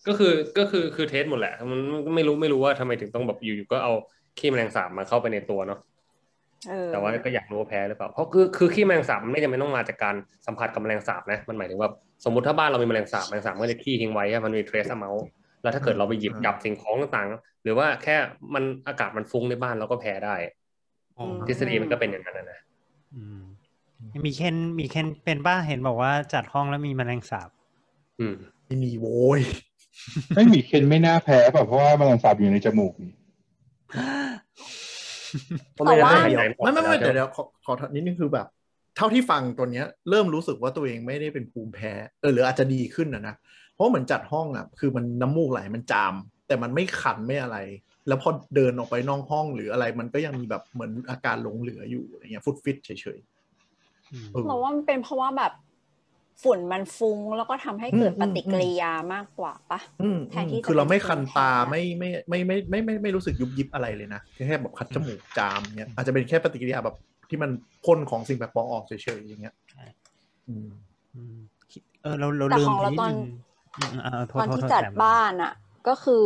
H: ก็คือก็คือคือเทสหมดแหละมันไม่รู้ไม่รู้ว่าทำไมถึงต้องแบบอยู่ๆก็เอาขี้แมลงสาบมาเข้าไปในตัวเนาะ
B: เออ
H: แต่ว่าก็อยากรู้ว่าแพ้หรือเปล่า เพราะคือคือขี้แมลงสาบมันไม่จำเป็นต้องมาจากการสัมผัสกับแมลงสาบนะ มันหมายถึงว่าสมมติถ้าบ้านเรามีแมลงสาบแมลงสาบมันก็จะขี้ทิ้งไว้อะมันมีเทรสเมาส์แล้วถ้าเกิดเราไปหยิบจับสิ่งของต่างๆ หรือว่าแค่มันอากาศมันฟุ้งในบ้านเราก็แพ้ได้
E: อ๋อ
H: ทฤษฎีมันก็เป็นอย่างนั้นนะนะ
C: อืมมีเคนมีเคนเป็นป้าเห็นบอกว่าจัดห้องแล้วมีแมลงสาบ
H: อืม
D: ไม่มีโว้ย
A: ไม่มีเคนไม่น่าแพ้เปล่ะเพราะว่าแมลงสาบอยู่ในจมูกนี่
B: แต่ว่า
H: เดี๋ยว
D: ไม่ไม่ไม่เดี๋ยวเดี๋ยวขอขอนิดนึงคือแบบ เท่าที่ฟังตัวเนี้ย เริ่มรู้สึกว่าตัวเองไม่ได้เป็นภูมิแพ้เออหรืออาจจะดีขึ้นนะนะเพราะเหมือนจัดห้องอ่ะคือมันน้ำมูกไหลมันจาม แต่มันไม่ขันไม่อะไร แล้วพอเดินออกไปนอกห้องหรืออะไรมันก็ยังมีแบบเหมือนอาการหลงเหลืออยู่อะไรเงี้ยฟุตฟิตเฉย
C: อืม
D: ๆเออ
B: เราว่ามันเป็นเพราะว่าแบบฝุ่นมันฟุ้งแล้วก็ทำให้เกิด
D: อืม
B: ปฏิกิริยามากกว่าปะ
D: อืม
B: แทนที่จะ
D: คือเราไม่คันตา
B: เป็นภูมิแพ้
D: ไม่ไม่ไม่ไม่ไม่ไม่ไม่ไม่รู้สึกยุบยิบอะไรเลยนะแค่แบบคัดจมูกจามเนี่ยอาจจะเป็นแค่ปฏิกิริยาแบบที่มันพ่นของสิ่งแปลกปลอมออกเฉยๆอย่างเงี้ย
C: ใช่
D: อืม
C: อืมเออเราเรา
B: แต่
C: ลืม
B: ของเรา
C: นิด
B: ตอน
C: นึงอืมอ่าโทษ
B: ตอน
C: โทษ
B: ที่
C: โทษ
B: จัด
C: แซม
B: บ้านอ่ะ ก็คือ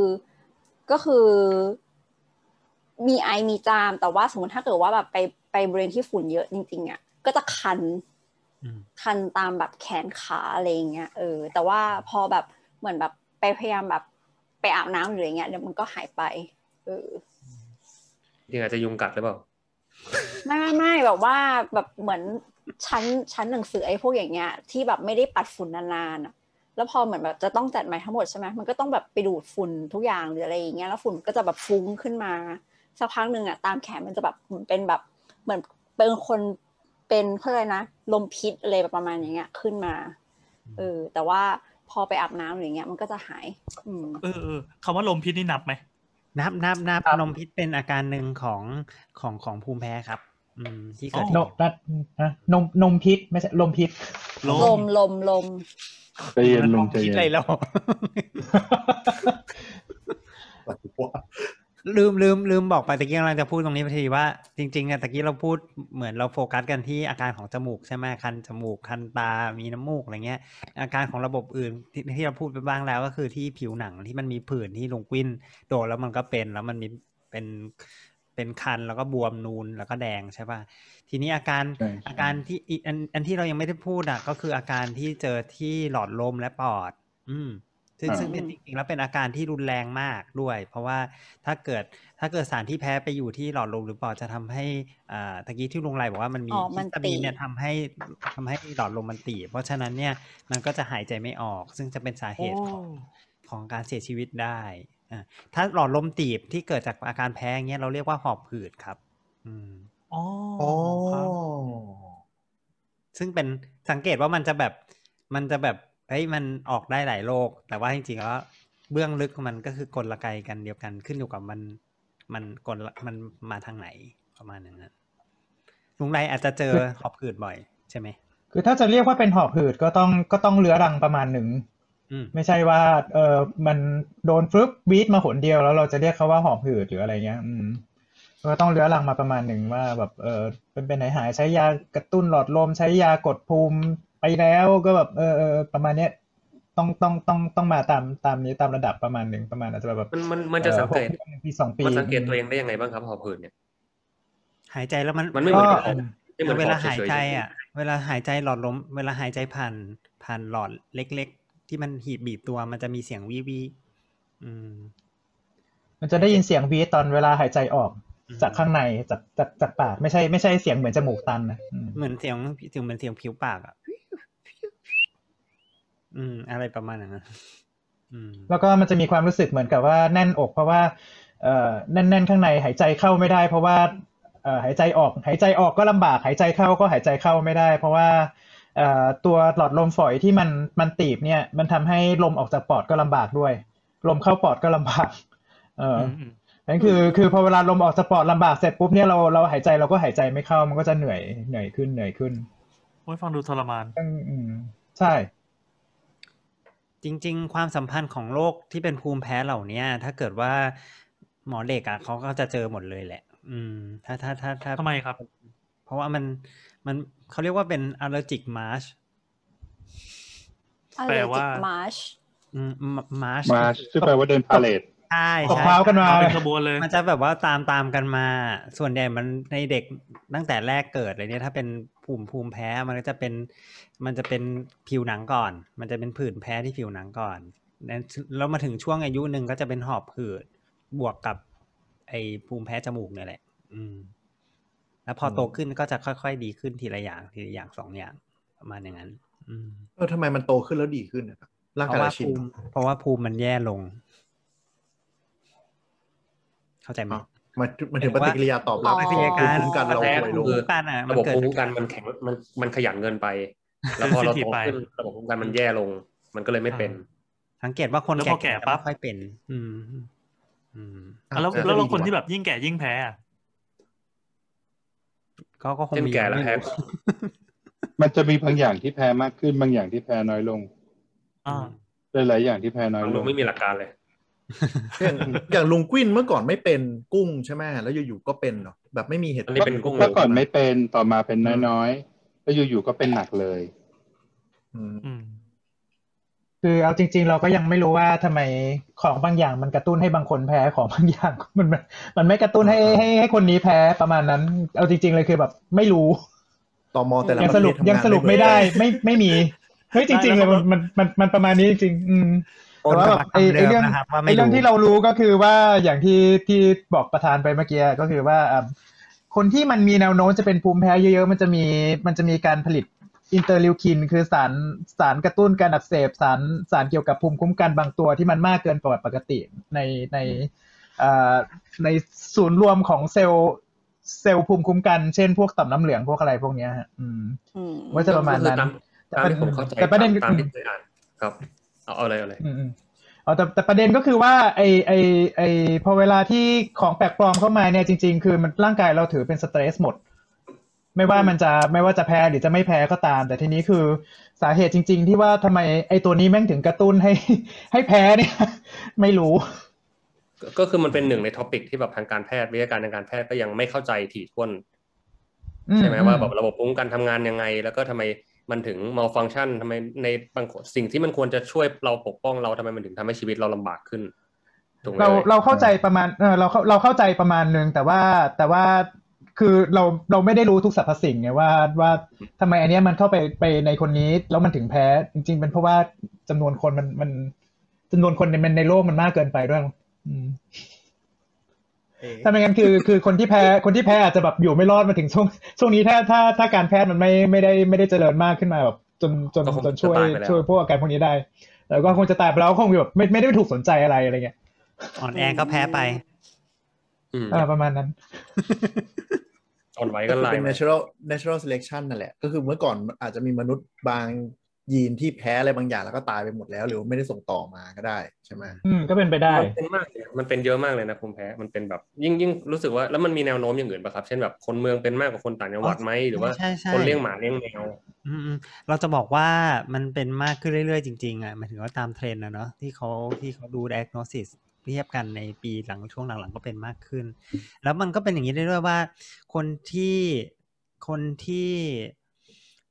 B: ก็คือมีไอมีจาม แต่ว่าสมมติถ้าเกิดว่าแบบไปไปบริเวณที่ฝุ่นเยอะจริง ๆอ่ะก็จะคัน
C: อืม
B: คันตามแบบแขนขาอะไรอย่างเงี้ยเออ แต่ว่าพอแบบเหมือนแบบไปพยายามแบบไปอาบน้ำหรืออะไรเงี้ยเดี๋ยวมันก็หายไป เออ
H: จริงอาจจะยุงกัดหรือเปล่า
B: ไม่ไม่ไม่แบบว่าแบบเหมือนชั้นชั้นหนังสือไอ้พวกอย่างเงี้ยที่แบบไม่ได้ปัดฝุ่นนานๆอะแล้วพอเหมือนแบบจะต้องจัดใหม่ทั้งหมดใช่ไหมมันก็ต้องแบบไปดูดฝุ่นทุกอย่างหรืออะไรอย่างเงี้ยแล้วฝุ่นมันก็จะแบบฟุ้งขึ้นมาสักพักหนึ่งอ่ะตามแขนมันจะแบบเหมือนเป็นแบบเหมือนเป็นคนเป็นเขาเรียกอะไรนะลมพิษอะไรแบบประมาณอย่างเงี้ยขึ้นมาเออแต่ว่าพอไปอาบน้ำหรืออย่างเงี้ยมันก็จะหาย อืม
E: เออเออคำว่าลมพิษนี่นับไหม
C: นับนับนับนมพิษเป็นอาการหนึ่งของของของภูมิแพ้ครับ อืมที่เกิด
F: นมนัดนะนมนมพิษไม่ใช่ลมพิษ
E: ล
B: ล
E: ม
B: มลมลม
A: ใจเย็นลงใจ
C: คิด
A: เย็น
C: อะไร แล้ว
D: ว่า
C: ลืมลืมลืมบอกไปตะกี้กำลังจะพูดตรงนี้พอดีว่าจริงๆอะตะกี้เราพูดเหมือนเราโฟกัสกันที่อาการของจมูกใช่ไหมคันจมูกคันตามีน้ำมูกอะไรเงี้ย อาการของระบบอื่นที่ที่เราพูดไปบ้างแล้วก็คือที่ผิวหนังที่มันมีผื่นที่ลงกวิ้นโดนแล้วมันก็เป็นแล้วมันมีเป็นเป็นคันแล้วก็บวมนูนแล้วก็แดงใช่ป่ะทีนี้อาการ
A: ใช่
C: อาการที่อีกอันอันที่เรายังไม่ได้พูดอ่ะ ก็คืออาการที่เจอที่หลอดลมและปอด อืม ซึ่งซึ่งเป็นจริงๆแล้วเป็นอาการที่รุนแรงมากด้วย เพราะว่าถ้าเกิดถ้าเกิดสารที่แพ้ไปอยู่ที่หลอดลมหรือปอดจะทำให้อ่าตะกี้ที่ลุงไรบอกว่ามันมี
B: อ๋อมัน
C: ฮิสตา
B: ตี
C: มีน
B: บ
C: เนี่ยทำให้ทำให้หลอดลมมันตีบเพราะฉะนั้นเนี่ยมันก็จะหายใจไม่ออก ซึ่งจะเป็นสาเหตุ
E: โอ้
C: ของของการเสียชีวิตได้อ่าถ้าหลอดลมตีบที่เกิดจากอาการแพ้อย่างเงี้ยเราเรียกว่าหอบหืดครับ อืม
E: อ๋อ
D: อ๋อ
E: ครับ
C: ซึ่งเป็นสังเกตว่ามันจะแบบมันจะแบบเฮ้ยมันออกได้หลายโรคแต่ว่าจริงๆแล้วเบื้องลึกของมันก็คือกลไกกันเดียวกันขึ้นอยู่กับมัน มันกลมันมาทางไหนประมาณนั้นนะลุงไรอาจจะเจ อหอบหืดบ่อยใช่ไหม
F: คือถ้าจะเรียกว่าเป็นหอบหืดก็ต้องก็ต้องเรื้อรังประมาณหนึ่ง
C: อืม
F: ไม่ใช่ว่า เออมันโดนฟลุปบีทมาหนเดียวแล้วเราจะเรียกเขาว่าหอบหืดหรืออะไรเงี้ย อืมก็ต้องเรื้อรังมาประมาณหนึ่งว่าแบบ เออเป็นเป็นไหนหายใช้ยากระตุ้นหลอดลมใช้ยากดภูมิไปแล้วก็แบบเออเออประมาณเนี้ยต้องต้องต้องต้องมาตามตามนี้ตามระดับประมาณหนึ่งประมาณอาจจะแบบ
H: มันมันมันจะสังเกต
F: อ่อหดือนปีสองปี
H: มันสังเกตตัวเองได้ยังไงบ้างครับหอบหืดเนี่ย
C: หายใจแล้วมัน
H: มันไม่เหมือน
F: ก็
H: กับหอบไม่เหมือน
C: เว
H: หอ
C: ลา
H: บเฉ
C: หาย
H: ย
C: ใจ
H: ๆ
C: อ่ะ เวลาหายใจหลอดลม เวลาหายใจผ่านผ่านหลอดเล็ก ๆ ที่มันหีบบีบตัวมันจะมีเสียงวิวีอืม
F: มันจะได้ยินเสียงบีทตอนเวลาหายใจออก จากข้างในจากจากจากปากไม่ใช่ไม่ใช่เสียงเหมือนจมูกตันนะอืม
C: เหมือนเสียงเสียงเหมือนเสียงผิวปากอ่ะ อืม อะไรประมาณนั้นนะ อืม
F: แล้วก็มันจะมีความรู้สึกเหมือนกับว่าแน่นอก เพราะว่าเอ่อแน่นๆข้างในหายใจเข้าไม่ได้ เพราะว่าเอ่อหายใจออก หายใจออกก็ลำบากหายใจเข้าก็หายใจเข้าไม่ได้ เพราะว่าเอ่อตัวหลอดลมฝอยที่มันมันตีบเนี่ย มันทำให้ลมออกจากปอดก็ลำบากด้วย ลมเข้าปอดก็ลำบาก เอออ
E: มม
F: นั่นคือคือพอเวลาลมออกสปอร์ตลำบากเสร็จปุ๊บเนี่ยเราเราหายใจเราก็หายใจไม่เข้ามันก็จะเหนื่อยเหนื่อยขึ้นเหนื่อยขึ้น
E: โอ้ยฟังดูทรมาน
F: ซึ่งอืมใช่
C: จริง ๆ ความสัมพันธ์ของโรคที่เป็นภูมิแพ้เหล่าเนี้ย ถ้าเกิดว่าหมอเด็กอ่ะเขาก็จะเจอหมดเลยแหละ อืม ถ้าถ้าถ้าถ้า
E: ทำไมครับ
C: เพราะว่ามันมันเขาเรียกว่าเป็น allergic march
E: แปลว่า
B: มาร์ช
C: มาร์ช
A: มาชื่อแปลว่าเดินพาเลท
C: ใช่
F: ตก
C: ใช่
F: เท้ากันมา
E: มาเป็นขบวนเลย
C: มันจะแบบว่าตามตามกันมา ส่วนใหญ่มันในเด็กตั้งแต่แรกเกิดเลยเนี่ยถ้าเป็นภูมิภูมิแพ้มันก็จะเป็น มันจะเป็นผิวหนังก่อน มันจะเป็นผื่นแพ้ที่ผิวหนังก่อนแล้วแล้วมาถึงช่วงอายุหนึ่งก็จะเป็นหอบหืดบวกกับ ไอภูมิแพ้จมูกเนี่ยแหละ อืม แล้วพอโตขึ้นก็จะค่อยๆดีขึ้นทีละอย่างทีละอย่างสองอย่างประมาณอย่างนั้น อืม
D: เออทำไมมันโตขึ้นแล้วดีขึ้นนะครับร่าง
C: เพ
D: กาย
C: ราะว่า
D: เราชิน
C: ภูมิเพราะว่าภูมิมันแย่ลง เข้าใจไหม
D: หมันมันถึงปฏิกิริยาตอบรับ
B: อ๋อ
C: ปฏิกิริยาการ
D: ภูมิคุ้มกันเรา
C: แพ้
D: ห่วยลง
C: ภูมิคุ้มกันอะมัน
H: ระบบ
C: เกิด
H: ภูมิคุ้มกันมันแข็งมันมันขยันเกินไป แล้วพอเราโตขึ้นระบบภูมิคุ้มกันมันแย่ลง มันก็เลยไม่เป็น
C: สังเกตว่าคน
E: แล้ว
C: แก่
E: พอแก่ปั๊บ
C: จะไม่ค่อยเป็น อืม อืม
E: อ่ะแล้วแล้วเราคนที่แบบยิ่งแก่ยิ่งแพ้อะ
C: ก็ก็คง
H: เช่น
C: มี
H: แก่แล้วแพ้
C: ไม่รู้
A: มันจะมีบางอย่างที่แพ้มากขึ้นบางอย่างที่แพ้น้อยลง
E: อ่า
A: หลายๆอย่างที่แพ้น้อย
H: มัน
A: ลง
H: ไม่มีหลักการเลย
D: เช่นอย่างลุงกุ้นเมื่อก่อนไม่เป็นกุ้งใช่ไหมแล้วอยู่ๆก็เป็นเหรอแบบไม่มีเหตุ
H: อันนี้เป็นกุ้ง
A: เมื่อก่อนไม่เป็นต่อมาเป็นน้อยๆแล้วอยู่ๆก็เป็นหนักเลย
D: อืม
E: อืม
F: คือเอาจริง ๆ เราก็ยังไม่รู้ว่าทำไมของบางอย่างมันกระตุ้นให้บางคนแพ้ของบางอย่าง มันมันมันไม่กระตุ้นให้ให้ให้คนนี้แพ้ประมาณนั้น เอาจริง ๆ เลยคือแบบไม่รู้
D: ต่อมอแต่ละ
F: ยัง
D: ป
F: ส
D: ระเท
F: รุป
D: ศทำงาน
F: ยังสรุปไม่ได้ไม่ไม่มีเฮ้ยจริง ๆ
E: ได้
F: เลย
E: แล้ว
F: มันมันมันมันประมาณนี้จริงๆอืม
C: คน
F: แต่ว่า
C: ก็
F: แบบ
C: มา
F: ไอ้
C: ทำ
F: ไอ้
C: เดิม
F: เรื่อง
C: นะครับ ว่า
F: ไอ้
C: ไม่
F: เรื่องที่เรารู้ก็คือว่าอย่างที่ที่บอกประธานไปเมื่อกี้ก็คือว่าอ่ะคนที่มันมีแนวโน้มจะเป็นภูมิแพ้เยอะๆ มันจะมีมันจะมีการผลิตอินเตอร์ลิวคิน คือสารสารกระตุ้นการอักเสบสารสารเกี่ยวกับภูมิคุ้มกันบางตัวที่มันมากเกินกว่าปกติในในเอ่อในศูนย์รวมของเซลล์เซลล์ภูมิคุ้มกันเช่นพวกต่อมน้ำเหลืองพวกอะไรพวกเนี้ยฮะอืม
B: อืม
F: ว่าจะประมาณนั้น
H: ก็คือตามตามที่ผมเข้าใจ
F: แต่ประเด็น
H: ตามที่เคยอ่านครับ เอาเอาอะไรเอาอะไร
F: อืมอืมอ๋อแต่แต่ประเด็นก็คือว่าไอไอไอพอเวลาที่ของแปลกปลอมเข้ามาเนี่ยจริง ๆ คือมันร่างกายเราถือเป็นสเตรสหมด ไม่ว่ามันจะไม่ว่าจะแพ้หรือจะไม่แพ้ก็ตาม แต่ทีนี้คือสาเหตุจริง ๆ ที่ว่าทำไมไอตัวนี้แม่งถึงกระตุ้นให้ ให้แพ้เนี่ย ไม่รู้
H: ก็ก็คือมันเป็นหนึ่งในท็อปิกที่แบบทางการแพทย์วิทยาการทางการแพทย์ก็ยังไม่เข้าใจถี่ถ้วน ใช่ไหมว่าแบบระบบภูมิคุ้มกันทำงานยังไง แล้วก็ทำไมมันถึง malfunction ทำไมในบางคนสิ่งที่มันควรจะช่วยเราปกป้องเราทำไมมันถึงทำให้ชีวิตเราลำบากขึ้นถูกไหม
F: เราเราเข้าใจประมาณเออเราเข้าเราเข้าใจประมาณนึงแต่ว่าแต่ว่าคือเราเราไม่ได้รู้ทุกสรรพสิ่งไงว่าว่าทำไมอันเนี้ยมันเข้าไปไปในคนนี้แล้วมันถึงแพ้จริง ๆ เป็นเพราะว่าจำนวนคนมันมันจำนวนคนในมันในโลกมันมากเกินไปด้วยมั้งอืมถ้าไม่งั้นคือคือคนที่แพ้คนที่แพ้อาจจะแบบอยู่ไม่รอดมาถึงช่วงช่วงนี้ถ้าถ้าถ้าการแพทย์มันไม่ไม่ได้ไม่ได้เจริญมากขึ้นมาแบบจนจนจนช่วยช่วยพวกอาการพวกนี้ได้แล้วก็คงจะตายไปแล้วคงแบบไม่ไม่ได้ถูกสนใจอะไรอะไรเงี้ย
C: อ่อนแอก็แพ้ไป
H: อืม
F: เออประมาณนั้น
H: อ่อนไหว
D: ก็
H: ก็
D: คือ
H: ไลาย
D: เป็น natural natural selection นั่นแหละ ก็คือเมื่อก่อนอาจจะมีมนุษย์บางยีนที่แพ้อะไรบางอย่างแล้วก็ตายไปหมดแล้ว หรือว่าไม่ได้ส่งต่อมาก็ได้ใช่ไหม
F: อืมก็เป็นไปได้
H: มันเป็นมากเลยมันเป็นเยอะมากเลยนะภูมิแพ้มันเป็นแบบยิ่งยิ่งรู้สึกว่าแล้วมันมีแนวโน้มอย่างอื่นป่ะครับ เช่นแบบคนเมืองเป็นมากกว่าคนต่างจังหวัดไหมหรือว่า
C: ใช่ใช่
H: คนเลี้ยงหมาเลี้ยงแมว
C: อืมๆเราจะบอกว่ามันเป็นมากขึ้นเรื่อยๆ จริงๆอ่ะหมายถึงว่าตามเทรนด์นะเนาะที่เขาที่เขาดู diagnosis เทียบกันในปีหลังช่วงหลังๆก็เป็นมากขึ้น แล้วมันก็เป็นอย่างนี้ได้ด้วยว่า คนที่คนที่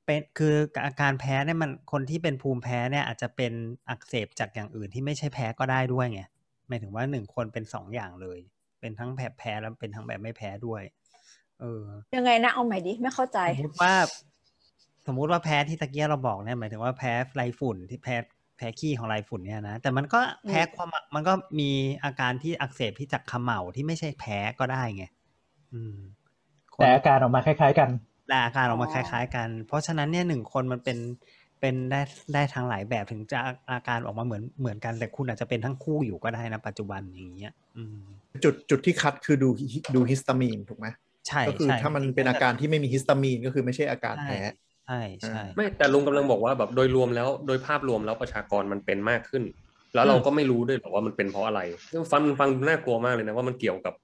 C: เป็นคืออาการแพ้เนี่ยมันคนที่เป็นภูมิแพ้เนี่ยอาจจะเป็นอักเสบจากอย่างอื่นที่ไม่ใช่แพ้ก็ได้ด้วยไงหมายถึงว่าหนึ่งคนเป็นสองอย่างเลย เป็นทั้งแบบแพ้แล้วเป็นทั้งแบบไม่แพ้ด้วย เออ
B: ยังไงนะเอาใหม่ดิไม่เข้าใจ
C: สมมติว่าสมมุติว่าแพ้ที่ตะเกียเราบอกเนี่ยหมายถึงว่าแพ้ไรฝุ่นที่แพ้แพ้ขี้ของไรฝุ่นเนี่ยนะแต่มันก็แพ้ความอ่ะมันก็มีอาการที่อักเสบที่จากเขมเหลาที่ไม่ใช่แพ้ก็ได้ไงอืมคน
F: แต่อาการออกมาคล้าย ๆ กัน
C: แต่อาการออกมา
B: อ๋
C: ค
B: อ
C: ล้าย ๆ กัน เพราะฉะนั้นเนี่ยหนึ่งคนมันเป็นเป็นได้ได้ทางหลายแบบถึงจะอาการออกมาเหมือนเหมือนกันแต่คุณอาจจะเป็นทั้งคู่อยู่ก็ได้นะปัจจุบันอย่างเงี้ย อืม
D: จุดจุดที่คัดคือดูดูฮิสตามีนถูกไหม
C: ใช่
D: ก็คือ
C: ใช่
D: ถ้ามันเป็นอาการที่ไม่มีฮิสตามีนก็คือไม่ใช่อาการแพ้
C: ใช่ใช่
H: ไม่แต่ลุงกำลังบอกว่าแบบโดยรวมแล้วโดยภาพรวมแล้วประชากรมันเป็นมากขึ้น แล้วเราก็ไม่รู้ด้วยหรอกว่ามันเป็นเพราะอะไรซึ่งฟังฟังดูน่ากลัวมากเลยนะว่ามันเกี่ยวกับ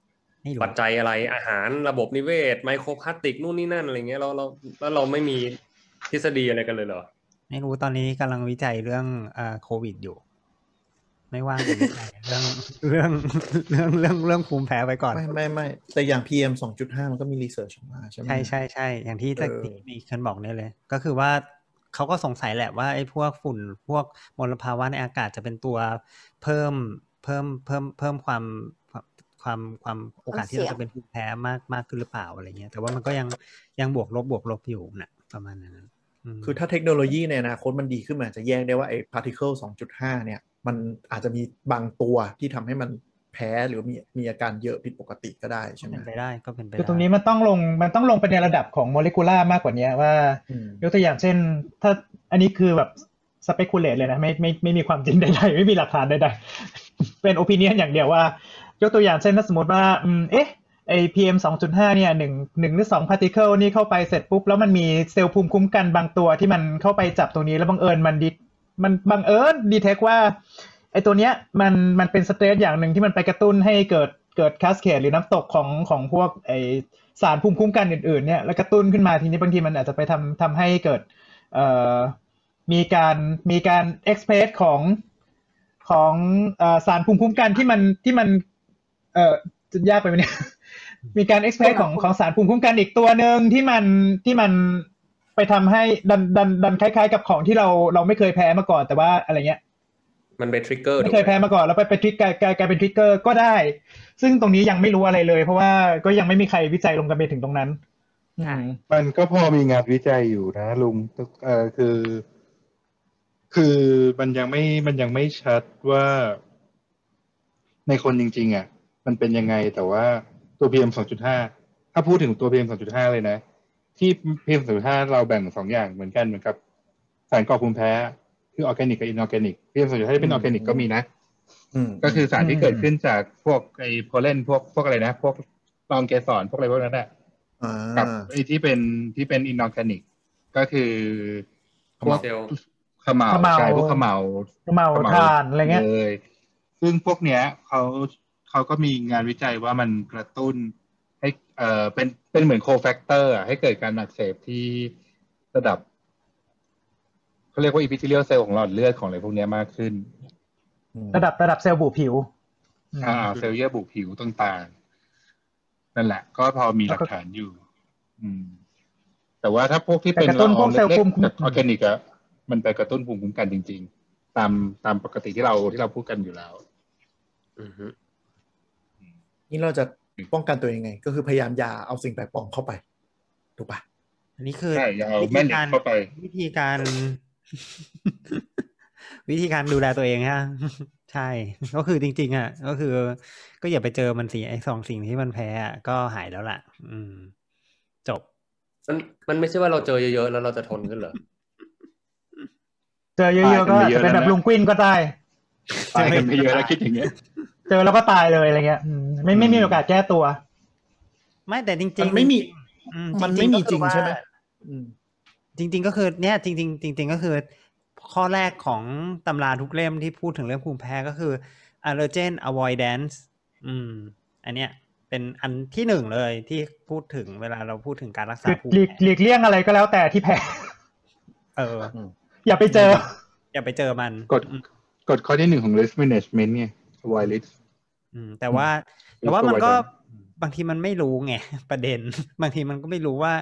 C: ไม่รู้
H: ปัจจัยอะไรอาหารระบบนิเวศ ไมโครพลาสติกนู่นนี่นั่นอะไรเงี้ยเราเราแล้วเราไม่มีทฤษฎีอะไรกันเลยเหรอ
C: ไม่รู้ตอนนี้กำลังวิจัยเรื่องเอ่อโควิดอยู่ ไม่ว่างไปวิจัย เรื่อง เรื่องเรื่องเรื่องเรื่องภูมิแพ้ไว้ก่อน
D: ไม่ไม่ไม่แต่อย่าง PM 2.5 มันก็มีรีเสิร์ชออกมาใช่ไหม
C: ใช่ใช่ใช่อย่างที่
D: เออ
C: ที่มีคันบอกเนี่ยเลย ก็คือว่า เขาก็สงสัยแหละว่าไอ้พวกฝุ่นพวกมลภาวะในอากาศจะเป็นตัวเพิ่มเพิ่มเพิ่มเพิ่มความความความโอกาสที่เราจะเป็นภูมิแพ้มากมากขึ้นหรือเปล่าอะไรเงี้ย แต่ว่ามันก็ยังยังบวกลบบวกลบอยู่นะประมาณนั้นม
D: คือถ้าเทคโนโลยีในอนาคตมันดีขึ้นมันอาจจะแยกได้ว่าไอ้ particle 2.5 เนี่ย มันอาจจะมีบางตัวที่ทำให้มันแพ้หรือมีมีอาการเยอะผิดปกติก็ได้ใช่ไหม
C: เป็นไปได้ก็เป็นไป
F: คือ
C: ได้
F: ตรงนี้มันต้องลงมันต้องลงไปในระดับของโมเลกุลามากกว่านี้ว่า
D: อืม
F: ยกตัวอย่างเช่น ถ้าอันนี้คือแบบสเปกุเลตเลยนะไม่ไม่ไม่มีความจริงใดๆ ไม่มีหลักฐานใดๆ เป็นโอปิเนียนอย่างเดียวว่า ยกตัวอย่างเช่นถ้าสมมติว่าอืมเอ๊ะไอพีเอมสองจุดห้าเนี่ยหนึ่งหนึ่งหรือสองพาร์ติเคิลนี่เข้าไปเสร็จปุ๊บ แล้วมันมีเซลล์ภูมิคุ้มกันบางตัวที่มันเข้าไปจับตรงนี้แล้วบังเอิญมันดิมันบังเอิญดีเทคว่าไอตัวเนี้ยมันมันเป็นสเตรสอย่างหนึ่งที่มันไปกระตุ้นให้เกิดเกิดคาสเคดหรือน้ำตกของของพวกไอ สารภูมิคุ้มกันอื่นๆเนี่ยแล้วกระตุ้นขึ้นมาทีนี้บางทีมันอาจจะไปทำทำให้เกิดเอ่อมีการมีการเอ็กเพรสของของเอ่อสารภูมิคุ้มกันที่มันที่มันเอ่อจะยากไปไหมเนี่ย มีการเอ็กเพรสของของสารภูมิคุ้มกันอีกตัวหนึ่งที่มันที่มันไปทำให้ดันดันดันคล้ายๆ กับของที่เราเราไม่เคยแพ้มาก่อนแต่ว่าอะไรเงี้ย
H: มันไปทริกเกอร์
F: ไม่เคยแพ้มาก่อนแล้วไปไปทริกกลายกลายกลายเป็นทริกเกอร์ก็ได้ ซึ่งตรงนี้ยังไม่รู้อะไรเลย เพราะว่าก็ยังไม่มีใครวิจัยลงกันไปถึงตรงนั้นอืม
A: มันก็พอมีงานวิจัยอยู่นะลุงเออคือ คือมันยังไม่มันยังไม่ชัดว่าในคนจริง ๆ อ่ะ มันเป็นยังไงแต่ว่าตัว PM 2.5 ถ้าพูดถึงตัว PM 2.5 เลยนะ ที่ PM 2.5 เราแบ่งสองอย่างเหมือนกันเหมือนกับสารก่อภูมิแพ้ คือออร์แกนิกกับอินออร์แกนิก PM 2.5ที่เป็นออร์แกนิกก็มีนะ
D: อืม
A: ก็คือสาร
F: อื
A: ที่
F: ม
A: เกิดขึ้นจากพวกไอ้โพเลนพวกพวกอะไรนะ พวกรองเกสรพวกอะไรพวกนั้นแหละ
D: อ่า
A: กับไอ้ที่เป็นที่เป็นอินออร์แกนิก ก็คือพวก
H: เซลล์
A: ขมเห
F: เขม่า
A: ลาใช่พวกเขมเหลา
F: เมาทานอะไรเงี้ย
A: เลยซึ่งพวกเนี้ยเขาเขาก็มีงานวิจัยว่ามันกระตุ้นให้เอ่อเป็นเป็นเหมือนโคแฟกเตอร์ให้เกิดการอักเสบที่ระดับเขาเรียกว่าอีพิทิเลียลเซลล์ของหลอดเลือดของอะไรพวกเนี้ยมากขึ้น
D: อืม
F: ระดับระดับเซลล์บุผิวอืม
A: อ่าเซลล์เยื่อบุผิวต่างๆนั่นแหละ ก็พอมีหลักฐานอยู่ อืม แต่ว่าถ้าพวกที่เป็น
F: แต่กระตุ้น
A: ละออง
F: พวกเซลล์
A: ล็ก
F: ภูมิคุ้ม
A: ๆจากออร์แกนิกอะมันไปกระตุ้นภูมิคุ้มกันจริง ๆ ตามตามปกติที่เราที่เราพูดกันอยู่แล้ว
H: อือฮึ
D: นี่เราจะป้องกันตัวเองไง ก็คือพยายามอย่าเอาสิ่งแปลกปลอมเข้าไปถูกปะ
C: อันนี้คือ
A: ใช่อย่าเอา
C: วิ
A: แม่
C: ธี
A: เหล็ก
C: การ
A: เข้าไป
C: วิธีการ วิธีการดูแลตัวเองฮะ ใช่ ก็คือจริง ๆ อ่ะ ก็คือ ก็อย่าไปเจอมันสิไอ้สองสิ่งที่มันแพ้อะก็หายแล้วล่ะ อืม จบ
H: มันมันไม่ใช่ว่าเราเจอเยอะๆ แล้วเราจะทนขึ้นเหรอ
F: เจอเยอะๆก็อาจจะเป็นแบบลุงกวินก็ได้
A: ตายกันไปเยอะแล้วคิดอย่างเงี้ย
F: เจอแล้วก็ตายเลยอะไรเงี้ยอืมไม่ไม่มีโอกาสแก้ตัว
C: ไม่แต่จริงๆ
D: มันไม่มี
C: อื
D: มันไม่มีจริง
C: ก็คือว่า
D: ใช่ไหมอืม
C: จริง ๆ ก็คือเนี่ยจริง ๆ จริง ๆ ก็คือ ข้อแรกของตำราทุกเล่มที่พูดถึงเรื่องภูมิแพ้ก็คือ allergen avoidance อืม อันเนี้ยเป็นอันที่หนึ่งเลยที่พูดถึงเวลาเราพูดถึงการรักษา
F: คือ
C: ภูมิ
F: หลีก
C: แพ้
F: หลีกเลี่ยงอะไรก็แล้วแต่ที่แพ้
C: เออ
F: อย่าไปเจอ
C: อย่าไปเจอมัน
A: กดกดข้อที่หนึ่งของ risk management เนี่ย avoid risk
C: อืมแต่ว่า แต่ว่ามันก็บางทีมันไม่รู้ไง ประเด็น บางทีมันก็ไม่รู้ว่า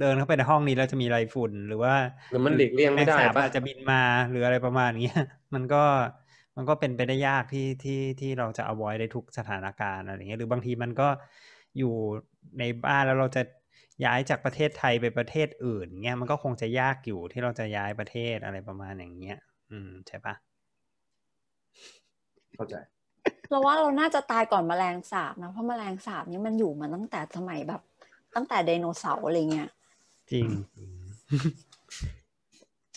C: เดินเข้าไปในห้องนี้แล้วจะมีอะไรฝุ่น หรือว่า
H: หรือมันหลีกเลี่ยงไม่ได้
C: แสบ
H: ปะ
C: อาจจะบินมาหรืออะไรประมาณเนี้ย มันก็มันก็เป็นไปได้ยากที่ที่ที่เราจะ avoid ได้ทุกสถานการณ์อะไรเงี้ยหรือบางทีมันก็อยู่ในบ้านแล้วเราจะย้ายจากประเทศไทยไปประเทศอื่นเงี้ยมันก็คงจะยากอยู่ที่เราจะย้ายประเทศอะไรประมาณอย่างเงี้ย อืมใช่ปะ
D: เข้าใจ
B: เราว่าเราน่าจะตายก่อนแมลงสาบนะเพราะแมลงสาบนี่มันอยู่มาตั้งแต่สมัยแบบ ตั้งแต่ไดโนเสาร์อะไรเงี้ย
C: จริง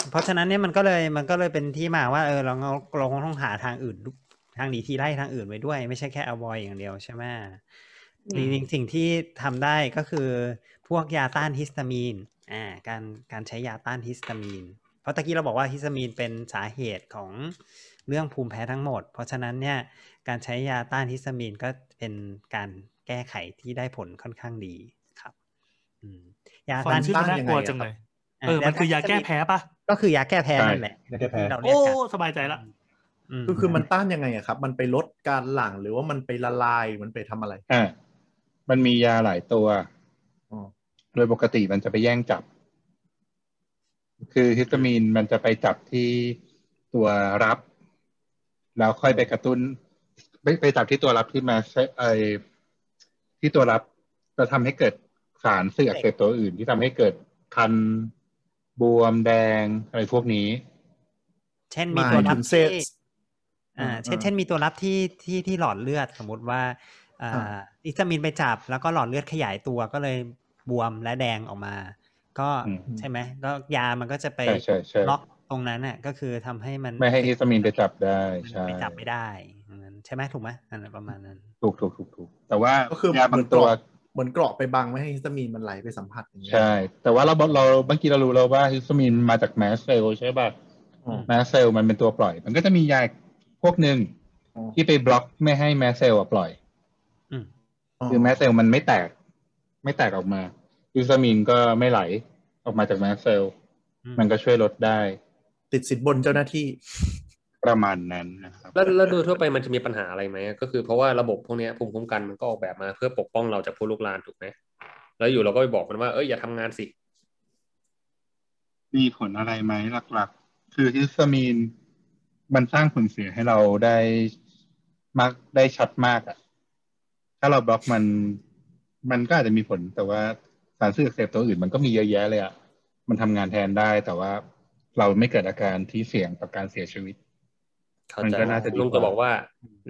C: เพราะฉะนั้นเนี่ยมันก็เลยมันก็เลยเป็นที่มาว่าเออเราเราเราคงต้องหาทางอื่นดูทางหนีทีไล่ทางอื่นไว้ด้วย ไม่ใช่แค่ avoid อย่างเดียวใช่ไหม
B: อืม
C: จริงๆสิ่งที่ทำได้ก็คือพวกยาต้านฮิสตามีนอ่าการการใช้ยาต้านฮิสตามีน เพราะตะกี้เราบอกว่าฮิสตามีนเป็นสาเหตุของเรื่องภูมิแพ้ทั้งหมด เพราะฉะนั้นเนี่ยการใช้ยาต้านฮิสตามีนก็เป็นการแก้ไขที่ได้ผลค่อนข้างดีครับ อืมยา
E: ฟั
C: ต้าง น
E: ชื่อมันน่ากลัวจังเลย
C: อ่ะ
E: เออ มันคือยาแก้แพ้ปะ
C: ก็คือยาแก้แพ้
A: ใช่
C: นั่นแหละ
F: ยาแก้แพ้
C: ที่เราเรีย
E: โอ้
C: กกัน
E: สบายใจละ
C: อืม
D: คือคือมันต้านยังไงอะครับ มันไปลดการหลั่งหรือว่ามันไปละลายหรือมันไปทำอะไร
A: อ่ามันมียาหลายตัว
D: อ๋อ
A: โดยปกติมันจะไปแย่งจับ คือฮิสตามีนมันจะไปจับที่ตัวรับ แล้วค่อยไปกระตุ้น ไปไปจับที่ตัวรับที่มาใช้ไอที่ตัวรับจะทำให้เกิดสารเสื่ออักเสบตัวอื่นที่ทำให้เกิดคันบวมแดงอะไรพวกนี้
C: เช่น
D: ห
C: มี
D: มา
C: ตัวย รั
D: ถึ
C: บ
D: งเซ
C: ที่
D: ต
C: อ่า
D: อ่า
C: เช่นเช่นมีตัวรับที่ที่ที่หลอดเลือดสมมติว่าอ่า
D: อ่า
C: อิสตามินไปจับแล้วก็หลอดเลือดขยายตัวก็เลยบวมและแดงออกมา ก็
A: อืม
C: ใช่ไหมก็ยามันก็จะไป
A: ใช่ใช่ใช่
C: ล็อกตรงนั้นน่ะก็คือทำให้มัน
A: ไม่ให้ฮิสตามีนไปจับได้
C: มัน
A: ใช่
C: ไปจับไม่ได้อย่างนั้นใช่ไหมถูกไหมอันนั้นประมาณนั้น
A: ถูกถูกถูกถูกแต่ว่า
D: ก็คือเห
A: ยาบา
D: มื
A: ง
D: อนเก
A: ตัว
D: ราะเหมือนเกราะไปบังไม่ให้ฮิสตามีนมันไหลไปสัมผัสอย่างเงี้ย
A: ใช่ แต่ว่าเราบอกเราเมื่อกี้เรารู้แล้วว่าฮิสตามีนมาจากแมสเซลใช่ป่ะ
D: อืม
A: แมสเซลมันเป็นตัวปล่อย มันก็จะมียาพวกหนึ่ง
D: อ๋อ
A: ที่ไปบล็อกไม่ให้แมสเซลอะปล่อย
C: อืม
A: คือแมสเซลมันไม่แตก ไม่แตกออกมาฮิสตามีนก็ไม่ไหลออกมาจากแมสเซล
C: อืม
A: มันก็ช่วยลดได้
D: ติดสินบนเจ้าหน้าที่
A: ประมาณนั้นนะครับ
H: แล้วแล้วโดยทั่วไปมันจะมีปัญหาอะไรไหมก็คือเพราะว่าระบบพวกเนี้ยภูมิคุ้มกันมันก็ออกแบบมาเพื่อปกป้องเราจากผู้ลุกลานถูกไหมแล้วอยู่เราก็ไปบอกมันว่าเอ้ยอย่าทำงานสิ
A: มีผลอะไรไหมหลักๆ คือฮิสตามีนมันสร้างผลเสียให้เราได้มากได้ชัดมากอะถ้าเราบล็อกมัน มันก็อาจจะมีผล แต่ว่าสารสื่ออักเสพตัวอื่นมันก็มีเยอะแยะเลยอะมันทำงานแทนได้ แต่ว่าเราไม่เกิดอาการที่เสี่ยงต่อการเสียชีวิต
H: เข้า
A: มัน
H: ใจ
A: ก็น่าจะดีกว่า
H: ลุงก็บอกว่า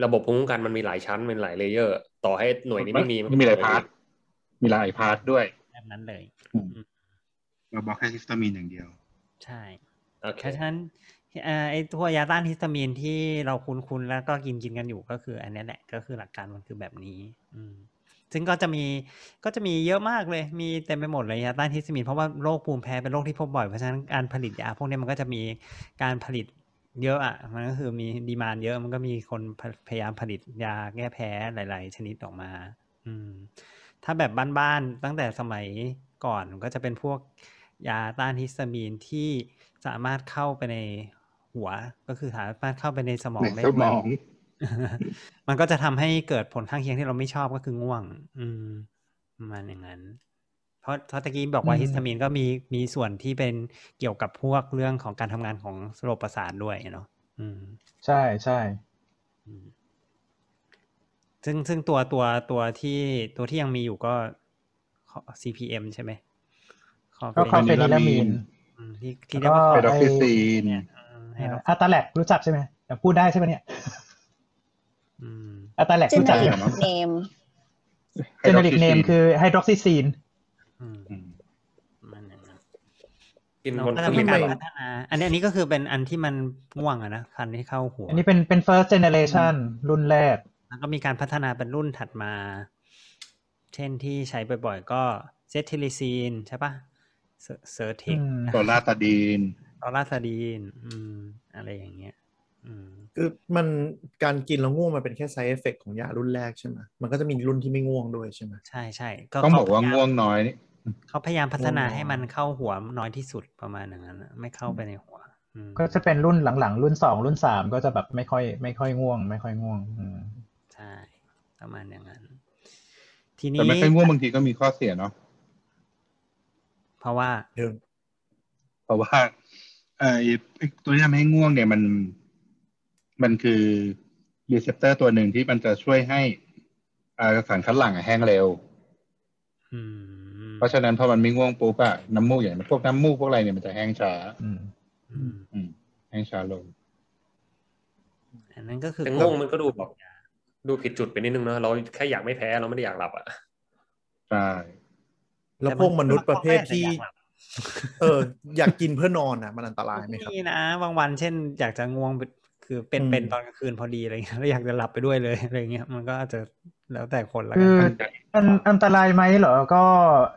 H: ระบบภูมิคุ้มกันมันมีหลายชั้นเป็นหลายเลเยอร์ ต่อให้หน่วยนี้ไม่มีนก็
A: มีหลายพาร์ทมีหลายพาร์ทด้วย
C: แบบนั้นเลย
A: เราบล็อกแค่ฮิสตามีนอย่างเดียว
C: ใช่
H: โอเค
C: เพราะฉะนั้นเอ่อไอ้ตัวยาต้านฮิสตามีนที่เราคุ้นๆแล้วก็กินกินกันอยู่ก็คือ อันนี้แหละก็คือหลักการมันคือแบบนี้ อืมซึ่งก็จะมีก็จะมีเยอะมากเลยมีเต็มไปหมดเลยยาต้านฮิสตามีนเพราะว่าโรคภูมิแพ้เป็นโรคที่พบบ่อยเพราะฉะนั้นการผลิตยาพวกนี้มันก็จะมีการผลิตเยอะอ่ะมันก็คือมีดีมานเยอะมันก็มีคนพยพยายามผลิตยาแก้แพ้หลาย ๆ ชนิดออกมา อืม ถ้าแบบบ้านๆตั้งแต่สมัยก่อนก็จะเป็นพวกยาต้านฮิสตามีนที่สามารถเข้าไปในหัวก็คือสามารถเข้าไปในสมองได้
A: ในสม
C: ด้วย
A: อง
C: มันก็จะทำให้เกิดผลข้างเคียงที่เราไม่ชอบก็คือง่วง อืมประมันอย่างนั้น เพราะเพราะตะกี้บอกว่า
F: อืม
C: ฮิสตามีนก็มีมีส่วนที่เป็นเกี่ยวกับพวกเรื่องของการทำงานของระบบประสาทด้วยเนาะอืม
F: ใช่ใช่
C: อืมซึ่งซึ่งตัวตัวตัวที่ตัวที่ยังมีอยู่ก็ขอ CPM ใช่ไหมขอ
F: ก็คอเฟ
A: เป็น
F: นิลามีน
C: อืมที่ที่เรียกว่าคอ
A: ไป
F: แล้ว
A: ด็อกซิซีน
C: ให้เรา
F: อัตาแลกรู้จักใช่ไหมเดี๋ยวพูดได้ใช่ไหมเนี่ย
C: อืม
F: อัตาแลก
B: เจ
F: รู้
B: เน
F: จัก
B: อริ
A: ห
B: ก
A: รอ
B: เนม
F: เจเนริกเนมคือไฮดรอกซิซีน
C: อืม
A: อืม
C: มันอย่างนั้น
H: กิน
C: เรา
H: บน
C: ก็จะ
H: เครื่อง
C: มี
H: บิน
C: การ
H: ก่อน
C: พัฒนา อันนี้อันนี้ก็คือเป็นอันที่มันง่วงอะนะคันที่เข้าหัว
F: อันนี้เป็นเป็น first generation รุ่นแรก
C: แล้วก็มีการพัฒนาเป็นรุ่นถัดมา เช่นที่ใช้บ่อยๆ ก็เซทิลิซีนใช่ปะเซอร์เทค
F: อืม
A: โซลาตาดีน
C: ออราซาดีน อืม อะไรอย่างเงี้ย อืม
D: คือมันการกินแล้วง่วงมันเป็นแค่ side effect ของยารุ่นแรกใช่ไหมมันก็จะมีรุ่นที่ไม่ง่วงด้วยใช่ไหม
C: ใช่ใช่
A: ต้องบอกว่า
C: เขพยยม
A: ง่วงน้อยนี่
C: เขาพยายามพัฒนาให้
D: ง่วงน้อย
C: มันเข้าหัวน้อยที่สุดประมาณอย่างนั้นน่ะไม่เข้าไปในหัว อืม
F: ก็จะเป็นรุ่นหลังๆ รุ่นสองรุ่นสามก็จะแบบไม่ค่อยไม่ค่อยง่วง ไม่ค่อยง่วงอืม
C: ใช่ ประมาณอย่างนั้น ทีนี้
A: แต่ไม่ค่อยง่วงบางทีก็มีข้อเสียเนาะ
C: เพราะว่า
D: เดี๋ยว
A: เพราะว่าเอ่อไอ้ตัวที่ทำให้ง่วงเนี่ยมัน มันคือรีเซพเตอร์ตัวหนึ่งที่มันจะช่วยให้อ่าสารคัดหลั่งอะแห้งเร็ว
C: อืม
A: เพราะฉะนั้นพอมันไม่ง่วงปุ๊บอะน้ำมูกอย่างพวกน้ำมูกพวกอะไรเนี่ยมันจะแห้งช้า
F: อืม
C: อืม
A: อืม แห้งช้าลง
C: อันนั้นก็คือ
H: แต่ง่วงมันก็ดูแบบดูผิดจุดไปนิดนึงเนอะเราแค่อยากไม่แพ้เราไม่ได้อยากหลับอ่ะ
A: ใช่
D: แล้วพวกมนุษย์ประเภทที่
C: แต่มันก็ไม่ได้อยากหลับ
D: เออ อยากกินเพื่อนอนอ่ะ มันอันตรายไหมครับ
C: มีนะบางวันเช่น อยากจะง่วงเป็นคือเป็น
D: อืม
C: เป็นตอนกลางคืนพอดีอะไรเงี้ยแล้วอยากจะหลับไปด้วยเลยอะไรเงี้ยมันก็อาจจะแล้วแต่คนละ
F: คื
C: กั
F: อ
C: น
F: อันอันตรายไหมเหรอ ก็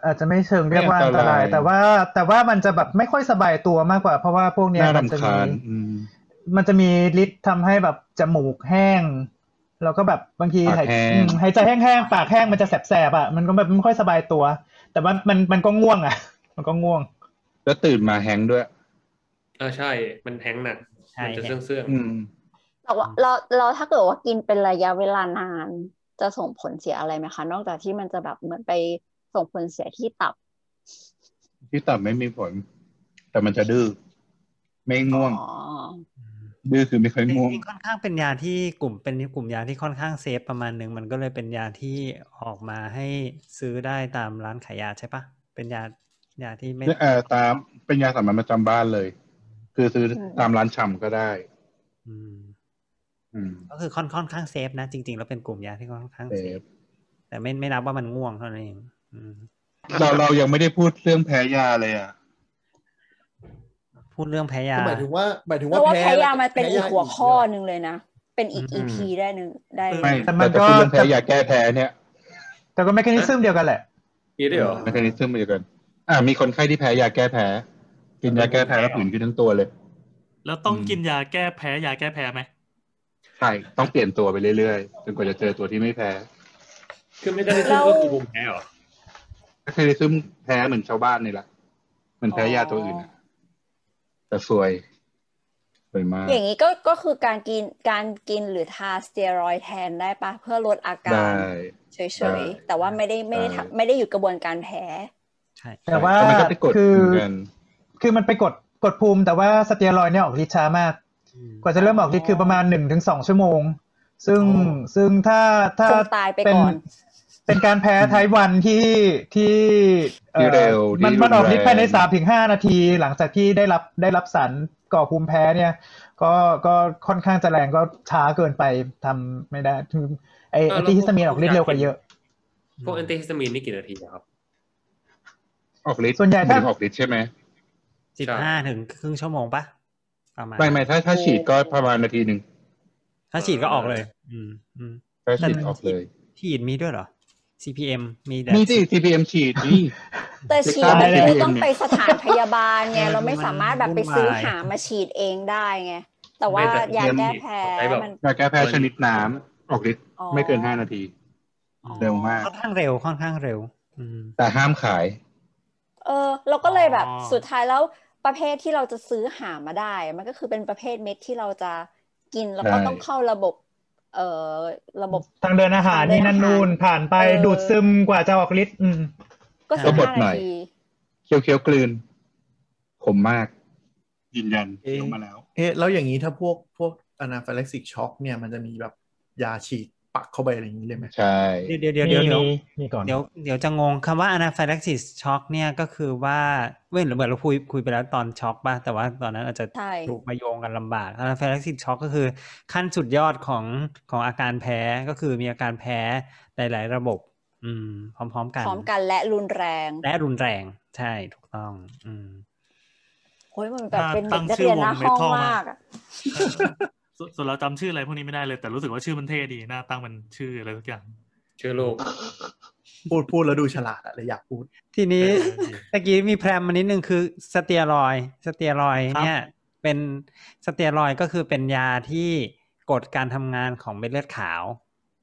F: อาจจะไม่เชิงเรียกว่าอันตราย แต่ว่าแต่ว่ามันจะแบบไม่ค่อยสบายตัวมากกว่า เพราะว่าพวกเนี้ย
A: น่า
F: มันจะ
A: รำ
F: มี
A: คาญอืม
F: มันจะมีฤทธิ์ทำให้แบบจมูกแห้ง แล้วก็แบบบางทีหา
A: ปาก
F: ย
A: แห้ง
F: อืมหายใจแห้งๆปากแห้งมันจะแสบๆอ่ะมันก็แบบไม่ค่อยสบายตัว แต่ว่ามันมันก็ง่วงอ่ะ มันก็ง่วง
A: แล้วตื่นมาแห้งด้วย
H: เออใช่ มันแฮงก์หนักมันจะเสื่องเสื่อง
A: อืม
B: แต่ว่าเราเราถ้าเกิดว่ากินเป็นระยะเวลานาน จะส่งผลเสียอะไรไหมคะ นอกจากที่มันจะแบบเหมือนไปส่งผลเสียที่ตับ
A: ที่ตับไม่มีผล แต่มันจะดื้อไม่ง่วง
B: อ๋อ
A: ดื้อคือไม่ค่อย
C: จ
A: ง่วง
C: ริงๆค่อนข้างเป็นยาที่กลุ่มเป็นกลุ่มยาที่ค่อนข้างเซฟประมาณหนึ่งมันก็เลยเป็นยาที่ออกมาให้ซื้อได้ตามร้านขายยาใช่ปะเป็นยายาที่ไม่
A: เอ่อตามเป็นยาสามัญประจำบ้านเลย คือซื้อตามร้านชำก็ได้
C: อืม
A: อืม
C: ก็คือค่อนค่อนข้างเซฟนะจริง ๆ แล้วเป็นกลุ่มยาที่ค่อนข้างเซฟ
A: เซฟ
C: แต่ไม่ไม่นับว่ามันง่วงเท่านั้นเองอืม
A: เราเรายังไม่ได้พูดเรื่องแพ้ยาเลยอ่ะ
C: พูดเรื่องแพ้ยา
D: ก็หมายถึงว่าหมายถึง
B: เพ
D: ว่า
B: ราะว่า
D: แพ้
B: แพ้ยามันเป็น
D: แพ้
B: อีก
D: ยา
B: หัวข้อ
D: เยะ
B: หนึ่งเลยนะ เป็นอีก
C: อืม
B: EP ได้หนึ่งได้
E: เออ
A: ไม่
E: แต่
A: แต่
F: มัน
A: จะ
F: ก็
A: พูดเรื่องแพ้ยาแก้แพ้เนี่ย
F: แต่ก็แมคานิซึมเดียวกันแหละ
H: นี่ด้วยเหรอ
A: มันก็นิซึมเหมือนกัน อ่า มีคนไข้ที่แพ้ยาแก้แพ้ กินยาแก้แพ้แล้วผื่นขึ้นทั้งตัวเลย
E: แล้วต้อง
A: อืม
E: กินยาแก้แพ้ยาแก้แพ้ไหม
A: ใช่ ต้องเปลี่ยนตัวไปเรื่อยๆจนกว่าจะเจอตัวที่ไม่แพ้
H: คือไม่ได้ที่ก็คือภูมิแพ้เหรอ
A: แคนิซึมแพ้เหมือนชาวบ้านนี่แหละเหมันแพ้ยาตัวอื่นอะแต่สวยสวยมาก
B: อย่างนี้ก็ก็คือการกินการกินหรือทาสเตียรอยด์แทนได้ปะเพื่อลดอา
A: ได
B: การ
A: ้
B: เฉยๆ แต่ว่าไม่ได้ไม่ได้
A: ได้
B: ทำไม่ได้อยู่กระบวนการแพ้
C: ใช่
F: แต่ว่า
A: มันก็ไปกด
F: คือ
A: เหมือนกัน
F: คือมันไปกดกดภูมิแต่ว่าสเตียรอยด์เนี่ยออกฤทธิ์ช้ามาก
C: อืม
F: กว่าจะเริ่มออกฤทธิ์คือประมาณหนึ่งถึงสองชั่วโมง ซึ่ง
E: โอ้
F: ซึ่งถ้าถ้า
B: คงตายไปก่อน
F: เป็นเป็นการแพ้ไทป์วันที่ที่
A: ที่เร็วที่
F: มัน
A: รุแง
F: มันออกฤทธิ์ภายในสามถึงห้านาที หลังจากที่ได้รับได้รับสารก่อภูมิแพ้เนี่ย ก็ก็ค่อนข้างจะแรงก็ช้าเกินไปทำไม่ได้คือไอ
H: เอ
F: แอ
H: อ
F: นติฮิสตามีนออกฤทธิ์เร็วกว่าเยอะ
H: พวกแอนติฮิสตามีนนี่กี่นาทีอะครับ
A: ออกฤทธิ์
F: ส่วนใหญ่ถ้า
A: ถึงออกฤทธิ์ใช่ไหม
C: สิบห้าถึงครึ่งชั่วโมงปะประมาณ
A: ไม่ไม่ถ้าถ้าฉีดก็ประมาณนาทีหนึ่ง
C: ถ้าฉีดก็ออกเลย อืมอืม
A: ถ้าฉีดออกเลย
C: ฉีดมีด้วยเหรอ CPM มีแต่
A: นี่ที่ TPM ฉีดนี่
B: แต่ฉีด
A: ได้เลย
B: คือต้องไปสถานพยาบาลไง
C: เออ
B: เราไม่สามารถแบบไปซื้อ
C: มันวุ่นวาย
B: หามาฉีดเองได้ไงแต่ว่า
H: ไม่แต่
B: ยาแก้แพ้
H: ใช้แบบ
B: มัน
A: ยาแก้แพ้ชนิดน้ำออกฤทธิ์
B: อ๋อ
A: ไม่เกินห้านาที เร็วมาก
C: ค่อนข้างเร็วค่อนข้างเร็ว อืม
A: แต่ห้ามขาย
B: เออ เราก็เลยแบบ
E: อ๋อ
B: สุดท้ายแล้วประเภทที่เราจะซื้อหามาได้ มันก็คือเป็นประเภทเม็ดที่เราจะกินแล้วก็
A: ได้
B: ต้องเข้าระบบ เอ่อระบบ
F: ทางเดินอาหารนี่นั่นนู่นผ่านไป
B: เออ
F: ดูดซึมกว่าจะออกฤทธิ์อืม
B: ก็
C: ก็
B: สิบ
A: ก
B: ห้า
A: ดหน่
B: นา
A: อย
B: ที
A: เคี้ยวเคี้ยวๆกลืนขมมาก ยืนยัน
D: เอ๊ะ
A: ลงมาแล้ว
D: เอ๊ะแล้วอย่างนี้ถ้าพวกพวกอนาฟ y l ล็กซิกช็อกเนี่ยมันจะมีแบบยาฉีดปักเข้าไปอะไรอย่างนี้เลยไหม
A: ใช่
C: เดี๋ยวเดี๋ยวเดี๋ยวเดี๋ยว
F: มีมี
C: เดี๋ยว
F: มีก่อน
C: เดี๋ยวเดี๋ยวจะงงคำว่า anaphylaxis shock เนี่ยก็คือว่าเว้ยเหรือเหมือนเราคุยคุยไปแล้วตอนช็อกป่ะ แต่ว่าตอนนั้นอาจจะ
B: ใช่
C: ถูกมาโยงกันลำบาก anaphylaxis shock ก็คือขั้นสุดยอดของของอาการแพ้ก็คือมีอาการแพ้หลาย ๆ ระบบ อืม พร้อม ๆ กัน
B: พร้อมกันและรุนแรง
C: และรุนแรงใช่ถูกต้อง อืม
B: โอ้ยมันแบบ
E: ถ้า
B: เป็น
E: ตั้
B: เด็กนั
E: ง
B: ก
E: ชื่
B: เรี
E: อ
B: ยนห
E: วง
B: น้าห้อง
E: metal มาม
B: มากอะ
E: ส่วน ส่วนเราจำชื่ออะไรพวกนี้ไม่ได้เลย แต่รู้สึกว่าชื่อมันเท่ดีหน้าตั้งมันชื่ออะไรทุกอย่าง
H: ชื่อลูก
D: พูดพูดแล้วดูฉลาดอะเลยอยากพูด
C: ทีนี้
E: เออดี
C: ตะกี้มีแพรมมานิดนึงคือสเตียรอยด์สเตียรอยด์เนี่ยเป็นสเตียรอยด์ก็คือเป็นยาที่กดการทำงานของเม็ดเลือดขาว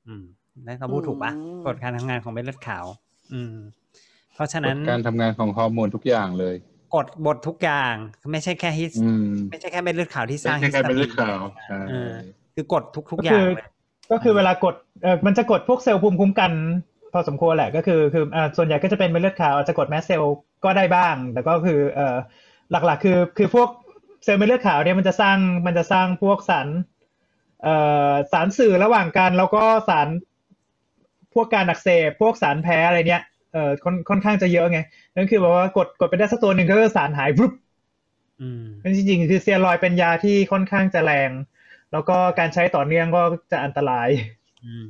C: อืมได้คำพูดถูกปะ
B: อืม
C: กดการทำงานของเม็ดเลือดขาว อืม เพราะฉะ
A: ก
C: นั้
A: ด
C: น
A: การทำงานของฮอร์โมนทุกอย่างเลย
C: กดบททุกอย่างไม่ใช่แค่ฮิส
A: อืม
C: ไม่ใช่แค่เม็ดเลือดขาวที่ส
A: ไม่
C: ร้าง
A: ใช่
C: ฮิส
A: แค่
C: ตา
A: เป็น
C: มี
A: เลือด
C: น
A: ขาวใช่
C: เออคือกดทุก ๆ อ
F: ก็
C: ย่าง
F: คือ
C: เลย
F: ก็คือเวลากดเออมันจะกดพวกเซลล์ภูมิคุ้มกัน พอสมควรแหละก็คือคืออ่าส่วนใหญ่ก็จะเป็นเม็ดเลือดขาวอาจจะกดแมสเซลล์ก็ได้บ้าง แต่ก็คือเออหลักๆ คือคือพวกเซลล์เม็ดเลือดขาวเนี่ยมันจะสร้างมันจะสร้างพวกสารเอ่อสารสื่อระหว่างกันแล้วก็สารพวกการอักเสบพวกสารแพ้อะไรเนี้ยเออค่อนค่อนข้างจะเยอะไงนั่นคือแบบว่ากดกดไปได้สักตัวหนึ่งก็คือสารหายปุ๊บ
C: อืม
F: นั่นจริงๆคือเซียรอยด์เป็นยาที่ค่อนข้างจะแรง แล้วก็การใช้ต่อเนื่องก็จะอันตราย
C: อืม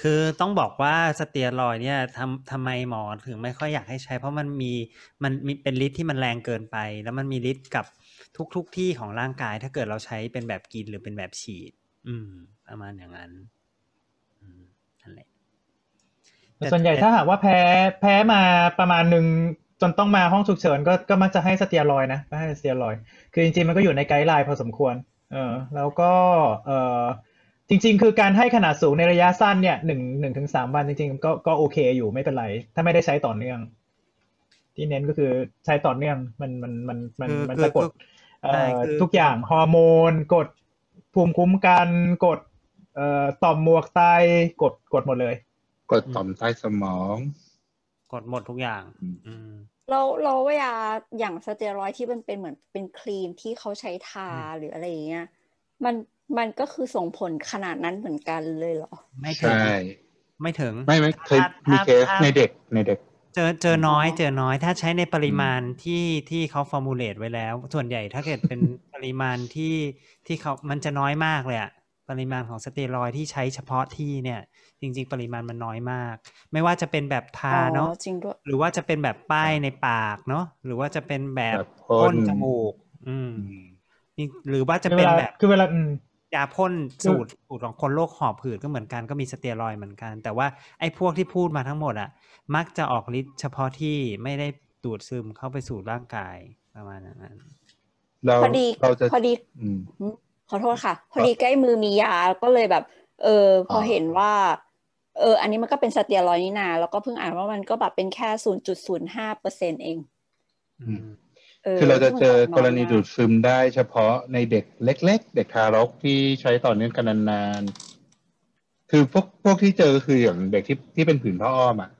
C: คือต้องบอกว่าสเตียรอยด์เนี่ยทำทำไมหมอถึงไม่ค่อยอยากให้ใช้ เพราะมันมีมันมีเป็นฤทธิ์ที่มันแรงเกินไป แล้วมันมีฤทธิ์กับทุกทุกๆที่ของร่างกาย ถ้าเกิดเราใช้เป็นแบบกินหรือเป็นแบบฉีด อืม ประมาณอย่างนั้นอืมนั่นแหละ
F: แต่ส่วนใหญ่ถ้าหากว่าแพ้แพ้มาประมาณหนึ่งจนต้องมาห้องฉุกเฉินก็ก็มักจะให้สเตียรอยด์นะก็ให้สเตียรอยด์คือจริงๆมันก็อยู่ในไกด์ไลน์พอสมควร เออแล้วก็เออจริง ๆ คือการให้ขนาดสูงในระยะสั้นเนี่ยหนึ่งหนึ่งถึงสามวันจริงๆก็ก็โอเคอยู่ไม่เป็นไร ถ้าไม่ได้ใช้ต่อเนื่อง ที่เน้นก็คือใช้ต่อเนื่องมันมันมันมัน
C: คือ
F: มัน
C: คือ
F: จะกด
C: คือ
F: เอ่
C: ใช่
F: อ
C: คือ
F: ทุกอย่างฮอร์โมน กดภูมิคุ้มกันกดเอ่อต่อมหมวกไตกดกดหมดเลย
A: กดต่อมใต้สมอง
C: กดหมดทุกอย่าง
A: อืม
C: อืม
B: เราเราว่ายาอย่างสเตียรอยด์ที่มันเป็นเหมือนเป็นครีมที่เขาใช้ทาหรืออะไรอย่างเงี้ยมันมันก็คือส่งผลขนาดนั้นเหมือนกันเลยเหรอ
C: ไม่ถึง
A: ใช่
C: ไม่ถึง
A: ไม่ไม่เคยมีเคสในเด็กในเด็ก
C: เจอเจอน้อย
B: อ๋อ
C: เจอน้อยถ้าใช้ในปริมาณที่ที่เขาฟอร์มูลเลตไว้แล้ว ส่วนใหญ่ถ้าเกิดเป็น ปริมาณที่ที่เขามันจะน้อยมากเลยอะปริมาณของสเตียรอยด์ที่ใช้เฉพาะที่เนี่ย จริง ๆ ปริมาณมันน้อยมาก ไม่ว่าจะเป็นแบบทา
B: อ๋
C: เนาะ
B: อจริงด้วย
C: หรือว่าจะเป็นแบบป้ายในปากเนาะหรือว่าจะเป็นแบบ
A: แบบพ่น
C: พ่นจมูก อืม
A: อืม
C: หรือว่าจะ
E: คือ
C: เป็
E: เวน ลา
C: แบบ
E: คือเวลาอืม
C: ยาพ่นสูตรสูตรของคนโรคหอบหืดก็เหมือนกันก็มีสเตียรอยด์เหมือนกัน แต่ว่าไอ้พวกที่พูดมาทั้งหมดอ่ะ มักจะออกฤทธิ์เฉพาะที่ไม่ได้ดูดซึมเข้าไปสู่ร่างกายประมาณนั้น
A: เรา
B: พอดี
A: เราจะ
B: พอดี
A: อืม
B: ขอโทษค่ะ พอดีใกล้มือมียาก็เลยแบบ เออ พอเห็นว่า เออ อันนี้มันก็เป็นสเตียรอยด์นี่นาแล้วก็เพิ่งอ่านว่ามันก็แบบเป็นแค่ศูนย์จุดศูนย์ห้าเปอร์เซ็นเอง
A: อืม
B: อ
A: คือเราจะเจอกรณี
B: ซึ่งมันก็น้อยมาก
A: ดูดซึมได้เฉพาะในเด็กเล็ก ๆ เด็กทารกที่ใช้ต่อเนื่องกันนานๆ คือพวกพวกที่เจอคืออย่างเด็กที่ที่เป็นผื่นพ่ออ้อมอ่ะ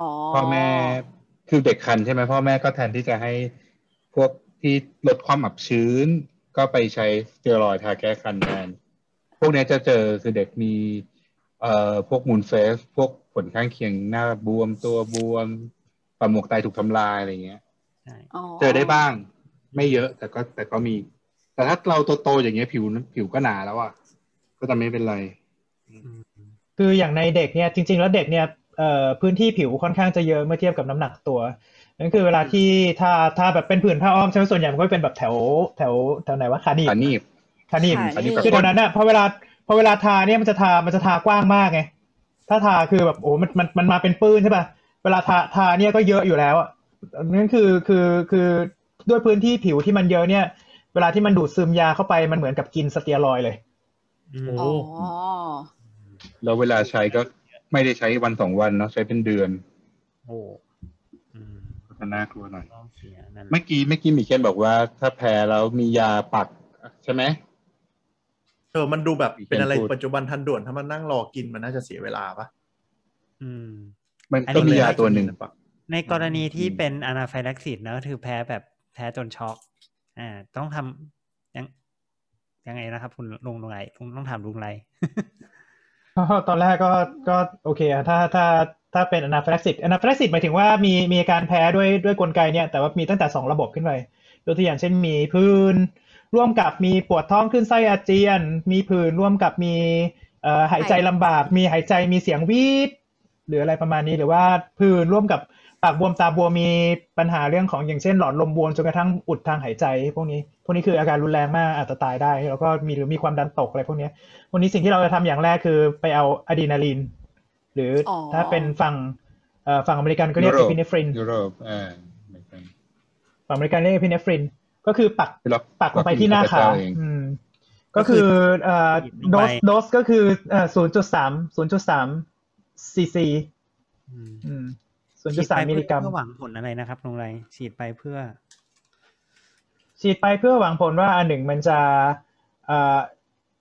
B: อ๋อ
A: พ่อแม่คือเด็กคันใช่ไหมพ่อแม่ก็แทนที่จะให้พวกที่ลดความอับชื้น ก็ไปใช้สเตียรอยด์ทาแก้คันแทนพวกเนี้ยจะเจอคือเด็กมี เอ่อพวกมูลเฟสพวกผลข้างเคียงหน้าบวมตัวบวมปากหมวกไตถูกทำลายอะไรเงี้ย
B: อ๋อ
A: เจอได้บ้าง ไม่เยอะแต่ก็แต่ก็มี แต่ถ้าเราโตๆอย่างเงี้ยผิวผิวก็หนาแล้วอ่ะก็จะไม่เป็นไร
E: คืออย่างในเด็กเนี่ยจริง ๆ แล้วเด็กเนี่ยเอ่อพื้นที่ผิวค่อนข้างจะเยอะเมื่อเทียบกับน้ำหนักตัวนั่นคือเวลาที่ถ้าถ้าแบบเป็นผื่นผ้าอ้อมใช่ไหมส่วนใหญ่มันก็เป็นแบบแถวแถวแถวไหนวะขาหนีบ
A: อันนี้
E: ขาหนีบ
B: ขาหนีบ
A: อันนี้ก็
E: คือเดี๋ยวนั้นน่ะพอเวลาพอเวลาทาเนี่ยมันจะทามันจะทากว้างมากไงถ้าทาคือแบบโอ้มันมันมันมาเป็นปื้นใช่ป่ะเวลาทาทาเนี่ยก็เยอะอยู่แล้วอ่ะนั่นคือคือคือด้วยพื้นที่ผิวที่มันเยอะเนี่ย เวลาที่มันดูดซึมยาเข้าไปมันเหมือนกับกินสเตียรอยด์เลย
B: อ๋อ
A: แล้วเวลาใช้ก็ไม่ได้ใช้วันสองวันเนาะใช้เป็นเดือน
C: โอ้อืม
A: ก็น่ากลัวหน่อย
C: ต้องเสียนั่นแหละ
A: เมื่อกี้เมื่อกี้หมีเคนบอกว่า ถ้าแพ้แล้วมียาปักใช่ไหม
D: เออมันดูแบบ
A: มีเกม
D: เป็นอะไร
A: พูด
D: ปัจจุบันทันด่วนถ้ามันนั่งรอกินมันน่าจะเสียเวลาปะ
C: อืม
A: มัน
C: อันนี้
A: ก็มียาตัวหนึ่ง
C: ในกรณีที่
A: อืม
C: เป็นอนาไฟลักซิสเนอะคือแพ้แบบแพ้จนช็อกอ่าต้องทำยังยังไงนะครับ คุณลุงลุงไรลุงต้องถามลุงไร
E: ก็ ตอนแรกก็ก็โอเคอะถ้าถ้าถ้าเป็นอนาฟิลักซิสอนาฟิลักซิสหมายถึงว่ามีมีอาการแพ้ด้วยด้วยกลไกเนี่ยแต่ว่ามีตั้งแต่ 2 ระบบขึ้นไปยกตัวอย่างเช่นมีผื่นร่วมกับมีปวดท้องขึ้นไส้อาเจียน มีผื่นร่วมกับมีเอ่อหายใจ
B: หาย
E: ลำบาก มีหายใจมีเสียงวีดหรืออะไรประมาณนี้หรือว่าผื่นร่วมกับปากบวมตาบวมมีปัญหาเรื่องของอย่างเช่นหลอดลมบวมจนกระทั่งอุดทางหายใจ พวกนี้พวกนี้คืออาการรุนแรงมากอาจจะตายได้แล้วก็มีหรือมีความดันตกอะไรพวกเนี้ย วันนี้สิ่งที่เราจะทำอย่างแรกคือไปเอาอะดรีนาลีน หรืออ
B: อ
E: ถ้าเป็นฝั่งเอ่อฝั่งอเมริกันก็เรียก
A: ยุ
E: เอ
A: โรป
E: พิเนฟริน
A: ยุโรปอ่าเหมือนกัน
E: ฝั่งอเมริกันเรียกเอพิเนฟริน ก็คือปัก
A: คือเรา
E: ปักลงไปที่หน้า
A: เร
E: ขา
A: เจ้เอง
E: อืมก็คือเอ่อ
C: ล
E: โด
C: งไป
E: สโดสก็คือเอ่อศูนย์จุดสามศูนย์จุดสามซีซี
C: อืม
E: ศูนย์จุ
C: ฉี
E: ด
C: ด
E: สาม
C: ไป
E: มิ
C: เพื่
E: ล
C: อ
E: ลิกรัม
C: เพื่อหวังผลอะไรนะครับลุงไรฉีดไปเพื่อ
E: ฉีดไปเพื่อหวังผลว่าอันหนึ่งมันจะเอ่อ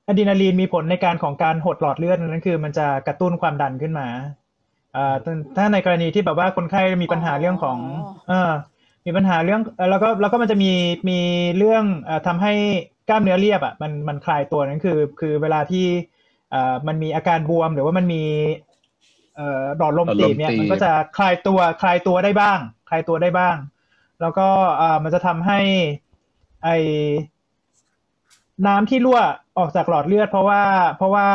E: อะดรีนาลีนมีผลในการของการหดหลอดเลือดนั่นคือมันจะกระตุ้นความดันขึ้นมาเอ่อถ้าถ้าในกรณีที่แบบว่าคนไข้มีปัญหาเรื่องของ
B: อ๋อ
E: เออมีปัญหาเรื่องเอ่อแล้วก็แล้วก็มันจะมีมีเรื่องเอ่อทำให้กล้ามเนื้อเรียบอ่ะมันมันคลายตัวนั่นคือ คือเวลาที่เอ่อมันมีอาการบวมหรือว่ามันมีเอ่อหลอดลม
A: หลอดลม
E: ตีบเนี่ย
A: ตีบ
E: มันก็จะคลายตัวคลายตัวได้บ้าง คลายตัวได้บ้าง แล้วก็เอ่อมันจะทำให้ไอน้ำที่รั่วออกจากหลอดเลือด เพราะว่าเพราะว่า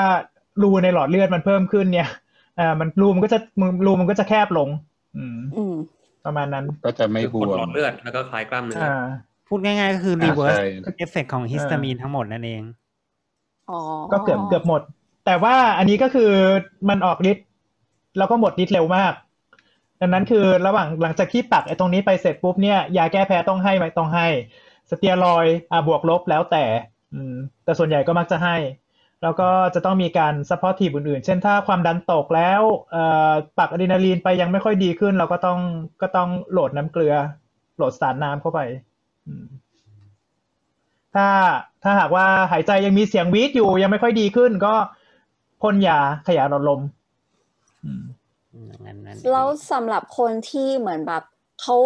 E: รูในหลอดเลือดมันเพิ่มขึ้นเนี่ยเอ่อมันรูมันก็จะรูมันก็จะแคบลง อืม
B: อืม
E: ประมาณนั้น
A: ก็จะไม่
H: คือบ กด
A: ว
H: หลอ
A: ม
H: ดเลือดแล้วก็คลายกล้ามเนื้อ
E: อ่า
C: พูดง่ายๆก็คือ reverse
A: อ่าใช่
C: effect ของฮิสตามีนทั้งหมดนั่นเอง
B: อ๋อ
E: ก็เกือบเกือบหมด แต่ว่าอันนี้ก็คือมันออกฤทธิ์แล้วก็หมดฤทธิ์เร็วมาก ดังนั้นคือระหว่างหลังจากที่ปักไอ้ตรงนี้ไปเสร็จปุ๊บเนี่ยยาแก้แพ้ต้องให้ไหมต้องให้ สเตียรอยด์อ่ะบวกลบแล้วแต่อืมแต่ส่วนใหญ่ก็มักจะให้ แล้วก็จะต้องมีการ supportive อื่นๆ เช่นถ้าความดันตกแล้วเอ่อปักอะดรีนาลีนไปยังไม่ค่อยดีขึ้น เราก็ต้องก็ต้องโหลดน้ำเกลือ โหลดสารน้ำเข้าไปอืม ถ้าถ้าหากว่าหายใจยังมีเสียงวีดอยู่ยังไม่ค่อยดีขึ้นก็พ่นยาขยายหลอดลม
C: อย่างนั้นนั่น
B: แล้วสำหรับคนที่เหมือนแบบ เขา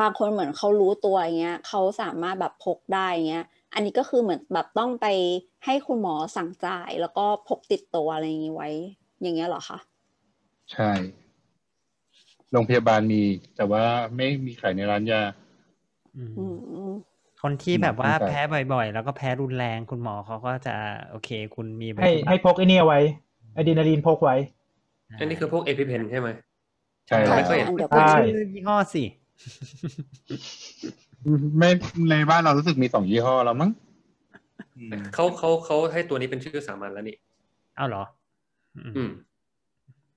B: บางคนเหมือนเขารู้ตัวอย่างเงี้ยเขาสามารถแบบพกได้อย่างเงี้ย อันนี้ก็คือเหมือนแบบต้องไปให้คุณหมอสั่งจ่าย แล้วก็พกติดตัวอะไรอย่างงี้ไว้ อย่างเงี้ยเหรอคะ
A: ใช่ โรงพยาบาลมี แต่ว่าไม่มีขายในร้านยา
C: อืม
B: อืมอืม
C: คนที่แบบว่า
A: เข้าใจ
C: แพ้บ่อยๆ แล้วก็แพ้รุนแรงคุณหมอเขาก็จะโอเค คุณมี
F: ให้ให้พกไอเนี่ยไว้อะดรีนาลีนพกไว้
H: อันนี้คือพวกเอพิเพนใช่ไหม
A: ใช่
H: แต่
A: แล้
H: ไม่
A: ว
H: ค่อยเห็น
B: อันเดียวกั
C: ไม่
B: น
F: ใช่
C: ชื่อยี่ห้อสิ
A: ไม่ในบ้านเรารู้สึกมีสองยี่ห้อแล้วมั้งอืม
H: เขาเขาเขาให้ตัวนี้เป็นชื่อสามัญแล้วนี่
C: เอาเหรอ
H: อืม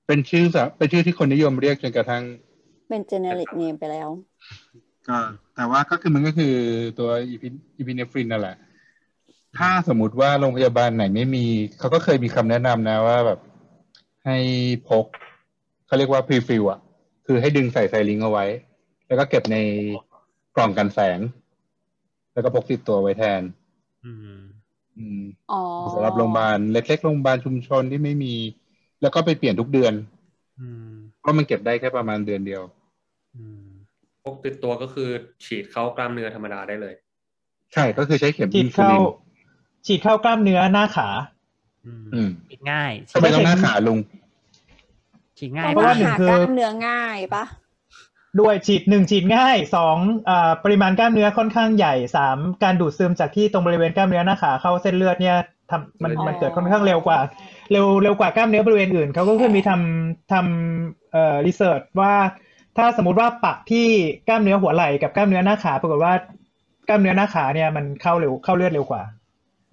A: เป็นชื่อสะเป็นชื่อที่คนนิยมเรียกจนกระทั่ง
B: เป็นเจเนริกเนมไปแล้ว
A: ก็แต่ว่าก็คือมันก็คือตัวอีพิอีพิเนฟรินนั่นแหละ ถ้าสมมติว่าโรงพยาบาลไหนไม่มี เขาก็เคยมีคำแนะนำนะว่าแบบให้พก เขาเรียกว่าพรีฟิลอะคือให้ดึงใส่ไซลิงเอาไว้ แล้วก็เก็บในกล่องกันแสง แล้วก็พกติดตัวไว้แทน
C: อืม
A: อืม
B: อ๋อ
A: สำหรับโรงพยาบาลเล็กๆโรงพยาบาลชุมชนที่ไม่มี แล้วก็ไปเปลี่ยนทุกเดือน
C: อืม
A: เพราะมันเก็บได้แค่ประมาณเดือนเดียว
C: อืม
H: พวกติดตัวก็คือฉีดเข้ากล้ามเนื้อธรรมดาได้เลย
A: ใช่ก็คือใช้เข็ม
F: ฉี
A: อิ
F: ด
A: นซู
F: เข้า
A: ลิน
F: ฉีดเข้ากล้ามเนื้อหน้าขา
C: อืม
A: อืม
C: ฉีดง่าย
A: ทำไมต้องหน้าขาลุง
C: ฉีด
B: เพ
C: ง่าย
B: ราะ
F: ว่
B: ว่า
C: ปะ
F: หนึ่ง
B: หา
F: คือ
B: กล้ามเนื้อง่ายปะ
F: ด้วยฉีดหนึ่งฉีดง่ายสองอ่าปริมาณกล้ามเนื้อค่อนข้างใหญ่สามการดูดซึมจากที่ตรงบริเวณกล้ามเนื้อหน้าขาเข้าเส้นเลือดเนี่ยทำมัน
H: อ๋อ
F: มันเกิดค่อนข้างเร็วกว่า เร็วเร็วกว่ากล้ามเนื้อบริเวณอื่นเขาก็เคยมีทำทำเอ่อรีเสิร์ชว่าถ้าสมมติว่าปักที่กล้ามเนื้อหัวไหล่กับกล้ามเนื้อหน้าขาปรากฏว่ากล้ามเนื้อหน้าขาเนี่ยมันเข้าเร็วเข้าเลือดเร็วกว่า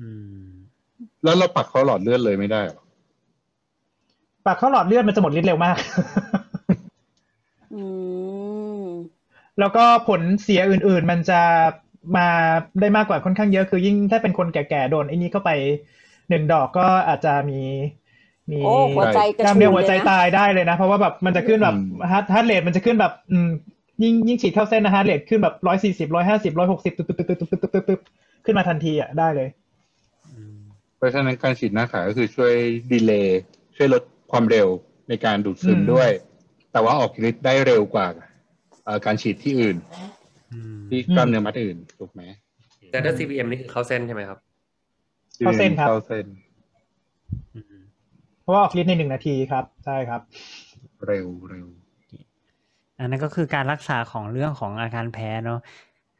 C: อืม
A: แล้วเราปักเขาหลอดเลือดเลยไม่ได้เหรอ
F: ปักเข้าหลอดเลือดมันจะหมดฤทธิ์เร็วมาก
B: อืม
F: แล้วก็ผลเสียอื่นๆ มันจะมาได้มากกว่าค่อนข้างเยอะคือยิ่งถ้าเป็นคนแก่ๆ โดนไอ้นี้เข้าไปหนึ่งดอกก็อาจจะมีมี
B: โอ้หัวใจก
F: ก
B: ระ
F: ล้าม
B: ชู
F: เนื้อ
B: เล
F: หัวย ใจ
B: นะ
F: ตายได้เลยนะ เพราะว่าแบบมันจะขึ้นแบบฮาร์ดฮาร์ดเรทมันจะขึ้นแบบอืมยิ่งยิ่งฉีดเข้าเส้นนะฮาร์ดเรทขึ้นแบบร้อยสี่สิบร้อยห้าสิบร้อยหกสิบตึ๊บตึ๊บตึ๊บตึ๊บตึ๊บตึ๊บตึ๊บขึ้นมาทันทีอ่ะได้เลย
C: อืม
A: เพราะฉะนั้นการฉีดหน้าขาก็คือช่วยดีเลย์ช่วยลดความเร็วในการดูดซึ
F: อื
A: ม
F: ม
A: ด้วย แต่ว่าออกฤทธิ์ได้เร็วกว่าเอ่อการฉีดที่อื่น
C: อืม
A: ที่กล้ามเนื้อมัดอื่นถูกไหม
H: แต่ถ้า CPM นี่คือเข้าเส้นใช่ไหมครับ
F: เข้าเส้นครับ
A: เข้าเส้น
C: อืม
F: เพราะว่าออกฤทธิ์ในหนึ่งนาทีครับใช่ครับ
A: เร็วเร็ว
C: อันนั้นก็คือการรักษาของเรื่องของอาการแพ้เนาะ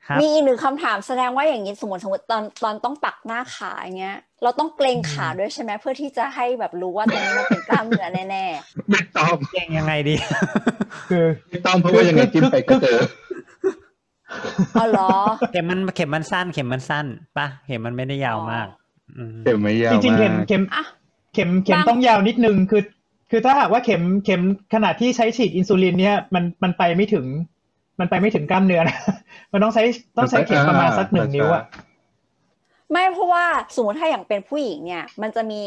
C: ครับ
B: มีอีกหนึ่งคำถามแสดงว่าอย่างนี้สมมติสมมติตอนตอนต้องปักหน้าขาอย่างเงี้ย เราต้องเกรงขาด้วยใช่ไหมเพื่อที่จะให้แบบรู้ว่าตรงนี้มันเป็นกล้ามเนื้อแน่
A: ไม่ต้อง
C: เก่งยังไงดี
F: คือ
A: ไม่ต้องเพราะว่ายังไงจิ้มไปก็เจอ
B: ๆอ๋อเหรอ
C: เข็มมันเข็มมันสั้น เข็มมันสั้นปะเข็มมันไม่ได้ยาวมาก อืม
A: เจ็บไหม่ยาว
F: จริงๆเข็ม
A: มาก
F: เข็ม
B: อ่ะ
F: เข็มเข็ม
B: บาง
F: ต้องยาวนิดนึงคือ คือถ้าหากว่าเข็มเข็มขนาดที่ใช้ฉีดอินซูลินเนี่ยมันมันไปไม่ถึง มันไปไม่ถึงกล้ามเนื้อนะ มันต้องใช้ต้องใช้เข็มประมาณสักหนึ่งนิ้วอ่ะ
B: ไม่เพราะว่าสมมติถ้าอย่างเป็นผู้หญิงเนี่ย มันจะมี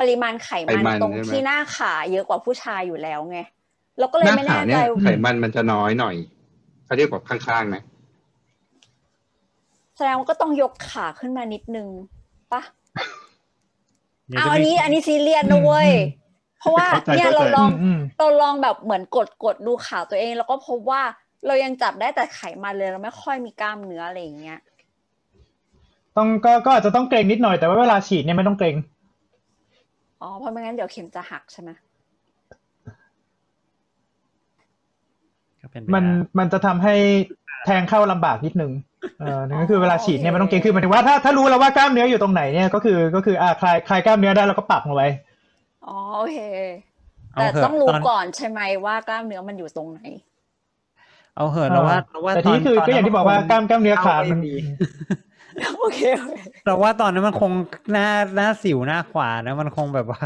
B: ปริมาณไขมันตรงที่หน้าขาเยอะกว่าผู้ชายอยู่แล้วไงเราก็เลย
A: หน้า
B: ไม่
A: ขา
B: แน่
A: เนี่
B: ใจ
A: ยไขมันมันจะน้อยหน่อยถ้าเทียบกับข้างๆนะ
B: แสดงว่าก็ต้องยกขาขึ้นมานิดนึงปะ
C: เดี๋ยว
B: เอา
C: จะ
B: อัน
C: มี
B: นี้อันนี้ซีเรียสนะเว้ย เพราะว่าเนี่ยเราล
F: อื
B: อง
F: มอืม
B: เราลองแบบเหมือนกดกดดูขาตัวเอง แล้วก็พบว่าเรายังจับได้แต่ไขมันเลยเราไม่ค่อยมีกล้ามเนื้ออะไรอย่างเงี้ย
F: ต้องก็ก็อาจจะต้องเกรงนิดหน่อยแต่ว่าเวลาฉีดเนี่ยไม่ต้องเกรง
B: อ๋อเพราะไม่งั้นเดี๋ยวเข็มจะหักใช่ไหม
C: ก็เป็น
F: มันมันจะทำให้แทงเข้าลำบากนิดนึงเออนั่นก็คือเวลาฉีดเนี่ยไม่ต้องเกรงคือหมายถึงว่าถ้าถ้ารู้แล้วว่ากล้ามเนื้ออยู่ตรงไหนเนี่ยก็คือก็คืออ่าคลายคลายกล้ามเนื้อได้แล้วก็ปักลงไว้
B: อ๋อโอเค
C: ไป
B: แต่
C: ได้เาเถะ
B: ต้องรู้
C: น
B: ก่อนใช่ไหมว่ากล้ามเนื้อมันอยู่ตรงไหน
C: เอาเหอะเราว่าเราว่า
F: แต่ที่คือก็อย่างที่บอกว่ากล้ามกล้ามเนื้อขามัน
B: โอเคโอเค
C: เราว่าตอนนั้นมันคงหน้าหน้าสิวหน้าขวานะมันคงแบบว่า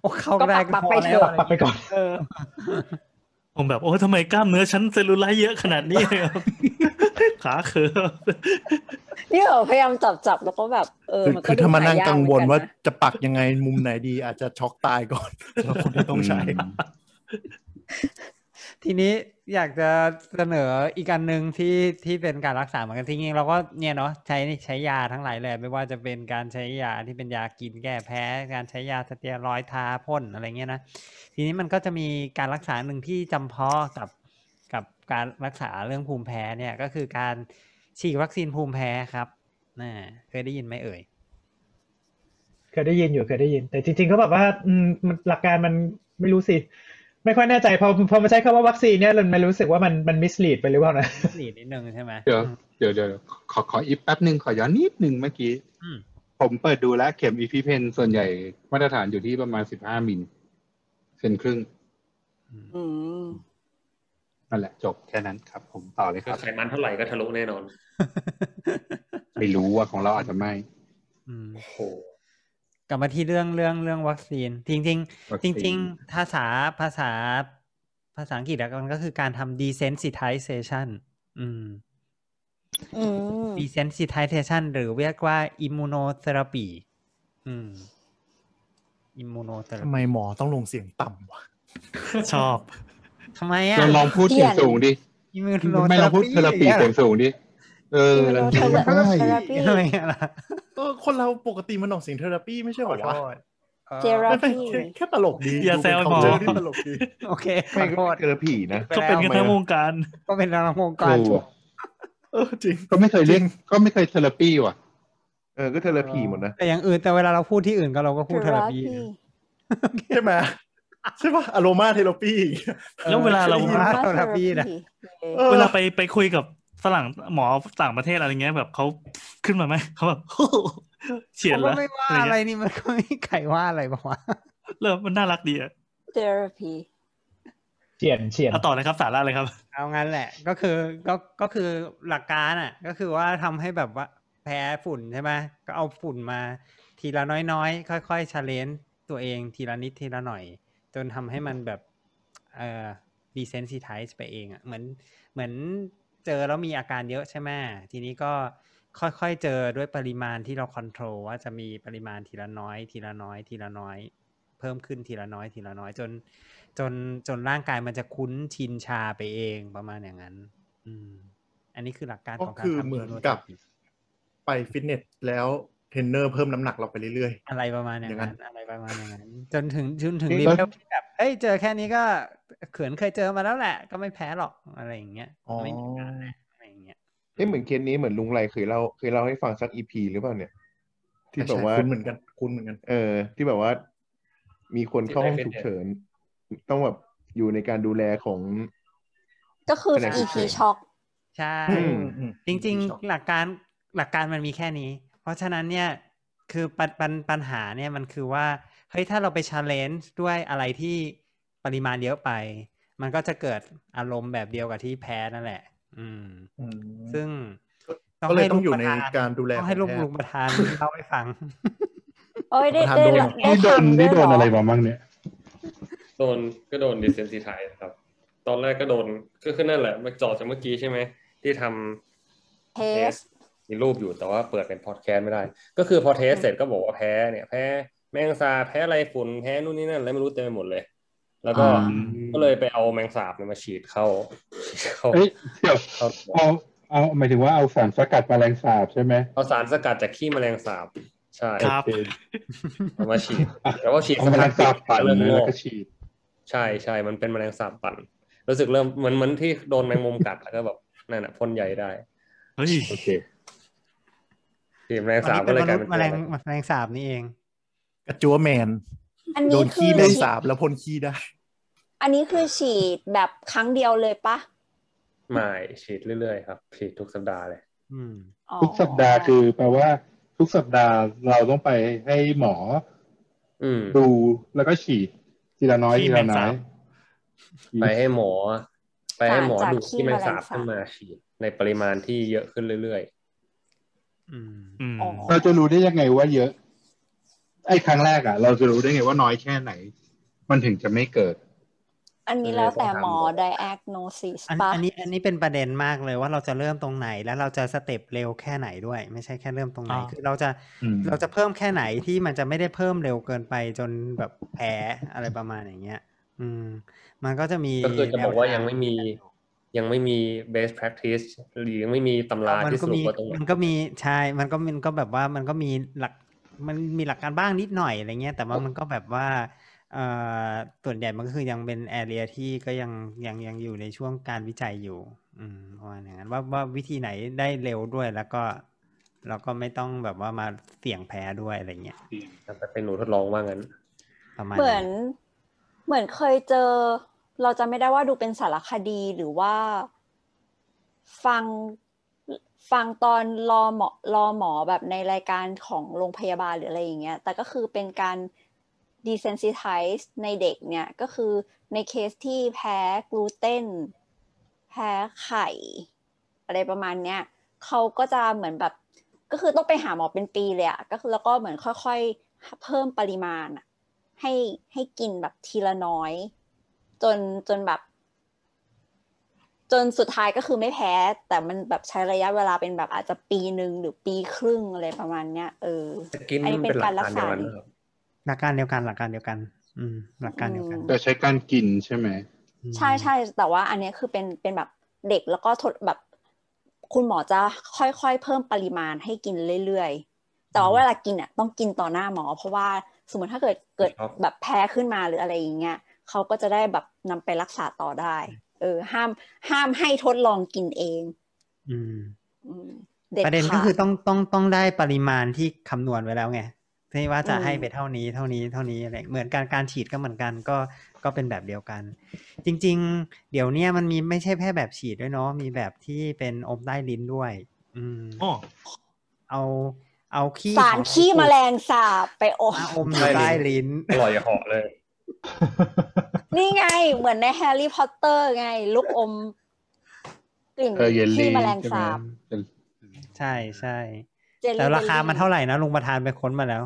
C: โอ้เข้าได้
B: ก็ปัก
C: พ
B: ปักไปเถอะ
C: แล้วร
F: ปักไปก่อน
C: เออ
E: ผมแบบโอ้ทำไมกล้ามเนื้อชั้นเซลลูไลท์เย อะขนาดนี้ ขาเขิบ
B: นี่เหรอพยายามจับจับแล้วก็แบบเออ
D: คือ
B: มันก็
D: คือ
B: ดู
D: ถ้ามานั่ง
B: หย
D: กัง
B: เห
D: ว
B: มือ
D: ล
B: นน
D: ว่า
B: นะ
D: จะปักยังไงมุมไหนดีอาจจะช็อกตายก่อนสำหรับคนที่ต้องใช้
A: อืม
C: ทีนี้อยากจะเสนออีกอันหนึ่งที่ที่เป็นการรักษาเหมือนกันจริงๆเราก็เนี่ยเนาะใช้ใช้ยาทั้งหลายแหละไม่ว่าจะเป็นการใช้ยาที่เป็นยากินแก้แพ้ การใช้ยาสเตียรอยด์ทาพ่นอะไรเงี้ยนะทีนี้มันก็จะมีการรักษาหนึ่งที่จำเพาะกับกับ การรักษาเรื่องภูมิแพ้เนี่ยก็คือการฉีดวัคซีนภูมิแพ้ครับน่าเคยได้ยินไหมเอ่ย
F: เคยได้ยินอยู่เคยได้ยิน แต่จริง ๆ ก็แบบว่าอืมมันหลักการมันไม่รู้สิ ไม่ค่อยแน่ใจพอพอมาใช้คำว่าวัคซีนเนี่ยมันมันรู้สึกว่ามันมันมิสลีดไปหรือเปล่านะ
C: หลีดนิดนึงใช่ไหม
A: เดี๋ยวเดี๋ยวเดี๋ยวขอขออีกแป๊บหนึ่งขอย้อนนิดหนึ่งเมื่อกี้
C: อืม
A: ผมเปิดดูแล้วเข็มอีพีเพนส่วนใหญ่มาตรฐานอยู่ที่ประมาณสิบห้ามิลเซนครึ่ง
B: อืม
A: นั่นแหละจบแค่นั้นครับ ผมต่อเลยค
H: คื
A: รั
H: อบ ไขมันเท่าไหร่ก็ทะลุแน่นอน
A: ไม่รู้ว่าของเราอาจจะไม่
C: อืม
H: โอ้โห
C: กลับมาที่เรื่องเรื่องเรื่องวัคซีน จริงจริง
A: วัค
C: จ
A: ซีน
C: ริง ๆ ภาษาภาษาภาษาอังกฤษอะมันก็คือการทำ desensitization อืม
B: อืม
C: desensitization หรือเรียกว่า immunotherapy อืม
D: ทำ
C: immunotherapy
D: ไมหมอต้องลงเสียงต่ำวะ
E: ชอบ
C: ทำไมอะ
A: เราลองพูดเสียงสูงดิ
C: immunotherapy
A: ไม่ลองพูดเทอราปีเสียงสูงดิ เออเรา
B: เท
A: พูดได้
B: อราปี
C: อะไรเงี้ยล่ะ
D: เออคนเราปกติมันออกเสียงเทอราปีไม่ใช่เหรอวะ
B: เจรา
D: มันเป็น
B: ปี
D: แค่แค่ตลกดี
E: อย่าแซวหมอ
D: ดูเป็น culture ที่ตลกดี
C: โอเคข
G: ไม่
C: อโทษ
G: เทอราพีนะ
E: ก็เป็นกันทั้งวงการ
C: ก็เป็นรางวงการ
A: ถูก
D: เออจริง
A: ก็ไม่เคยเรียกก็ไม่เคยเทอราปีว่ะ
G: เออ ก็เทอราพีหมดนะ
C: แต่อย่างอื่นแต่เวลาเราพูดที่อื่นก็เราก็
B: เท
C: พูดเท
B: อ
C: อรา
B: รา
C: ปี
B: ปี
D: ใช่ไหมใช่ป่ะอโรมาเทโลปีอย่างเงี้ย
E: แล้วเวลาเรา
C: เทอราปีนะ
D: ออ
E: เวลาไปไปคุยกับฝรั่งหมอต่างประเทศอะไรเงี้ยแบบเขาขึ้นมาไหมเขาแบบ โอ้โหเฉียด
C: เขาก็
E: แล้ว
C: ไม่ว่าอะไรนี่มันก็ไม่ไขว่าอะไรบอกว่า
E: เริ่มมันน่ารักดีอะ
B: เทอราปี
F: เฉียนเฉียน
E: เอาต่อเลยครับสาระเลยครับ
C: เอางั้นแหละ ก็คือก็ก็คือหลักการอ่ะ ก็คือว่าทำให้แบบว่าแพ้ฝุ่นใช่ไหมก็เอาฝุ่นมา ทีละน้อยๆ ค่อยๆชาเลนตัวเองทีละนิดทีละหน่อย จนทำให้มันแบบเอ่อดีเซนซิไทส์ไปเองอ่ะเหมือนเหมือนเจอแล้วมีอาการเยอะใช่ไหมทีนี้ก็ค่อยๆเจอด้วยปริมาณที่เราคอนโทรลว่าจะมีปริมาณทีละน้อย ทีละน้อย ทีละน้อย เพิ่มขึ้นทีละน้อยทีละน้อยจน จนจนร่างกายมันจะคุ้นชินชาไปเองประมาณอย่างนั้น อืม อันนี้คือหลักการ
D: ก็
C: ของการ
D: คือ
C: ทำ
D: เหมือนกับ
C: immunotherapy
D: ไปฟิตเนสแล้วเทรนเนอร์เพิ่มน้ำหนักเราไปเรื่อย
C: อะไรประมาณอย่างนั้น
D: อย่างนั้น
C: อะไรประมาณอย่างนั้น จนถึงจนถึง
A: นี่
C: รี
A: ก็
C: เวลที่แบบเอ้ยเจอแค่นี้ก็เขินเคยเจอมาแล้วแหละ ก็ไม่แพ้หรอกอะไรอย่างเงี้ย
D: อ๋อ
C: ไม่มีการแหละอะไรอย่างเงี้ย
G: เอ้เหมือนเคสนี้เหมือนลุงไรเคยเล่าเคยเล่าให้ฟังสักอีพีหรือเปล่าเนี่ย
D: ๆ
G: ที่แบบว่า
D: ใช่ๆคุณเหมือนกันคุณเหมือนกัน
G: เออ ที่แบบว่า มีคนเข้าห้องฉุกเฉิน ต้องแบบอยู่ในการดูแลของ
B: ก็คือ
G: แผนกฉุ
B: อี
G: ก
B: พี
G: เฉิน
B: ช็อก
C: ใช่
G: อืม
D: อืม
C: จริง ๆ หลักการหลักการมันมีแค่นี้ เพราะฉะนั้นเนี่ยคือปัญปัญปัญหาเนี่ยมันคือว่าเฮ้ยถ้าเราไปชาเลนจ์ด้วยอะไรที่ปริมาณเยอะไป มันก็จะเกิดอารมณ์แบบเดียวกับที่แพ้นั่นแหละ อืม
D: อืม
C: ซึ่ง
D: ก็เลยต้อง
C: ให้
D: อยู่
C: ประธ
D: ในการดูแล
C: ต้องให้
D: ของ
C: ลูก
D: แพทย์
C: ลุงประธาน เล่าให้ฟัง
B: โอ้ยได้
D: ประธาน
B: ได้
D: โดน
B: ได้
A: นี่โดน
B: ทำด้วยเหร
A: นี่โดน
B: อ
A: อะไรมาบ้างเนี่ย
H: โดนก็โดนดิเซนซิไทครับ ตอนแรกก็โดนก็คือนั่นแหละมาจอดจากเมื่อกี้ใช่ไหม ที่ท
B: เท
H: ำเท
B: ส
H: สมีรูปอยู่แต่ว่าเปิดเป็นพอดแคสต์ไม่ได้ ก็คือพอเทสเสร็จก็บอกว่าแพ้เนี่ยแพ้แมงสาแพ้อะไรฝุ่นแพ้นู่นนี่นั่นอะไรไม่รู้เต็มไปหมดเลย แล้วก็
C: อ่า
H: ก็เลยไปเอาแมงสาบเนี่ยมาฉีดเข้าฉีดเข้า
A: เอ้ยเดี๋ยว
H: เข้าตัว
A: เอาเอาหมายถึงว่าเอาสารสกัดแมลงสาบใช่ไหม
H: เอาสารสกัดจากขี้แมลงสาบใช่
E: ครับ
A: โอเ
H: เอามาฉีดแต่ว่าฉีด
A: เอา
H: สัก
A: แมล
H: พัก
A: งสาบปั่น
H: เริ่ม
A: นะ
H: งอ
A: แล้ว
H: ก
A: ก็ฉีด
H: ใช่ใช่มันเป็นแมลงสาบปั่น รู้สึกเริ่มเหมือนเหมือนที่โดนแมงมุมกัดแล้วก็แบบนั่นน่ะพ่นใหญ่ได้
E: เฮ้ย
A: โอเค
H: ทีมแมลง
C: ตอน
H: สาบ
C: นี้เป็
H: ก็
C: น
H: เลย
C: ม
H: ก
C: นุ
H: ลา
C: ษ
H: ย
C: ย์
H: เป็น
C: แมลงแมลงสาบนี่เอง
D: กระจัวแมน
B: อัน
D: โด
B: นี้
D: น
B: คื
D: ขี้
B: อ
D: แมง
B: ฉีด
D: สาบแล้วพ่นขี้ได้
B: อันนี้คือฉีดแบบครั้งเดียวเลยปะ
H: ไม่ฉีดเรื่อยๆครับฉีดทุกสัปดาห์เลย
C: อืม
B: อ๋อ
A: ทุกสัปดาห์คือแปลว่า ทุกสัปดาห์เราต้องไปให้หมอ
H: อืม
A: ดูแล้วก็ฉีดทีละน้อย
E: ขี้
A: ที
E: แม
A: ละ
E: ง
A: น้
E: สา
A: อบ ย
H: ไปให้หมอ ไปให้หมอดูที่แมลงสาบขึ้นมาฉีดในปริมาณที่เยอะขึ้นเรื่อย
C: อืม
E: อืม
B: อ๋อ
A: เราจะรู้ได้ยังไงว่าเยอะ ไอ้ครั้งแรกอ่ะ เราจะรู้ได้ไงว่าน้อยแค่ไหน มันถึงจะไม่เกิด
B: อันนี้แล้วแต่หมอ diagnosis
C: อัน
B: ปะ
C: อันนี้อันนี้เป็นประเด็นมากเลยว่าเราจะเริ่มตรงไหนแล้วเราจะสเต็ปเร็วแค่ไหนด้วย ไม่ใช่แค่เริ่มตรงไหนคือเราจะ
A: อืม
C: เราจะเพิ่มแค่ไหนที่มันจะไม่ได้เพิ่มเร็วเกินไปจนแบบแพ้อะไรประมาณอย่างเงี้ย อืม มันก็จะมี
H: ๆ ก็คือจะบอกว่า
C: แนท
H: ยังไม่มียังไม่มี best practice หรือยังไม่มีตำรา
C: มัน
H: ที่ส
C: ก็
H: รุป
C: มี
H: ว่าตรงไหน
C: มันก็มีใช่มันก็มันก็แบบว่ามันก็มีหลักมันมีหลักการบ้างนิดหน่อยอะไรเงี้ยแต่ว่ามันก็แบบว่า เ เอ่อส่วนใหญ่มันก็คือยังเป็นแอเรียที่ก็ยังยังยังอยู่ในช่วงการวิจัยอยู่ อืมประมาณอย่างนั้นว่าว่าวิธีไหนได้เร็วด้วยแล้วก็แล้วก็ไม่ต้องแบบว่ามาเสี่ยงแพ้ด้วยอะไรเงี้ย
H: แต่เป็นหนูทดลองว่างั้น
C: ประมาณ
B: เหมือนเหมือนเคยเจอ เราจะไม่ได้ว่าดูเป็นสารคดีหรือว่า ฟังฟังตอนรอหมอรอหมอแบบในรายการของโรงพยาบาลหรืออะไรอย่างเงี้ยแต่ก็คือเป็นการ desensitize ในเด็กเนี่ยก็คือในเคสที่แพ้กลูเตนแพ้ไข่ อะไรประมาณเนี้ยเขาก็จะเหมือนแบบ ก็คือต้องไปหาหมอเป็นปีเลยอะก็คือแล้วก็เหมือนค่อยๆ เพิ่มปริมาณอะให้ให้กินแบบทีละน้อย จนจนแบบ จนสุดท้ายก็คือไม่แพ้ แต่มันแบบใช้ระยะเวลาเป็นแบบอาจจะปีหนึ่งหรือปีครึ่งอะไรประมาณเนี้ยเออ
H: จะกิน
B: อันนี้เป็น
H: เป็นหลัก
B: การรัก
H: การเดียวกัน
B: ษาดี
H: ค
C: หลัก
H: รับ
C: การเดียวกันหลักการเดียวกัน อืม หลักการเดียวกัน
B: อืม
A: แต่ใช้การกินใช่ไหม
B: ใช่ใช่แต่ว่าอันเนี้ยคือเป็นเป็นแบบเด็กแล้วก็ทดแบบ คุณหมอจะค่อยๆเพิ่มปริมาณให้กินเรื่อยๆ แต่ว่าเวลากินอ่ะต้องกินต่อหน้าหมอ เพราะว่าสมมติถ้าเกิดเกิด
H: ครับ
B: แบบแพ้ขึ้นมาหรืออะไรอย่างเงี้ยเขาก็จะได้แบบนำไปรักษาต่อได้ เออ ห้ามห้ามให้ทดลองกินเอง
C: อืม
B: อืมเด็ด
C: ประเด็นก็
B: ขา
C: คือ
B: ด
C: ต้องต้องต้องได้ปริมาณที่คำนวณไว้แล้วไงที่ว่าจะ
B: อืม
C: ให้ไปเท่านี้เท่านี้เท่านี้อะไรเหมือนการการฉีดก็เหมือนกันก็ก็เป็นแบบเดียวกัน จริง ๆ เดี๋ยวเนี้ยมันมีไม่ใช่แค่แบบฉีดด้วยเนาะมีแบบที่เป็นอมใต้ลิ้นด้วย อืม
E: โอ้
C: เอาเอาขี้
B: สาร
C: ของ
B: ขี้แมลงสาบไปอม
C: มาอมอยู่ใต้ลิ้น
H: อร่อยอย่าเหาะเลย
B: นี่ไง เหมือนในแฮร์รี่พอตเตอร์ไง ลูกอมกลิ่น
A: เออเยล
B: ขี้
A: ลี่
B: แมลง
A: ใช่ไหม
B: สาบ
C: ใช่ใช่
B: เจลลี่
C: แต่ราคามัน
B: เบลลี่
C: เท่าไหร่นะลุงประธานไปค้นมาแล้ว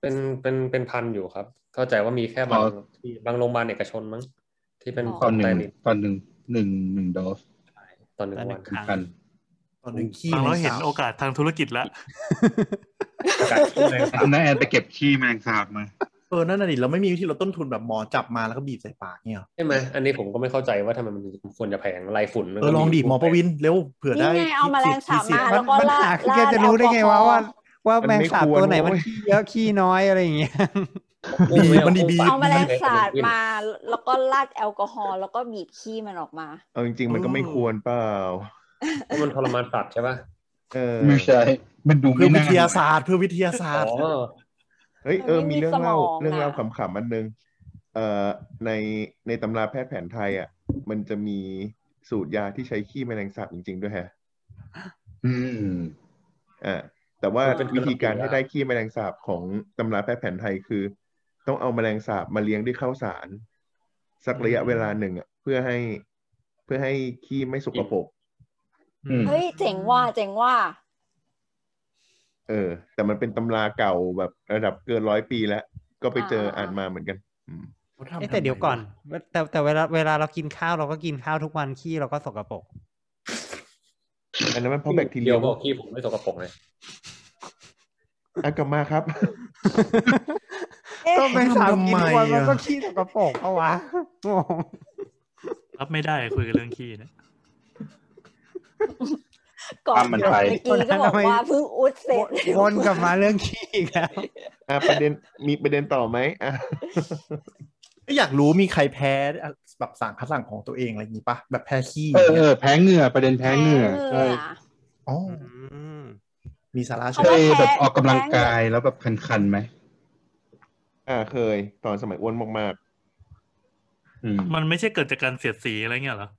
H: เป็นเป็นเป็นพันอยู่ครับ เข้าใจว่ามีแค่บางที่บางโรงพยาบาลเอกชนมั้งที่เป็น
B: อ๋อ
A: ตอนห
H: ไตลิ
A: นึ่ง
H: น
A: ตอนหนึ่งหนึ่งหนึ่งโดส
H: ตอนหนึ่ง
C: ตอนหนึ่ง
H: วัน
A: หนึ่ง
C: ครั้ง
A: พัน
D: ตอนหนึ่งขี้
E: ฟังแล้ว
D: ใสาว
E: เห็นโอกาสทางธุรกิจละ
A: จำได้แอนไปเก็บขี้แมลงสาบมา
D: เออนั่นน่ะดิเราไม่มีวิธีลดต้นทุนแบบหมอจับมาแล้วก็บีบใส่ปากเนี่ยหรอ
H: ใช่ไหมอันนี้ผมก็ไม่เข้าใจว่าทำไมมันถึงควรจะแพงไล่ฝุ่นมัน
D: เอ
H: ก็
D: อลองดิหมอประวินเร็วเผื่อได้
B: นี่ไงเอาแมลงสาบ
D: ที่
B: มา
D: สิบที่สิบ
B: แล้วก็
C: ปัญ
B: รา
C: หา
B: ด
C: คือ
B: รา
C: แก
B: ด
C: จะรู้ได้ไงว่าว่าว่า
G: มัน
C: แมง
G: ไม่
C: สาบ
G: ควร
C: ตัวไหนมัน
G: โว้ย
C: ขี้เยอะขี้น้อยอะไรอย่างเงี้ย
D: บีบมันดีบีบ
B: เอาแมลงสาบ
H: ขึ้น
B: มา แล้วก็ราดแอลกอฮอล์แล้วก็บีบขี้มันออกมา
G: เอาจริงๆ มันก็ไม่ควรเปล่า
H: เพราะมันทรมานสัตว์ใช่ป่ะ
G: เออ
A: ไม่ใช่ มันดู
D: เพื่อวิ
A: ไม่น่า
D: ทยาศาสตร์เพื่อวิทยาศา
H: อ๋
D: สตร์
H: อ
G: เฮ้ยเออ
B: มันไม่
G: มี
B: มี
G: เรื่องเล่า
B: สมอง
G: เรื่องเล่า
B: อะ
G: ขำๆอันนึงเอ่อในในตำราแพทย์แผนไทยอ่ะ มันจะมีสูตรยาที่ใช้ขี้แมลงสาบจริง ๆ ด้วยฮะ
A: อืม
G: อ่าแต่ว่า
H: มันเป็น
G: วิธีการ
H: เครื่อง
G: ให้
H: ปรุงยา
G: ได้ขี้แมลงสาบของตำราแพทย์แผนไทยคือ ต้องเอาแมลงสาบมาเลี้ยงด้วยข้าวสาร สักระยะเวลาหนึ่งอ่ะเพื่อให้เพื่อให้ขี้ไม่สกปรก
A: อืม
B: เฮ้ยเจ๋งว่าเจ๋งว่า
G: เออ แต่มันเป็นตำราเก่าแบบระดับเกินร้อยปีแล้ว ก็ไปเจออ่า
B: อ่า
G: นมาเหมือนกัน อืม
C: เอ๊ะแต่เดี๋ยวก่อนแต่แต่เวลาเวลาเรากินข้าวเราก็กินข้าวทุกวันขี้เราก็สกปรก
G: อันนั้นมันเพราะแบคทีเรี
H: เดี๋
G: ย
H: ยวบอกขี้ผมไม่สกปรกเลย
G: อากลับมาครับ
B: เอ๊ะ
C: ก็ไม่สามกินทุกวัน
D: ทำไมอะ
C: มันก็ขี้สกปรกปะวะงง
E: รับไม่ได้คุยกันเรื่องขี้เนี่ย
B: ก่อน
A: ทำมัน
B: จบ
A: ไป
B: เมื่อกี้ก็บอกว่าเพิ่งอุดเสร็จ
C: วนกลับมาเรื่องขี้อีกแล้ว
G: อ่ะประเด็นมีประเด็นต่อไหมอ่ะ
D: อยากรู้มีใครแพ้แบบสั่งคัดสั่งของตัวเองอะไรอย่างงี้ปะแบบแพ้ขี้อ
A: เอย่าง อเอ
D: เงี้ย
A: อแพ้เหงื่อประเด็นแพ้เหงื่อใช่
D: อ๋อมีสาระ
A: เค
D: ใช่ไหม
A: ยแบบออกกำลังกายแล้วแบบคันๆไหม
G: อ่าเคย ตอนสมัยอ้วนมาก
A: อืม
E: มันไม่ใช่เกิดจากการเสียดสีอะไรเงี้ยเหรอ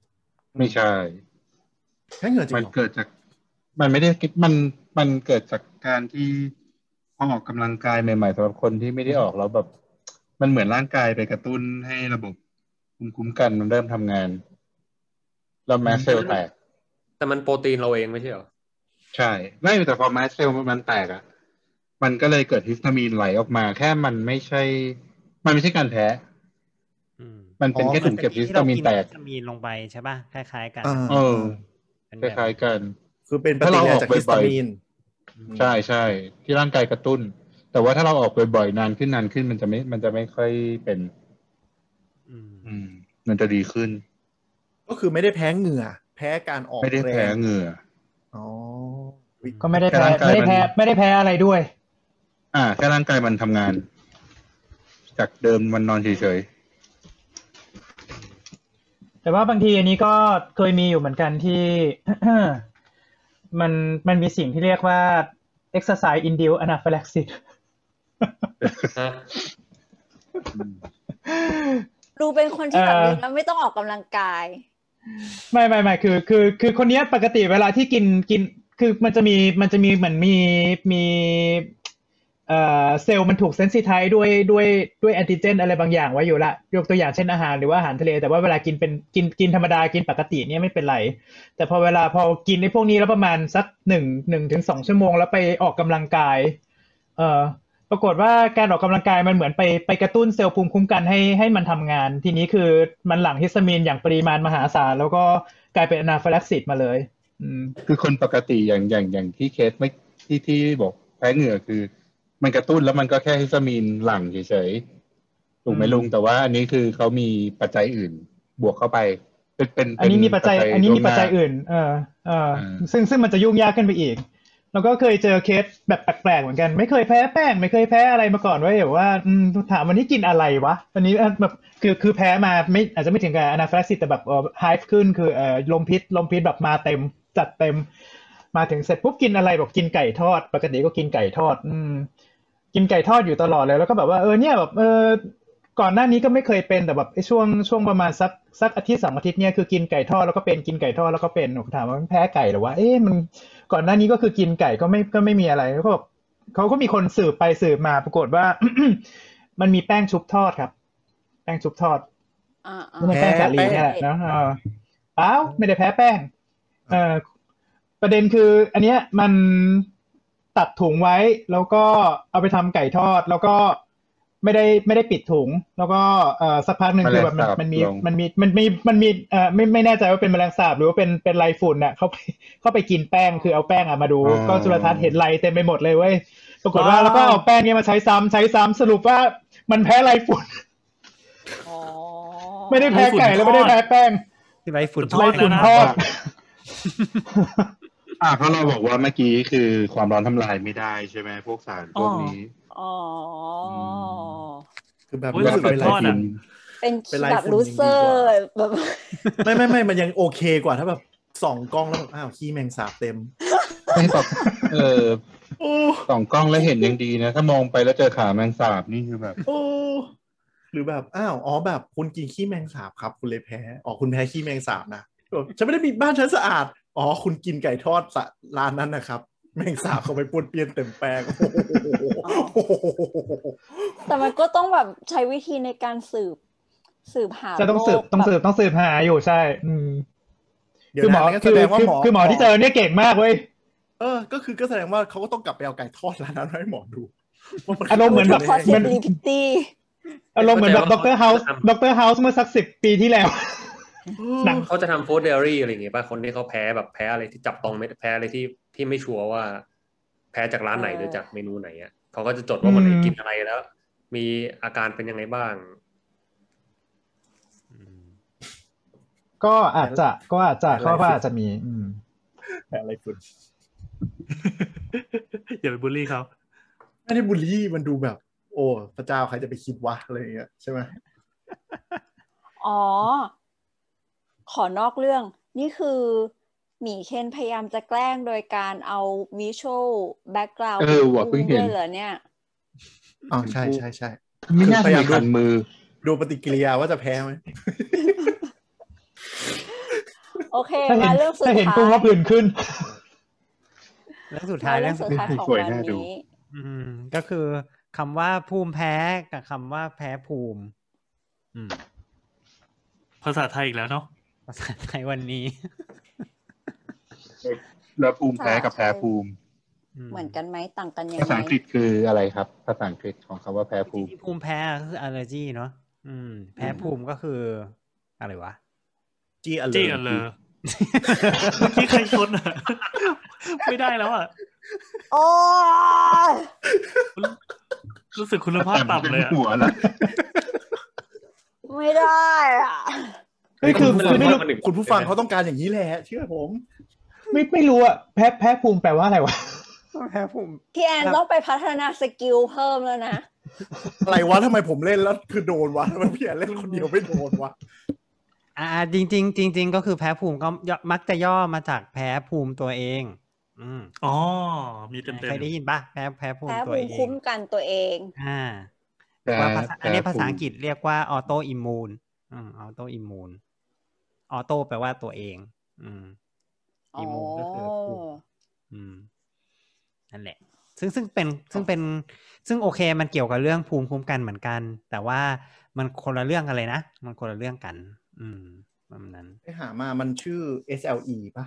A: ไม่ใช่
D: แพ้เหงื่อจริง
A: มัน
D: เหรอ
A: เกิดจาก มันไม่ได้คิดมันมันเกิดจากการที่พอออกกำลังกายใหม่ๆสำหรับคนที่ไม่ได้ออกแล้วแบบ มันเหมือนร่างกายไปกระตุ้นให้ระบบภูมิคุ้มกันมันเริ่มทำงาน แล้วแมสเซลล์แตก
H: แต่มันโปรตีนเราเองไม่ใช่เหรอ
A: ใช่ไม่แต่พอแมสเซลล์มันแตกอะมันก็เลยเกิดฮิสตามีนไหลออกมา แค่มันไม่ใช่ มันไม่ใช่การแพ้ มันเป็นแค่ถุงเก็บฮิสตามีนแตก
C: วิตามินลงไปใช่ป่ะคล้ายๆกัน
D: อ่า
A: เออ
C: เป็น
A: ค
C: แบบ
A: ล้ายๆกัน
D: คือเป็นปฏิกิริยาจากฮิสตามีน
A: ใช่ใช่ที่ร่างกายกระตุ้น แต่ว่าถ้าเราออกบ่อยๆนานขึ้นนานขึ้นมันจะไม่ มันจะไม่ค่อยเป็น
C: อืม
A: อืม มันจะดีขึ้น
D: ก็คือไม่ได้แพ้เหงื่อ แพ้การออก
A: ไม่ได้แพ้เหงื่อ
D: อ๋อ
F: ก็ไม่ได้
A: แต่
F: แพ้
A: ร่างกาย
F: ไม่ได้
A: มัน
F: แพ้ไม่ได้แพ้อะไรด้วย
A: อ่าแค่ร่างกายมันทำงาน จากเดิมมันนอนเฉย
C: แต่ว่าบางทีอันนี้ก็เคยมีอยู่เหมือนกันที่ มันมันมีสิ่งที่เรียกว่า exercise induced anaphylaxis
H: ฮะ
B: ดูเป็นคนที่แบบนี้แล้วไม่ต้องออกกำลังกาย
C: ไม่ไม่ไม่คือคือคือคนเนี้ยปกติเวลาที่กินกินคือมันจะมีมันจะมีเหมือนมีมีเอ่อเซลล์มันถูกเซนซิไทด้วยด้วยด้วยแอนติเจนอะไรบางอย่างไว้อยู่ละยกตัวอย่างเช่นอาหารหรือว่าอาหารทะเล แต่ว่าเวลากินเป็นกินกินธรรมดากินปกติเนี่ยไม่เป็นไร แต่พอเวลาพอกินในพวกนี้แล้วประมาณสักหนึ่งหนึ่งถึงสองชั่วโมงแล้วไปออกกำลังกาย เอ่อ ปรากฏว่าการออกกำลังกายมันเหมือนไปไปกระตุ้นเซลล์ภูมิคุ้มกันให้ให้มันทำงาน ทีนี้คือมันหลั่งฮิสตามีนอย่างปริมาณมหาศาล แล้วก็กลายเป็นอนาฟลักซิสมาเลย อืม
A: ๆ คือคนปกติอย่างอย่างอย่างที่เคสไม่ที่ที่บอกแพ้เหงื่อคือ มันกระตุ้นแล้วมันก็แค่ฮิสตามีนหลั่งเฉยๆถูกไหม
C: อืม
A: ลุงแต่ว่าอันนี้คือเขามีปัจจัยอื่น บวกเข้าไป เป็นเป็น
C: อันนี้มีปัจจัย
A: เป็
C: อันนี้มีปัจจัย
A: ล่วงหา
C: อื่น เออเออ
A: อ่า
C: ซึ่งซึ่งมันจะยุ่งยากขึ้นไปอีก แล้วก็เคยเจอเคสแบบแปลกๆเหมือนกัน ไม่เคยแพ้แป้ง ไม่เคยแพ้อะไรมาก่อนเว้ยแบบว่าอืมถามวันนี้กินอะไรวะวันนี้เอ่อแบบคือคือแพ้มาไม่อาจจะไม่ถึงกับอนาฟลักซิสแต่แบบเออไฮฟ์ขึ้นคือเออลมพิษลมพิษแบบมาเต็มจัดเต็ม มาถึงเสร็จปุ๊บกินอะไรบอกกินไก่ทอด ปกติก็กินไก่ทอด อืม กินไก่ทอดอยู่ตลอดเลยแล้วก็แบบว่าเออเนี่ยแบบเออ ก่อนหน้านี้ก็ไม่เคยเป็นแต่แบบไอ้ช่วงช่วงประมาณสักสักอาทิตย์สองอาทิตย์เนี่ยคือกินไก่ทอดแล้วก็เป็นกินไก่ทอดแล้วก็เป็นผมถามว่ามันแพ้ไก่เหรือว่าเอ๊ะมันก่อนหน้านี้ก็คือกินไก่ก็ไม่ก็ไม่มีอะไรแล้วก็บอกเขาก็มีคนสืบไปสืบมาปรากฏ ว่า มันมีแป้งชุบทอดครับ แป้งชุบทอด
B: อ่า
C: ไม่ใช่แป้งสาลีเนี่ยแหละเนาะเออเปล่าไม่ได้แพ้แป้ง เออประเด็นคือ อันเนี้ยมันตัดถุงไว้ แล้วก็เอาไปทำไก่ทอด แล้วก็ไม่ได้ไม่ได้ปิดถุง แล้วก็เออสักพักหนึ่งคือแบบมัน
A: แมลงสาบ
C: มันมี
A: ลง
C: มันมีมันมีมันมีเออไม่ไม่แน่ใจว่าเป็นแมลงสาบหรือว่าเป็นเป็นไรฝุ่นน่ะเขาไปเขาไปกินแป้งคือเอาแป้งอะมาดู
A: อ๋อ
C: ก็จุลทรรศน์เห็นไรเต็มไปหมดเลยเว้ยปรากฏว่าแล้วก็เอาแป้งเนี้ยมาใช้ซ้ำใช้ซ้ำสรุปว่ามันแพ้ไรฝุ่น
B: อ๋อ
C: ไม่ได้แพ้ไก่แล้วไม่ได้แพ้แป้ง
F: คือไรฝุ่น
E: ทอดแล้วนะ
C: ทอด
A: อ่าเพราะเราบอกว่าเมื่อกี้คือความร้อนทำลายไม่ได้ใช่ไหมพวกสารพวกนี้
B: อ๋ออ
A: ม
D: คือแบบ
E: โอ้ย
D: รู้สึก
E: แบบ
D: เป็นไร
E: ไทอดอะ
B: เป็น
D: เป็นไลฟ์
B: แบบ
D: ฝุ่น
B: ลู
D: ยังดี
B: เซ
D: ก
B: อ
D: ว่า
B: ร์แบบ
D: ไม่ไม่ไม่มันยังโอเคกว่าถ้าแบบส่องกล้องแล้วแบบอ้าวขี้แมงสาบเต็ม
A: ไม่ตอบเออส่องกล้องแล้วเห็นยังดีนะ ถ้ามองไปแล้วเจอขาแมงสาบนี่คือแบบ
D: โอ้หรือแบบอ้าวอ๋อแบบคุณกินขี้แมงสาบครับ คุณเลยแพ้อ๋อคุณแพ้ขี้แมงสาบนะแบบฉันไม่ได้ปิดบ้านฉันสะอาดอ๋อคุณกินไก่ทอดสะร้านนั้นนะครับ แมงสาบเขาไปป้วนเปี้ยนเต็มแปลงโอ้โห
B: แต่มันก็ต้องแบบใช้วิธีในการสืบ สืบหา
C: จะต้องสืบ
B: โรค
C: ต้องสืบ
B: แบบ
C: ต้องสืบหาอยู่ใช่ อืม
D: เดี๋ยว
C: คือหม
D: นะ
C: อ
D: งั้น
C: คือ
D: แสดงว่า
C: คือ
D: หมอ
C: คือหมอที่เจอเนี่ยเก่งมากเว้ย
D: เออ ก็คือก็แสดงว่าเขาก็ต้องกลับไปเอาไก่ทอดร้านนั้นมาให้หมอ ดูว่น
C: อารมณ์เหมือนแบบ
B: พอเซ
C: เหมื
B: น
C: อน
B: ลิพิตี้
C: อารมณ์เหมือนแบบด็อกเตอร์เฮาส์ด็อกเตอร์เฮาส์เมื่อสักสิบปีที่แล้ว หนัง
H: เขาจะทำฟู้ดเดลิเวอรี่อะไรอย่างเงี้ยป่ะคนที่เขาแพ้แบบแพ้อะไรที่จับต้องไม่แพ้อะไรที่ที่ไม่ชัวร์ว่า แพ้จากร้านไหน
B: เออ
H: หรือจากเมนูไหนอ่ะเขาก็จะจดว่าวันไหนกินอะไรแล้ว มีอาการเป็นยังไงบ้าง
C: ก็อาจจะก็อาจจะเขาว่าอาจจะมี อืม
D: แพ้อะไรคุณ
E: อย่าไปบูลลี่เขา
D: ไม่ได้บูลลี่มันดูแบบ โอ้พระเจ้าใครจะไปคิดวะอะไรอย่างเงี้ยใช่ไหม
B: อ๋อ ขอนอกเรื่อง นี่คือหมีเคนพยายามจะแกล้งโดยการเอาวิชวลแบ็กกราวด์
A: เออว่ะเพิ่งเห็น
B: ด้วยเหรอเนี่ย
D: อ๋อใช่ใช่ใช่
A: ไม่น่า
D: พยายามดู
A: สำคัญมือ
D: ดูปฏิกิริยาว่าจะแพ้ไหม
B: โอเค
C: ถ้าเห็
B: มาน เรื่องสุด
C: ถ้าเห็น
B: ท้าย
C: ปุ๊บว่าผื่นขึ้น
F: เรื่องสุด
B: มา
F: ท้าย
B: เรื่
F: เรื่อง งสุ
B: อสุด
F: ด
B: ท้ายของวัน
A: สวยน่าดู
B: นี้
F: อืมก็คือคำว่าภูมิแพ้กับคำว่าแพ้ภูมิ อืม
E: ภาษาไทยอีกแล้วเนาะ
F: ภาษาไทยวันนี้
A: แล้วภูมิแพ้กับแพ้ภูมิ
B: เหมือนกันไหมต่างกันยัง
A: ภาษา
B: ไง
A: อังกฤษคืออะไรครับ ภาษาอังกฤษของคำว่าแพ้ภูมิ
F: ที่ภูมิแพ้ก็คือ allergy เนาะอืม แพ้ภูมิก็คือ อะไรวะ
D: จี้อเล
E: จี้
D: ย
E: กันเลยเมื่อกี้ใครชนอะ ไม่ได้แล้วอะ
B: โอ้ย
E: รู้สึกคุณภาพต่ำเลยอะ
A: หัวแล้ว
B: ไม่ได้อ่ะ
C: เฮ้ยคือคือไม่รู้
H: มันหนึ่ง
D: คุณผู้ฟังเขาต้องการอย่างนี้แหละ เชื่อผม
C: ไม่ไม่รู้อะแพ้แพ้ภูมิแปลว่าอะไรวะ
F: แพ้ภูมิ
B: พี่แอน
F: ครับ
B: ต้องไปพัฒนาสกิลเพิ่มแล้วนะ
D: อะไรวะทำไมผมเล่นแล้วคือโดนวะทำไมพี่แอนเล่นคนเดียวไม่โดนวะ
C: อ่าจริงจริงๆจริง ๆ ก็คือแพ้ภูมิก็ย่อมักจะย่อมาจากแพ้ภูมิตัวเอง อืม
E: อ๋อ มีเต็มเต็ม
C: เคยได้ยินปะแพ้แพ้ภูมิ
B: แพ้
C: ตัว
B: ภู
C: เอ
B: มิ
C: ง
B: คุ้มกันตัวเอง
C: อ่า
A: แพ้
C: ว่าภาษาอันนี้
A: แพ้
C: ภาษา
A: ภูมิ
C: อังกฤษเรียกว่าออโตอิมูนอืมออโตอิมูนออโตแปลว่าตัวเอง อืม
B: อ๋อ
C: immune ก็คือภูมิ อืมนั่นแหละ ซึ่งซึ่งเป็นซึ่งเป็นซึ่งโอเคมันเกี่ยวกับเรื่องภูมิคุ้มกันเหมือนกัน แต่ว่ามันคนละเรื่องกันเลยนะ มันคนละเรื่องกัน อืมประมาณนั้น
D: ไปหามามันชื่อ SLE ปะ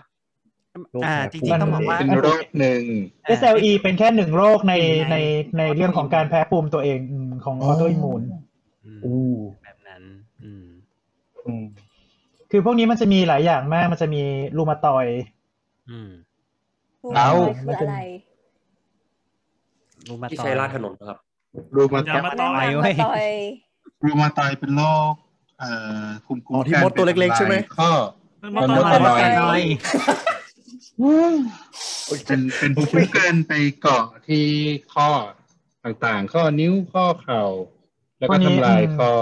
D: โรค
C: อ่า
D: แพ้
C: จ
D: ภู
C: ริง
D: มิ
C: ๆต้องบอกว่า
A: เป็นโรคหนึ่ง
F: SLE เป็นแค่หนึ่งโรคใน
C: ใน
F: ในในเรื่องของการแพ้ภูมิตัวเองอืมของออโตอิมูน
C: อืม
D: อู้
C: แบบนั้น อืม
D: อืม
F: คือพวกนี้มันจะมีหลายอย่างมาก มันจะมีรูมาตอยด์
C: อืม
B: ภูมิ
A: เอา
B: ตัวคืออะไร
C: รูมา
H: ที่
C: ตอ
H: ใช้
C: ย
H: ลาดถนนนะครับ
A: รูมา
E: อย่า
A: ตอย
E: มา
A: ด์
E: ต่อย
B: ไว้ต่อย
A: รูมาตอยด์เป็นโรคเอ่อภูมิคุ้มกันข้อ
E: มาต่อย
A: มันมาต่
E: มาต่อย
C: หน่อย
A: เป็นเป็นภูมิคุ้มกันไปเกาะที่ข้อต่างๆ ข้อนิ้วข้อเข่า แล้วก็ทำลายข้อ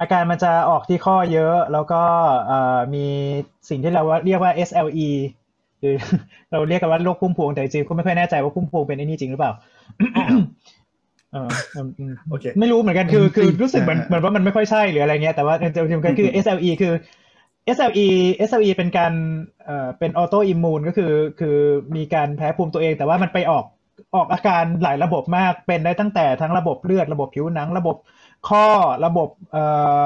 F: อาการมันจะออกที่ข้อเยอะแล้วก็เอ่อมีสิ่งที่เราเรียกว่า SLE หรือ เราเรียกกันว่าโรคพุ่มพวงแต่จริงๆก็ไม่ค่อยแน่ใจว่าพุ่มพวงเป็นไอ้นี่จริงหรือเปล่าเอออืมอืม
D: โอเค
F: ไม่รู้เหมือนกันคือ
A: อืม
F: คือ
A: อืม
F: รู้สึกเหมือน
A: อ่า
F: เหมือนว่ามันไม่ค่อยใช่หรืออะไรเงี้ยแต่ว่าจริงๆก็คือ SLE คือ SLE SLE เป็นการเอ่อเป็นออโตอิมูนก็คือคือมีการแพ้ภูมิตัวเอง แต่ว่ามันไปออกออกอาการหลายระบบมากเป็นได้ตั้งแต่ทั้งระบบเลือดระบบผิวหนัง ระบบข้อระบบเอ่อ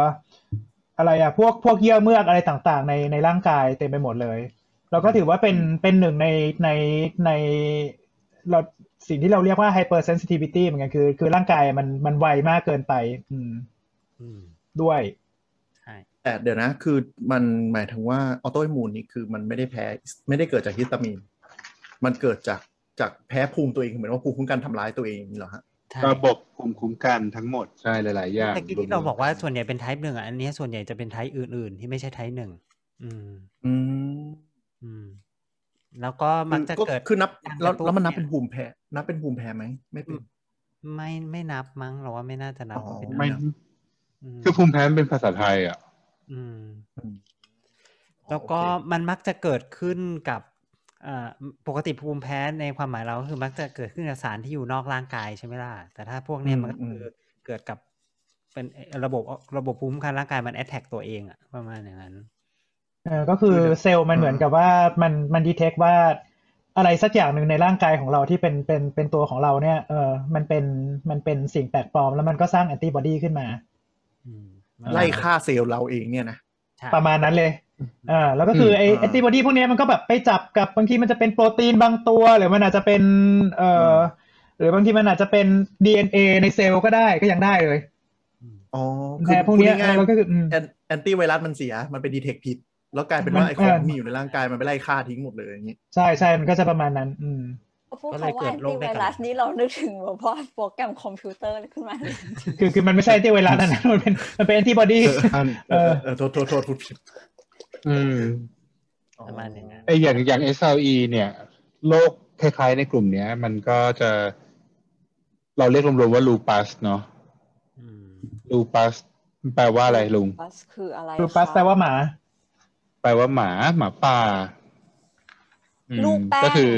F: อะไรอะพวกพวกเยื่อเมือกอะไรต่างๆ ในในร่างกายเต็มไปหมดเลย เราก็ถือว่าเป็นเป็นหนึ่งในในในเราสิ่งที่เราเรียกว่า hypersensitivity เหมือนกันคือ คือร่างกายมันมันไวมากเกินไป อืม
C: อืม
F: ด้วย
C: ใช่
D: แต่เดี๋ยวนะ คือมันหมายถึงว่าออโตอิมูนนี่คือมันไม่ได้แพ้ ไม่ได้เกิดจากฮิสตามีน มันเกิดจากจากแพ้ภูมิตัวเองเหมือนว่าภูมิคุ้มกันทำร้ายตัวเองนี่เหรอฮะ
C: ใช่
A: ระบบภูมิคุ้มกันทั้งหมดใช่หลายๆอย่าง
C: แต่กี้ที่เราบอกว่าส่วนใหญ่เป็นไทป์หนึ่งอ่ะอันเนี้ยส่วนใหญ่จะเป็นไทป์อื่นๆ ที่ไม่ใช่ไทป์หนึ่งอืม
D: อืม
C: อืม แล้วก็มักจะเกิด
D: คือนับ
C: การกระตุ้น
D: แล้วแล้วมันนับ
C: เนี่ย
D: เป็นภูมิแพ้ นับเป็นภูมิแพ้ไหมไม่เป็น
C: ไม่ไม่นับมั้งเราว่าไม่น่าจะนับ
D: อ๋อ
C: เป็น
A: ไม่
C: อืม
A: คือภูมิแพ้มันเป็นภาษาไทยอ่ะ
C: อืม
D: อืม
C: แล้วก็
D: โอเค
C: มันมักจะเกิดขึ้นกับเอ่อปกติภูมิแพ้ในความหมายเราก็คือมักจะเกิดขึ้นกับสารที่อยู่นอกร่างกายใช่ไหมล่ะแต่ถ้าพวกเนี้ย
D: อืม
C: มันก็คืออ
D: ม
C: เกิดกับเป็นระบบระบบภูมิคุ้มกันร่างกายมันแอดแทกตัวเองอะประมาณอย่างนั้น
F: เออก็คือเซลล์มัน
D: อ่า
F: เหมือนกับว่ามันมันดีเทคว่าอะไรสักอย่างหนึ่งในร่างกายของเราที่เป็นเป็นเป็นตัวของเราเนี่ยเออมันเป็นมันเป็นสิ่งแปลกปลอม แล้วมันก็สร้างแอนติบอดีขึ้นมา
C: อืม
D: ไล่ฆ่าเซลล์เราเองเนี่ยนะ
C: ใช่
F: ประมาณนั้นเลยอ่าแล้วก็คือไอ
D: อืม
F: แอนติบอดีพวกเนี้ยมันก็แบบไปจับกับบางทีมันจะเป็นโปรตีนบางตัว หรือมันอาจจะเป็นเอ่อ
D: ม
F: อหรือบางทีมันอาจจะเป็น DNA ในเซลล์ก็ได้ก็ยังได้เลย
D: อ๋อ
F: แพ้พวกเนี้ย
D: พูดง่ายๆ
F: เราก็คืออืม
D: แอนแอนตี้ไวรัสมันเสีย มันไปดีเทคผิด แล้วกลายเป็นว่าไอ้ของที่มีอยู่ในร่างกายมันไปไล่ฆ่าทิ้งหมดเลยอย่างนี้
F: ใช่ใช่มันก็จะประมาณนั้น อืม
B: พูด
C: ก็เลย
B: คำ
C: เกิ
B: ว่าแอ
C: ด
B: น
C: โร
B: ตี้
C: ค
B: ไว
C: ได้กับ
B: รัสนี้เรานึกถึงแบบว่าโปรแกรมคอมพิวเตอร์ขึ้นมาเลย
F: คือคือมันไม่ใช่ที่ไวรัสนะ มันเป็นมันเป็นแอนติบอดี
D: เออเออโทษโทษโทษพูดผิด
A: อืม
C: ประมาณอย่างนั้น
A: ไออย่างอย่าง SLE เนี่ยโรคคล้ายๆในกลุ่มเนี้ย มันก็จะ เราเรียกรวมๆว่าลูปัสเนาะ
C: อืม
A: ลูปัสแปลว่าอะไรลุง
B: บัสคืออะไร
F: คือปัส
B: คะ
F: แปลว่าหมา
A: แปลว่าหมาหมาป่าอืม
B: ลูกแป้ง
A: ก็คือ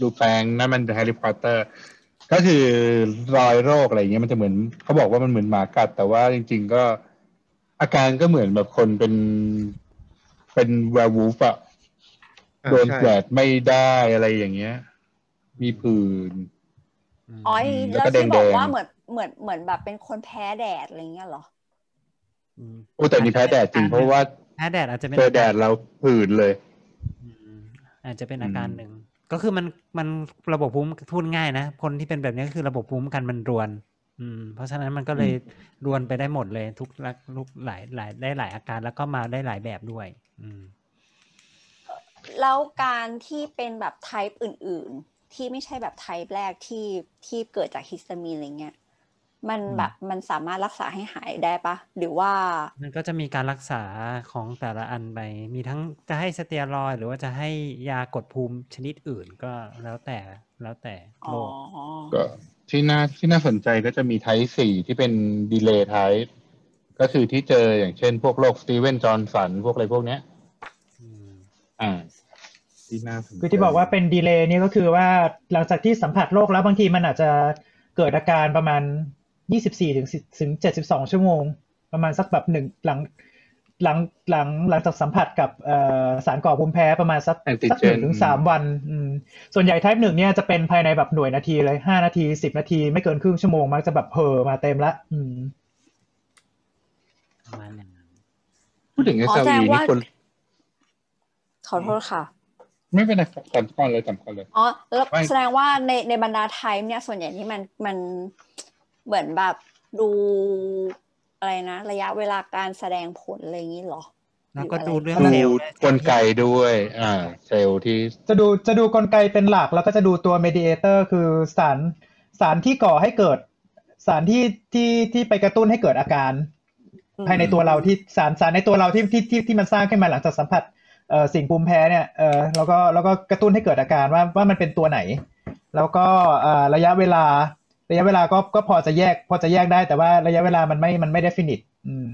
A: ลูกแปลงนั่นมันแฮร์รี่พอตเตอร์ ก็คือรอยโรคอะไรเงี้ยมันจะเหมือนเขาบอกว่ามันเหมือนหมากัด แต่ว่าจริง ๆ ก็อาการก็เหมือนแบบคนเป็นเป็นแวร์วูฟอะ
G: อ่า
A: โดน
G: ใช่
A: แดดไม่ได้อะไรอย่างเงี้ย มีผื่น
B: อ๋ออ
A: ม
B: แล้ว
A: แล้วก็
B: ที่บอก
A: แดงๆ
B: ว่าเหมือนเหมือนเหมือนแบบเป็นคนแพ้แดดอะไรเงี้ยเหรอ
C: ม
A: โอ้แต่นี่แพ้แดดจริงเพราะว่า
C: แพ้แดดอาจจะเป็น
A: เจอแดดเราผื่นเลย
C: อืมอาจจะเป็นอาการ
A: อืม
C: หนึ่ง ก็คือมันมันระบบภูมิพูดง่ายนะ คนที่เป็นแบบนี้ก็คือระบบภูมิคุ้มกันมันรวน อืม เพราะฉะนั้นมันก็เลยรวนไปได้หมดเลย ทุกลักลุกหลายหลายได้หลายอาการแล้วก็มาได้หลายแบบด้วย อืม
B: แล้วการที่เป็นแบบไทป์อื่น ๆ ที่ไม่ใช่แบบไทป์แรกที่ที่เกิดจากฮิสตามีนอะไรเงี้ยมันแบบมันสามารถรักษาให้หายได้ปะ หรือว่า
C: มันก็จะมีการรักษาของแต่ละอันไปมีทั้งจะให้สเตียรอยด์หรือว่าจะให้ยากดภูมิชนิดอื่นก็แล้วแต่แล้วแต่
B: อ๋
C: โร
B: อ
C: ค
A: ก็ ที่น่าที่น่าสนใจก็จะมีไทป์สี่ที่เป็นดีเลย์ไทป์ก็คือที่เจออย่างเช่นพวกโรคสตีเวนจอห์นสันพวกอะไรพวกเนี้ย
C: อืม
A: อ่า ที่น่าสนใจ
F: คือที่บอกว่าเป็นดีเลย์นี่ก็คือว่าหลังจากที่สัมผัสโรคแล้วบางทีมันอาจจะเกิดอาการประมาณ 24ถึง10ถึง 72 ชั่วโมง ประมาณสักแบบหนึ่งหลังหลังหลังหลังจากสัมผัสกับเอ่อสารก่อภูมิแพ้ประมาณสัก
A: แอนติ
F: สัก
A: เจ
F: หนึ่
A: น
F: งถึงสามวันอืมส่วนใหญ่ type หนึ่งเนี่ยจะเป็นภายในแบบหน่วยนาทีเลย 5 นาที 10 นาที ไม่เกินครึ่งชั่วโมงมักจะแบบเพอมาเต็มละอืม
C: ประมาณนั้น
A: พูดถึงไอ
B: อ๋อ
A: ซา
B: แสด
A: วี
B: งว่า
A: นี่คน
B: ขอโทษค่ะ
A: ไม่เป็นไรครับตัดก่อนเลยตัดก่อนเลย
B: อ๋อแล้ว
A: ไม่
B: แสดงว่าในในบรรดาไทป์เนี่ยส่วนใหญ่นี่มันมันเหมือนแบบดูอะไรนะ ระยะเวลาการแสดงผลอะไรอย่างนี้เหรอ
C: แล้วก็ดูเรื่อง
A: ดู
C: เซลล์ด้วย
A: กลไกด้วย อ่า เซลล์ที่
F: จะดูจะดูกลไกเป็นหลักแล้วก็จะดูตัว mediator คือสารสารที่ก่อให้เกิด สารที่ที่ที่ไปกระตุ้นให้เกิดอาการ
B: อืม
F: ภายในตัวเราที่สารสารในตัวเราที่ที่ที่ที่มันสร้างขึ้นมาหลังจากสัมผัสเอ่อสิ่งภูมิแพ้เนี่ยเออแล้วก็แล้วก็กระตุ้นให้เกิดอาการว่าว่ามันเป็นตัวไหน แล้วก็เอ่อระยะเวลา ระยะเวลาก็ก็พอจะแยก พอจะแยกได้แต่ว่าระยะเวลามันไม่มันไม่ definite อืม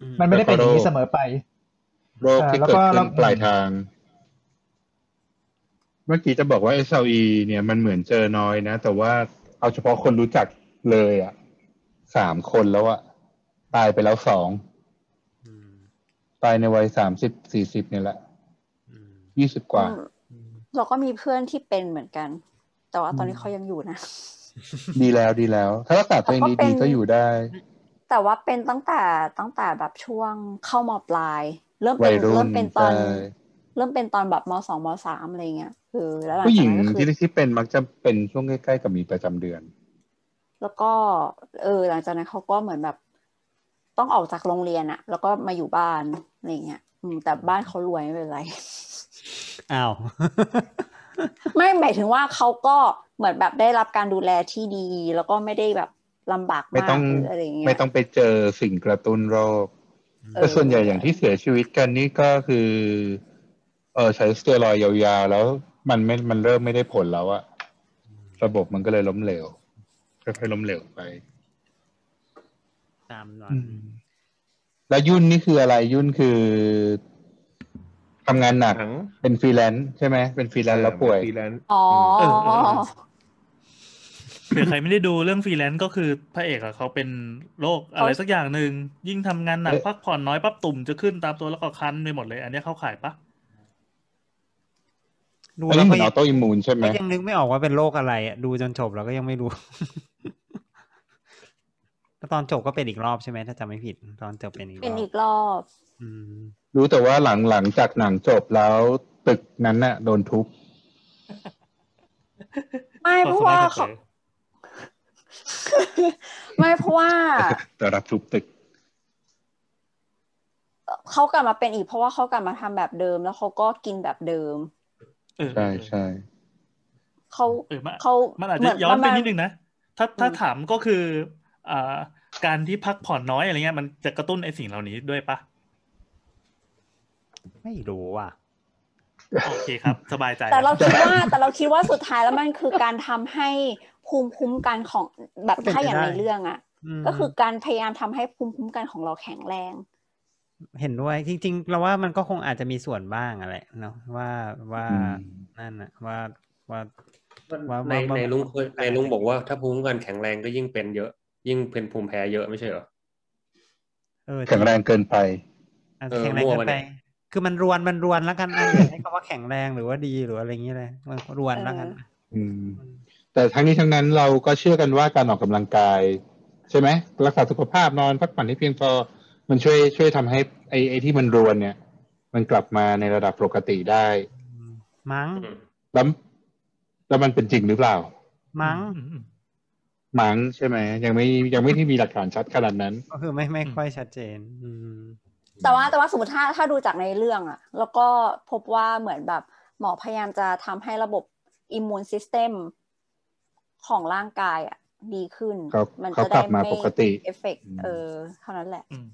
C: อืม
F: มันไม่ได้เป็นอย่างนี้เสมอไป
A: โรคที่
F: อ่าแล้ว
A: เกิ
F: ก็
A: ดขึ้
F: แล้ว
A: นปลายทาง เมื่อกี้จะบอกว่า SLE เนี่ยมันเหมือนเจอน้อยนะ แต่ว่าเอาเฉพาะคนรู้จักเลยอ่ะสามคนแล้วอ่ะ ตายไปแล้วสอง
C: อืม
A: ตายในวัยสามสิบสี่สิบเนี่ยแหละ
C: อืม
A: ยี่สิบกว่า
B: อืมเราก็มีเพื่อนที่เป็นเหมือนกัน แต่ว่าตอนนี้เขายังอยู่นะ
A: ดีแล้วดีแล้ว ถ้ารักษาตัวเองดีๆก็อยู่ได้
B: แต่ว่าเป็นตั้งแต่ตั้งแต่แบบช่วงเข้ามปลาย เริ่ม
A: วั
B: เป็น
A: ยรุ่
B: เริ่
A: น
B: มเป็นตอน
A: ใช่
B: เริ่มเป็นตอนแบบมสองมสามอะไรเงี้ยคือแล้วหลัง
A: ผู้ห
B: จาก
A: ญิง
B: นั้นก็คือ
A: ที่ที่เป็นมักจะเป็นช่วงใกล้ๆกับมีประจำเดือน
B: แล้วก็ เออ หลังจากนั้นเขาก็เหมือนแบบ ต้องออกจากโรงเรียนอะแล้วก็มาอยู่บ้านอะไรเงี้ยอืมแต่บ้านเขารวยไม่เป็นไร
C: อ้าว
B: ไม่หมายถึงว่าเขาก็เหมือนแบบได้รับการดูแลที่ดี แล้วก็ไม่ได้แบบลำบาก
A: ไม่
B: มา
A: ต้
B: ก
A: อง
B: หรืออะไรเงี้ย
A: ไม่ต้องไปเจอสิ่งกระตุ้นโรค
C: เออ
A: แต่ส่วนใหญ่อย่างที่เสียชีวิตกันนี่ก็คือ เออใช้สเตียรอยด์ยาวๆแล้วมันไม่มันเริ่มไม่ได้ผลแล้วอะระบบมันก็เลยล้มเหลวค่อยๆล้มเหลวไป
C: ตามนอน
A: แล้วยุ่นนี่คืออะไรยุ่นคือทำงานหนัก
G: หนัง
A: เป็นฟรีแลนซ์ใช่ไหมเป็นฟรีแลนซ์แล้วป่วย
G: ฟรีแลนซ์
B: อ๋อ
G: เออเออเออ
E: เผื่อใครไม่ได้ดูเรื่องฟรีแลนซ์ก็คือพระเอกอะเขาเป็นโรคอะไรสักอย่างหนึ่งยิ่งทำงานหนัก
A: เอ๊ะ
E: พักผ่อนน้อยปั๊บตุ่มจะขึ้นตามตัวแล้วก็คันไปหมดเลย อันเนี้ยเข้าข่ายปะ
C: ดู
A: อัน
C: แล้ว
A: นี้เหมื
C: ก็
A: อน
C: ยั
A: ออง โตอิมูนใช่ไหม
C: ก็ยังนึกไม่ออกว่าเป็นโรคอะไรอะดูจนจบแล้วก็ยังไม่รู้ แล้วตอนจบก็เป็นอีกรอบใช่ไหมถ้าจำไม่ผิด ตอนจบเป็นอีกร
B: เป็น
C: อ
B: อี
C: บ
B: กรอบ
C: อืม
A: รู้แต่ว่าหลังหลังจากหนังจบแล้วตึกนั้นน่ะโดนทุบ
B: ไม่
E: ขอ
B: เพ
E: ส
B: ราะ
E: ไล
B: ว่าเขา
E: ด์เฉย
B: ไม่เพราะว่า
A: แต่รับทุบตึก
B: เขากลับมาเป็นอีกเพราะว่าเขากลับมาทำแบบเดิมแล้วเขาก็กินแบบเดิม
E: เออเอ
A: ใช่
E: อเออ
A: ใช่
B: เขา
E: เออมัน
B: เขา
E: มันอาจ
B: เห
E: จะ
B: มื
E: ย้อนไป
B: มั
E: นิดนึงนะ ถ้าถ้า
B: อืม
E: ถามก็คืออ่าการที่พักผ่อนน้อยอะไรเงี้ยมันจะกระตุ้นไอ้สิ่งเหล่านี้ด้วยปะ
C: ไม่รู้ว่ะ
E: โอเคครับ สบายใจ
B: แต่เรา
E: ค
B: คิ
E: รับ
B: ดว่าแต่เราคิดว่าสุดท้ายแล้วมันคือการทำให้ภูมิคุ้มกันของแบบ
C: ก็เป็นไป
B: ถ้าอย่าง
C: ได้
B: ในเรื่องอ่ะ
C: ม
B: ก็คือการพยายามทำให้ภูมิคุ้มกันของเราแข็งแรง
C: เห็นด้วยจริง ๆ เราว่ามันก็คงอาจจะมีส่วนบ้างอะไรเนาะว่าว่า
A: อืม
C: นั่นนะว่าว่าว่า
H: ใน
C: ว่าว่า
H: ในลุงเคยในลุง
C: าจจะ
H: บอกว่าถ้าภูมิคุ้มกันแข็งแรงก็ยิ่งเป็นเยอะ ยิ่งเป็นภูมิแพ้เยอะไม่ใช่เหรอ
C: เออจ
A: แข็งแรงเกินไป
C: อาจ
H: เอ
C: จะ
H: อ
C: แข็งแรง
H: มั่ว
C: เกิน
H: ปะ
C: ไป
H: เนี่ย
C: คือมันรวนมันรวนแล้วกันอ่ะอย่าใช้คำว่าแข็งแรงหรือว่าดีหรืออะไรอย่างเงี้ยเลยมันรวนแล้วกัน
A: อืม แต่ทั้งนี้ทั้งนั้นเราก็เชื่อกันว่าการออกกำลังกาย ใช่ไหมรักษาสุขภาพนอนพักผ่อนให้เพียงพอมันช่วยช่วยทำให้ไอ้ไอ้ที่มันรวนเนี่ย มันกลับมาในระดับปกติได้
C: มมั้ง
H: อืม
A: แล้วแล้วมันเป็นจริงหรือเปล่า
C: มั้ง
E: อืมอืม
A: มั้งใช่ไหมยังไม่ยังไม่ที่มีหลักฐานชัดขนาดนั้น
C: ก็คือไม่ไม่ค่อยชัดเจน อืม
B: แต่ว่าแต่ว่าสมมติถ้าถ้าดูจากในเรื่องอะแล้วก็พบว่าเหมือนแบบหมอพยายามจะทำให้ระบบอิมมูนซิสเต็มของร่างกายอะดีขึ้น
A: เขา
B: มัน
A: เขา
B: จะ
A: กลั
B: ได้
A: บมา
B: ไม่
A: ปกติ
B: เอฟเฟก
A: อืม
B: เออเท่านั้นแหละ
E: อืม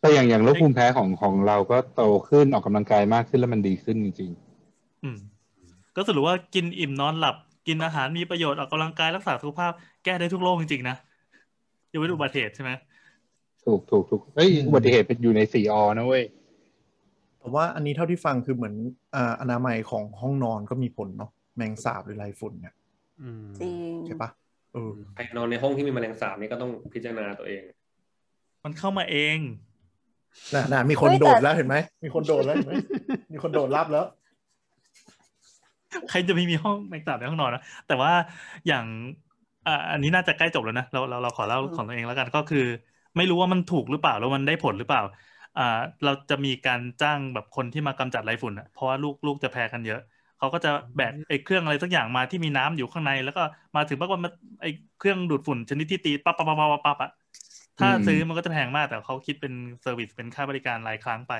A: แต่อย่างอย่างโรคภูมิแพ้ของของเราก็โตขึ้นออกกำลังกายมากขึ้นแล้วมันดีขึ้นจริง
E: อืมก็สรุปว่ากินอิ่มนอนหลับ กินอาหารมีประโยชน์ออกกำลังกายรักษาสุขภาพแก้ได้ทุกโรคจริงๆนะยกเว้นอุบัติเหตุใช่ไหม
A: ถูกถูกถูกเฮ้ยอุบัติเหตุเป็นอยู่ในสี่อนะเว้ย
D: แต่ว่าอันนี้เท่าที่ฟังคือเหมือนอ่าอนามัยของห้องนอนก็มีผลเนาะแมงสาบหรือไรฝุ่นเนี่ย
C: อืม
B: จริง
D: ใช่ปะเออ
H: ใครนอนในห้องที่มีแมลงสาบนี่ก็ต้องพิจารณาตัวเอง
E: มันเข้ามาเอง
D: น่ะน่ะมีคนโดดแล้วเห็นไหมมีคนโดดแล้วเห็นไหม มีคนโดดรับแล้ว
E: ใครจะไม่มีห้องแมงสาบในห้องนอนนะแต่ว่าอย่างอ่าอันนี้น่าจะใกล้จบแล้วนะเราเราเราขอเล่าของตัวเองแล้วกันก็คือ ไม่รู้ว่ามันถูกหรือเปล่าแล้วมันได้ผลหรือเปล่า อ่า เราจะมีการจ้างแบบคนที่มากำจัดไรฝุ่นอะเพราะว่าลูกลูกจะแพ้กันเยอะเขาก็จะแบกไอ้เครื่องอะไรสักอย่างมาที่มีน้ำอยู่ข้างใน แล้วก็มาถึงปั๊บก็มาไอ้เครื่องดูดฝุ่นชนิดที่ตีปั๊บปั๊บปั๊บปั๊บปั๊บอะถ้า
A: อืม
E: ซื้อมันก็จะแพงมากแต่เขาคิดเป็นเซอร์วิสเป็นค่าบริการรายครั้งไป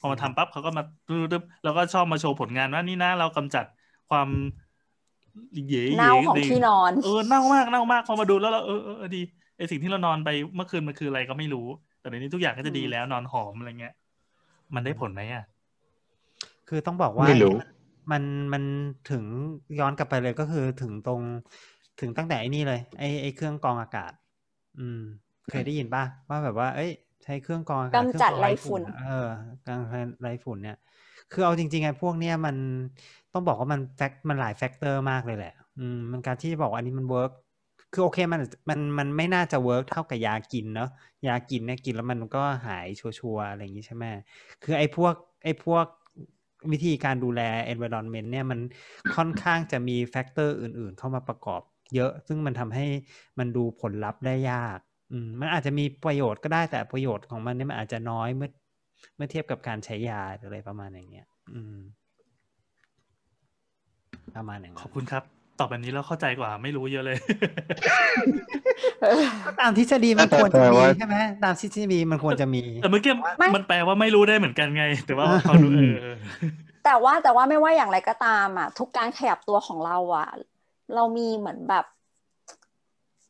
E: พอมาทำปั๊บเขาก็มาปึ๊บๆแล้วก็ชอบมาโชว์ผลงานว่านี่นะเรากำจัดความเย่ๆ
B: เน่าของ
E: ใน
B: ที่นอน
E: เออเน่ามากเน่ามากพอมาดูแล้วเราเออเออเออดีไอสิ่งที่เรานอนไปเมื่อคืนมันคืออะไรก็ไม่รู้ แต่เดี๋ยวนี้ทุกอย่างก็จะดีแล้วนอนหอมอะไรเงี้ย มันได้ผลไหมอ่ะ
C: คือต้องบอกว่า
A: ไม่รู้
C: มันมันถึงย้อนกลับไปเลยก็คือถึงตรงถึงตั้งแต่ไอ้นี่เลย ไอ้ไอ้เครื่องกรองอากาศ อืม เคยได้ยินป่ะว่าแบบว่า เอ้ย ใช้เครื่องกรองอากาศ
B: กำจัด
C: เคองกรอง
B: ไร้ฝุ่น
C: เออกำจัดไรฝุ่นเนี่ย คือเอาจริงๆไอ้พวกเนี้ยมันต้องบอกว่ามันแฟกมันหลายแฟกเตอร์มากเลยแหละ อืมมันการที่จะบอกว่าอันนี้มันเวิร์กคือโอเคมันมันมันไม่น่าจะเวิร์กเท่ากับยากินเนาะยากินเนี่ยกินแล้วมันก็หายชัวร์ๆอะไรอย่างงี้ใช่ไหม คือไอ้พวกไอ้พวกวิธีการดูแล environment เนี่ยมันค่อนข้างจะมีแฟกเตอร์อื่นๆ เข้ามาประกอบเยอะ ซึ่งมันทำให้มันดูผลลัพธ์ได้ยากอืมมันอาจจะมีประโยชน์ก็ได้แต่ประโยชน์ของมันเนี่ยมันอาจจะน้อยเมื่อเมื่อเทียบกับการใช้ยาหรืออะไรประมาณอย่างเงี้ย อืม ประมาณอย่าง
E: ข
C: นั้
E: อน บคุณครับ ตอบแบบนี้แล้วเข้าใจกว่าไม่รู้เยอะ เลย
C: ก็ตามทฤษฎีมันควรจะมีใช่ไหมตามทฤษฎีมันควรจะมี
E: แต่เมื่อกี้
B: ไม่
E: มันแปลว่าไม่รู้ได้เหมือนกันไง แต่ว่าฟังดูเออ
B: แต่ว่าแต่ว่าไม่ว่าอย่างไรก็ตามอ่ะ ทุกการขยับตัวของเราอ่ะ เรามีเหมือนแบบ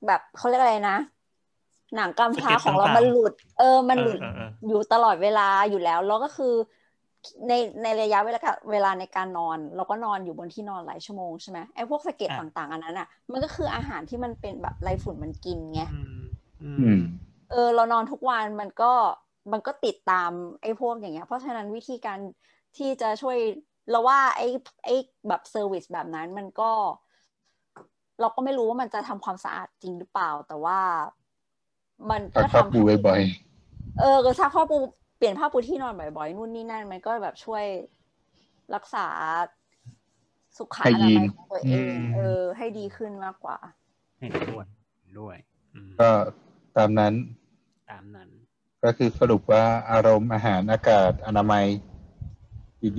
B: แบบเขาเรียกอะไรนะ หนังกำพร้า
E: สะเก็ด
B: ของเรา
E: ต่างๆ
B: มันหลุด เออ มัน
E: เอ
B: ห
E: อ
B: ลุด
E: เออเออ
B: อยู่ตลอดเวลาอยู่แล้ว แล้วก็คือ ในในระยะเวลาเวลาในการนอน เราก็นอนอยู่บนที่นอนหลายชั่วโมงใช่ไหมไอ้พวกสะเก็ด
E: อ่ะ
B: ต่างๆอันนั้นอ่ะ มันก็คืออาหารที่มันเป็นแบบไรฝุ่นมันกินไง
C: อืมอื
A: อื
C: ม
A: ม
B: เออเรานอนทุกวันมันก็มันก็ติดตามไอ้พวกอย่างเงี้ย เพราะฉะนั้นวิธีการที่จะช่วยเราว่าไอ้ไอ้แบบเซอร์วิสแบบนั้นมันก็ เราก็ไม่รู้ว่ามันจะทำความสะอาดจริงหรือเปล่า แต่ว่ามัน
A: ตั
B: ก็
A: ดผ้า
B: ทำ
A: ปู
B: ให้
A: บ่อย
B: เออก็ซักผ้าปูเปลี่ยนผ้าปูที่นอนบ่อยๆนู่นนี่นั่น มันก็แบบช่วยรักษาสุขอนามัยของตัวเอง เออ ให้ดีขึ้นมากกว่า
C: เห็นด้วยเห็นด้วยอืม
A: ๆ ก็ตามนั้น
C: ตามนั้น
A: ก็คือสรุปว่าอารมณ์อาหารอากาศอนามัย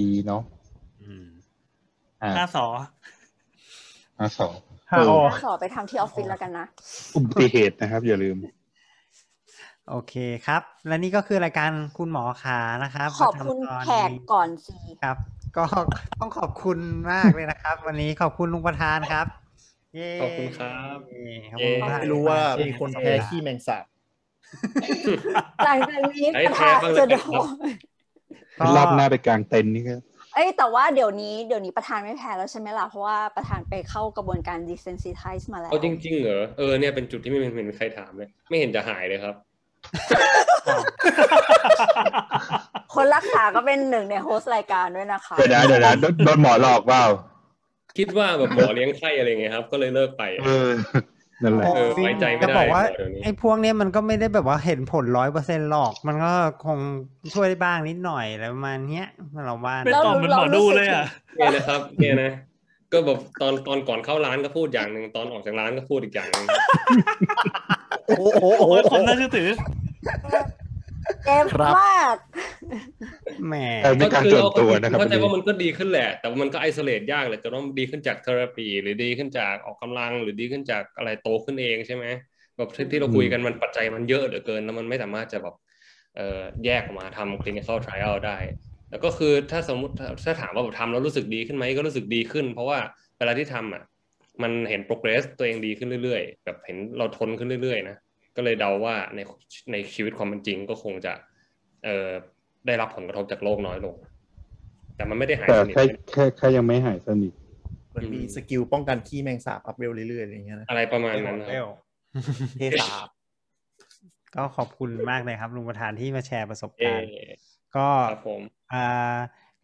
A: ดีๆ เนาะ
C: อืม
A: อ่า
E: ห้าสอ
A: อาสอง
F: ห้าออ
B: สอบไปทำที่ออฟฟิศแล้วกันนะ
A: อุบัติเหตุนะครับ อย่าลืม
C: โอเคครับ และนี่ก็คือรายการคุณหมอขานะครับ
B: ขอบคุณ
C: ประจำตอนนี้
B: แขกก่อนสิ
C: ครับ ก็ ต้องขอบคุณมากเลยนะครับ วันนี้ขอบคุณลุงประธานครับ เย้
H: ขอบคุณครับ
C: เย้ขอบ
H: เย้
C: คุณก
D: ไม่รู้ว่ามีคนแพ้ขี้แมงสาบ
B: หลังจากนี้
H: ให้
B: ประ
H: แพ้
B: ธาน
H: บ้างเลย
B: จะโด
H: ค
B: น
H: รับ
C: ก็
A: รอบหน้าไปกลางเต็นท์นี่ก็
B: เอ้ยแต่ว่าเดี๋ยวนี้เดี๋ยวนี้ประธานไม่แพ้แล้วใช่ไหมล่ะ เพราะว่าประธานไปเข้ากระบวนการ desensitize มาแล้ว
H: เอาจริงๆเหรอเออเนี่ยเป็นจุดที่ไม่เห็นใครถามเลย ไม่เห็นจะหายเลยครับ
B: คนรักษาก็เป็นหนึ่งในโฮสต์รายการด้วยนะคะ
A: เดี๋ยวนะเดี๋ยวนะโดนโดนหมอหลอกเปล่า
H: คิดว่าแบบหมอเลี้ยงไข้อะไรเงี้ยครับ ก็เลยเลิกไป
A: เออ นั่นแหละ
H: เออไว้ใจไม่ได้
C: จะบอกว่า
H: เดี๋ยวนี้
C: ไอ้พวกเนี้ยมันก็ไม่ได้แบบว่าเห็นผลร้อยเปอร์เซ็นหรอก มันก็คงช่วยได้บ้างนิดหน่อยอะไรประมาณเนี้ยเราว่านะ
E: เป็นตอบเหมือนหมอดูเลยอ่ะ
H: เนี่ยนะครับ เนี่ยนะ ก็แบบตอนตอนก่อนเข้าร้านก็พูดอย่างหนึ่งตอนออกจากร้านก็พูดอีกอย่างหนึ่ง
D: โอ้โหโอ้โห
E: โอ้ย
D: โอ้
E: ค
D: โห
E: นน่าเชื่อถือ
B: เจ็บ
D: ครับ
B: มาก
C: แหม
A: ไม่การส่วนตัวนะครับ
H: เข้าใจว่ามันก็ดีขึ้นแหละ แต่ว่ามันก็ไอโซเลตยากแหละจะต้องดีขึ้นจากเทอราปี หรือดีขึ้นจากออกกำลัง หรือดีขึ้นจากอะไรโตขึ้นเองใช่ไหมแบบที่ที่เราคุยกันมันปัจจัยมันเยอะเหลือเกิน แล้วมันไม่สามารถจะแบบเอ่อแยกออกมาทำ clinical trial ได้ แล้วก็คือถ้าสมมติถ้าถ้าถามว่าแบบทำแล้วรู้สึกดีขึ้นไหมก็รู้สึกดีขึ้น เพราะว่าเวลาที่ทำอ่ะมันเห็น progress ตัวเองดีขึ้นเรื่อยๆ แบบเห็นเราทนขึ้นเรื่อยๆนะ ก็เลยเดาว่าในในชีวิตความเป็นจริงก็คงจะ เอ่อได้รับผลกระทบจากโลกน้อยลง แต่มันไม่ได้หาย
A: แต่
H: สนิท
A: แค่แค่แค่ยังไม่หายสนิท
D: มือนมี
H: อืม
D: สกิลป้องกันขี้แมงสาบอัพเวลเรื่อยๆอะไรอย่างเงี้ยนะ
H: อะไรประมาณนั้นนะค
C: เร็
H: รับ
C: ว
D: เทสาบ
C: ก็ขอบคุณมากเลยครับลุงประธานที่มาแชร์ประสบ
H: เอ
C: การณ์ ก็
H: ครับผม
C: อ่า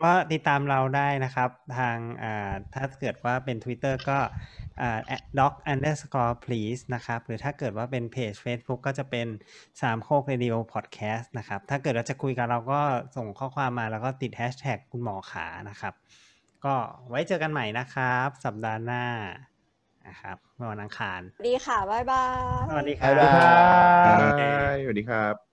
C: ก็ติดตามเราได้นะครับทางอ่าถ้าเกิดว่าเป็น Twitter ก็อ่า doc underscore please นะครับ หรือถ้าเกิดว่าเป็นเพจ Facebook ก็จะเป็นสามโคก radio podcast นะครับ ถ้าเกิดเราจะคุยกันเราก็ส่งข้อความมาแล้วก็ติด hashtag คุณหมอขานะครับ ก็ไว้เจอกันใหม่นะครับ สัปดาห์หน้านะครับวันอังคาร
B: ดีค่ะ บ๊ายบาย
C: สวัสดีค
D: บ๊า
C: รั
D: ยบา
C: บ
D: ย
G: บายสวัสดีครับ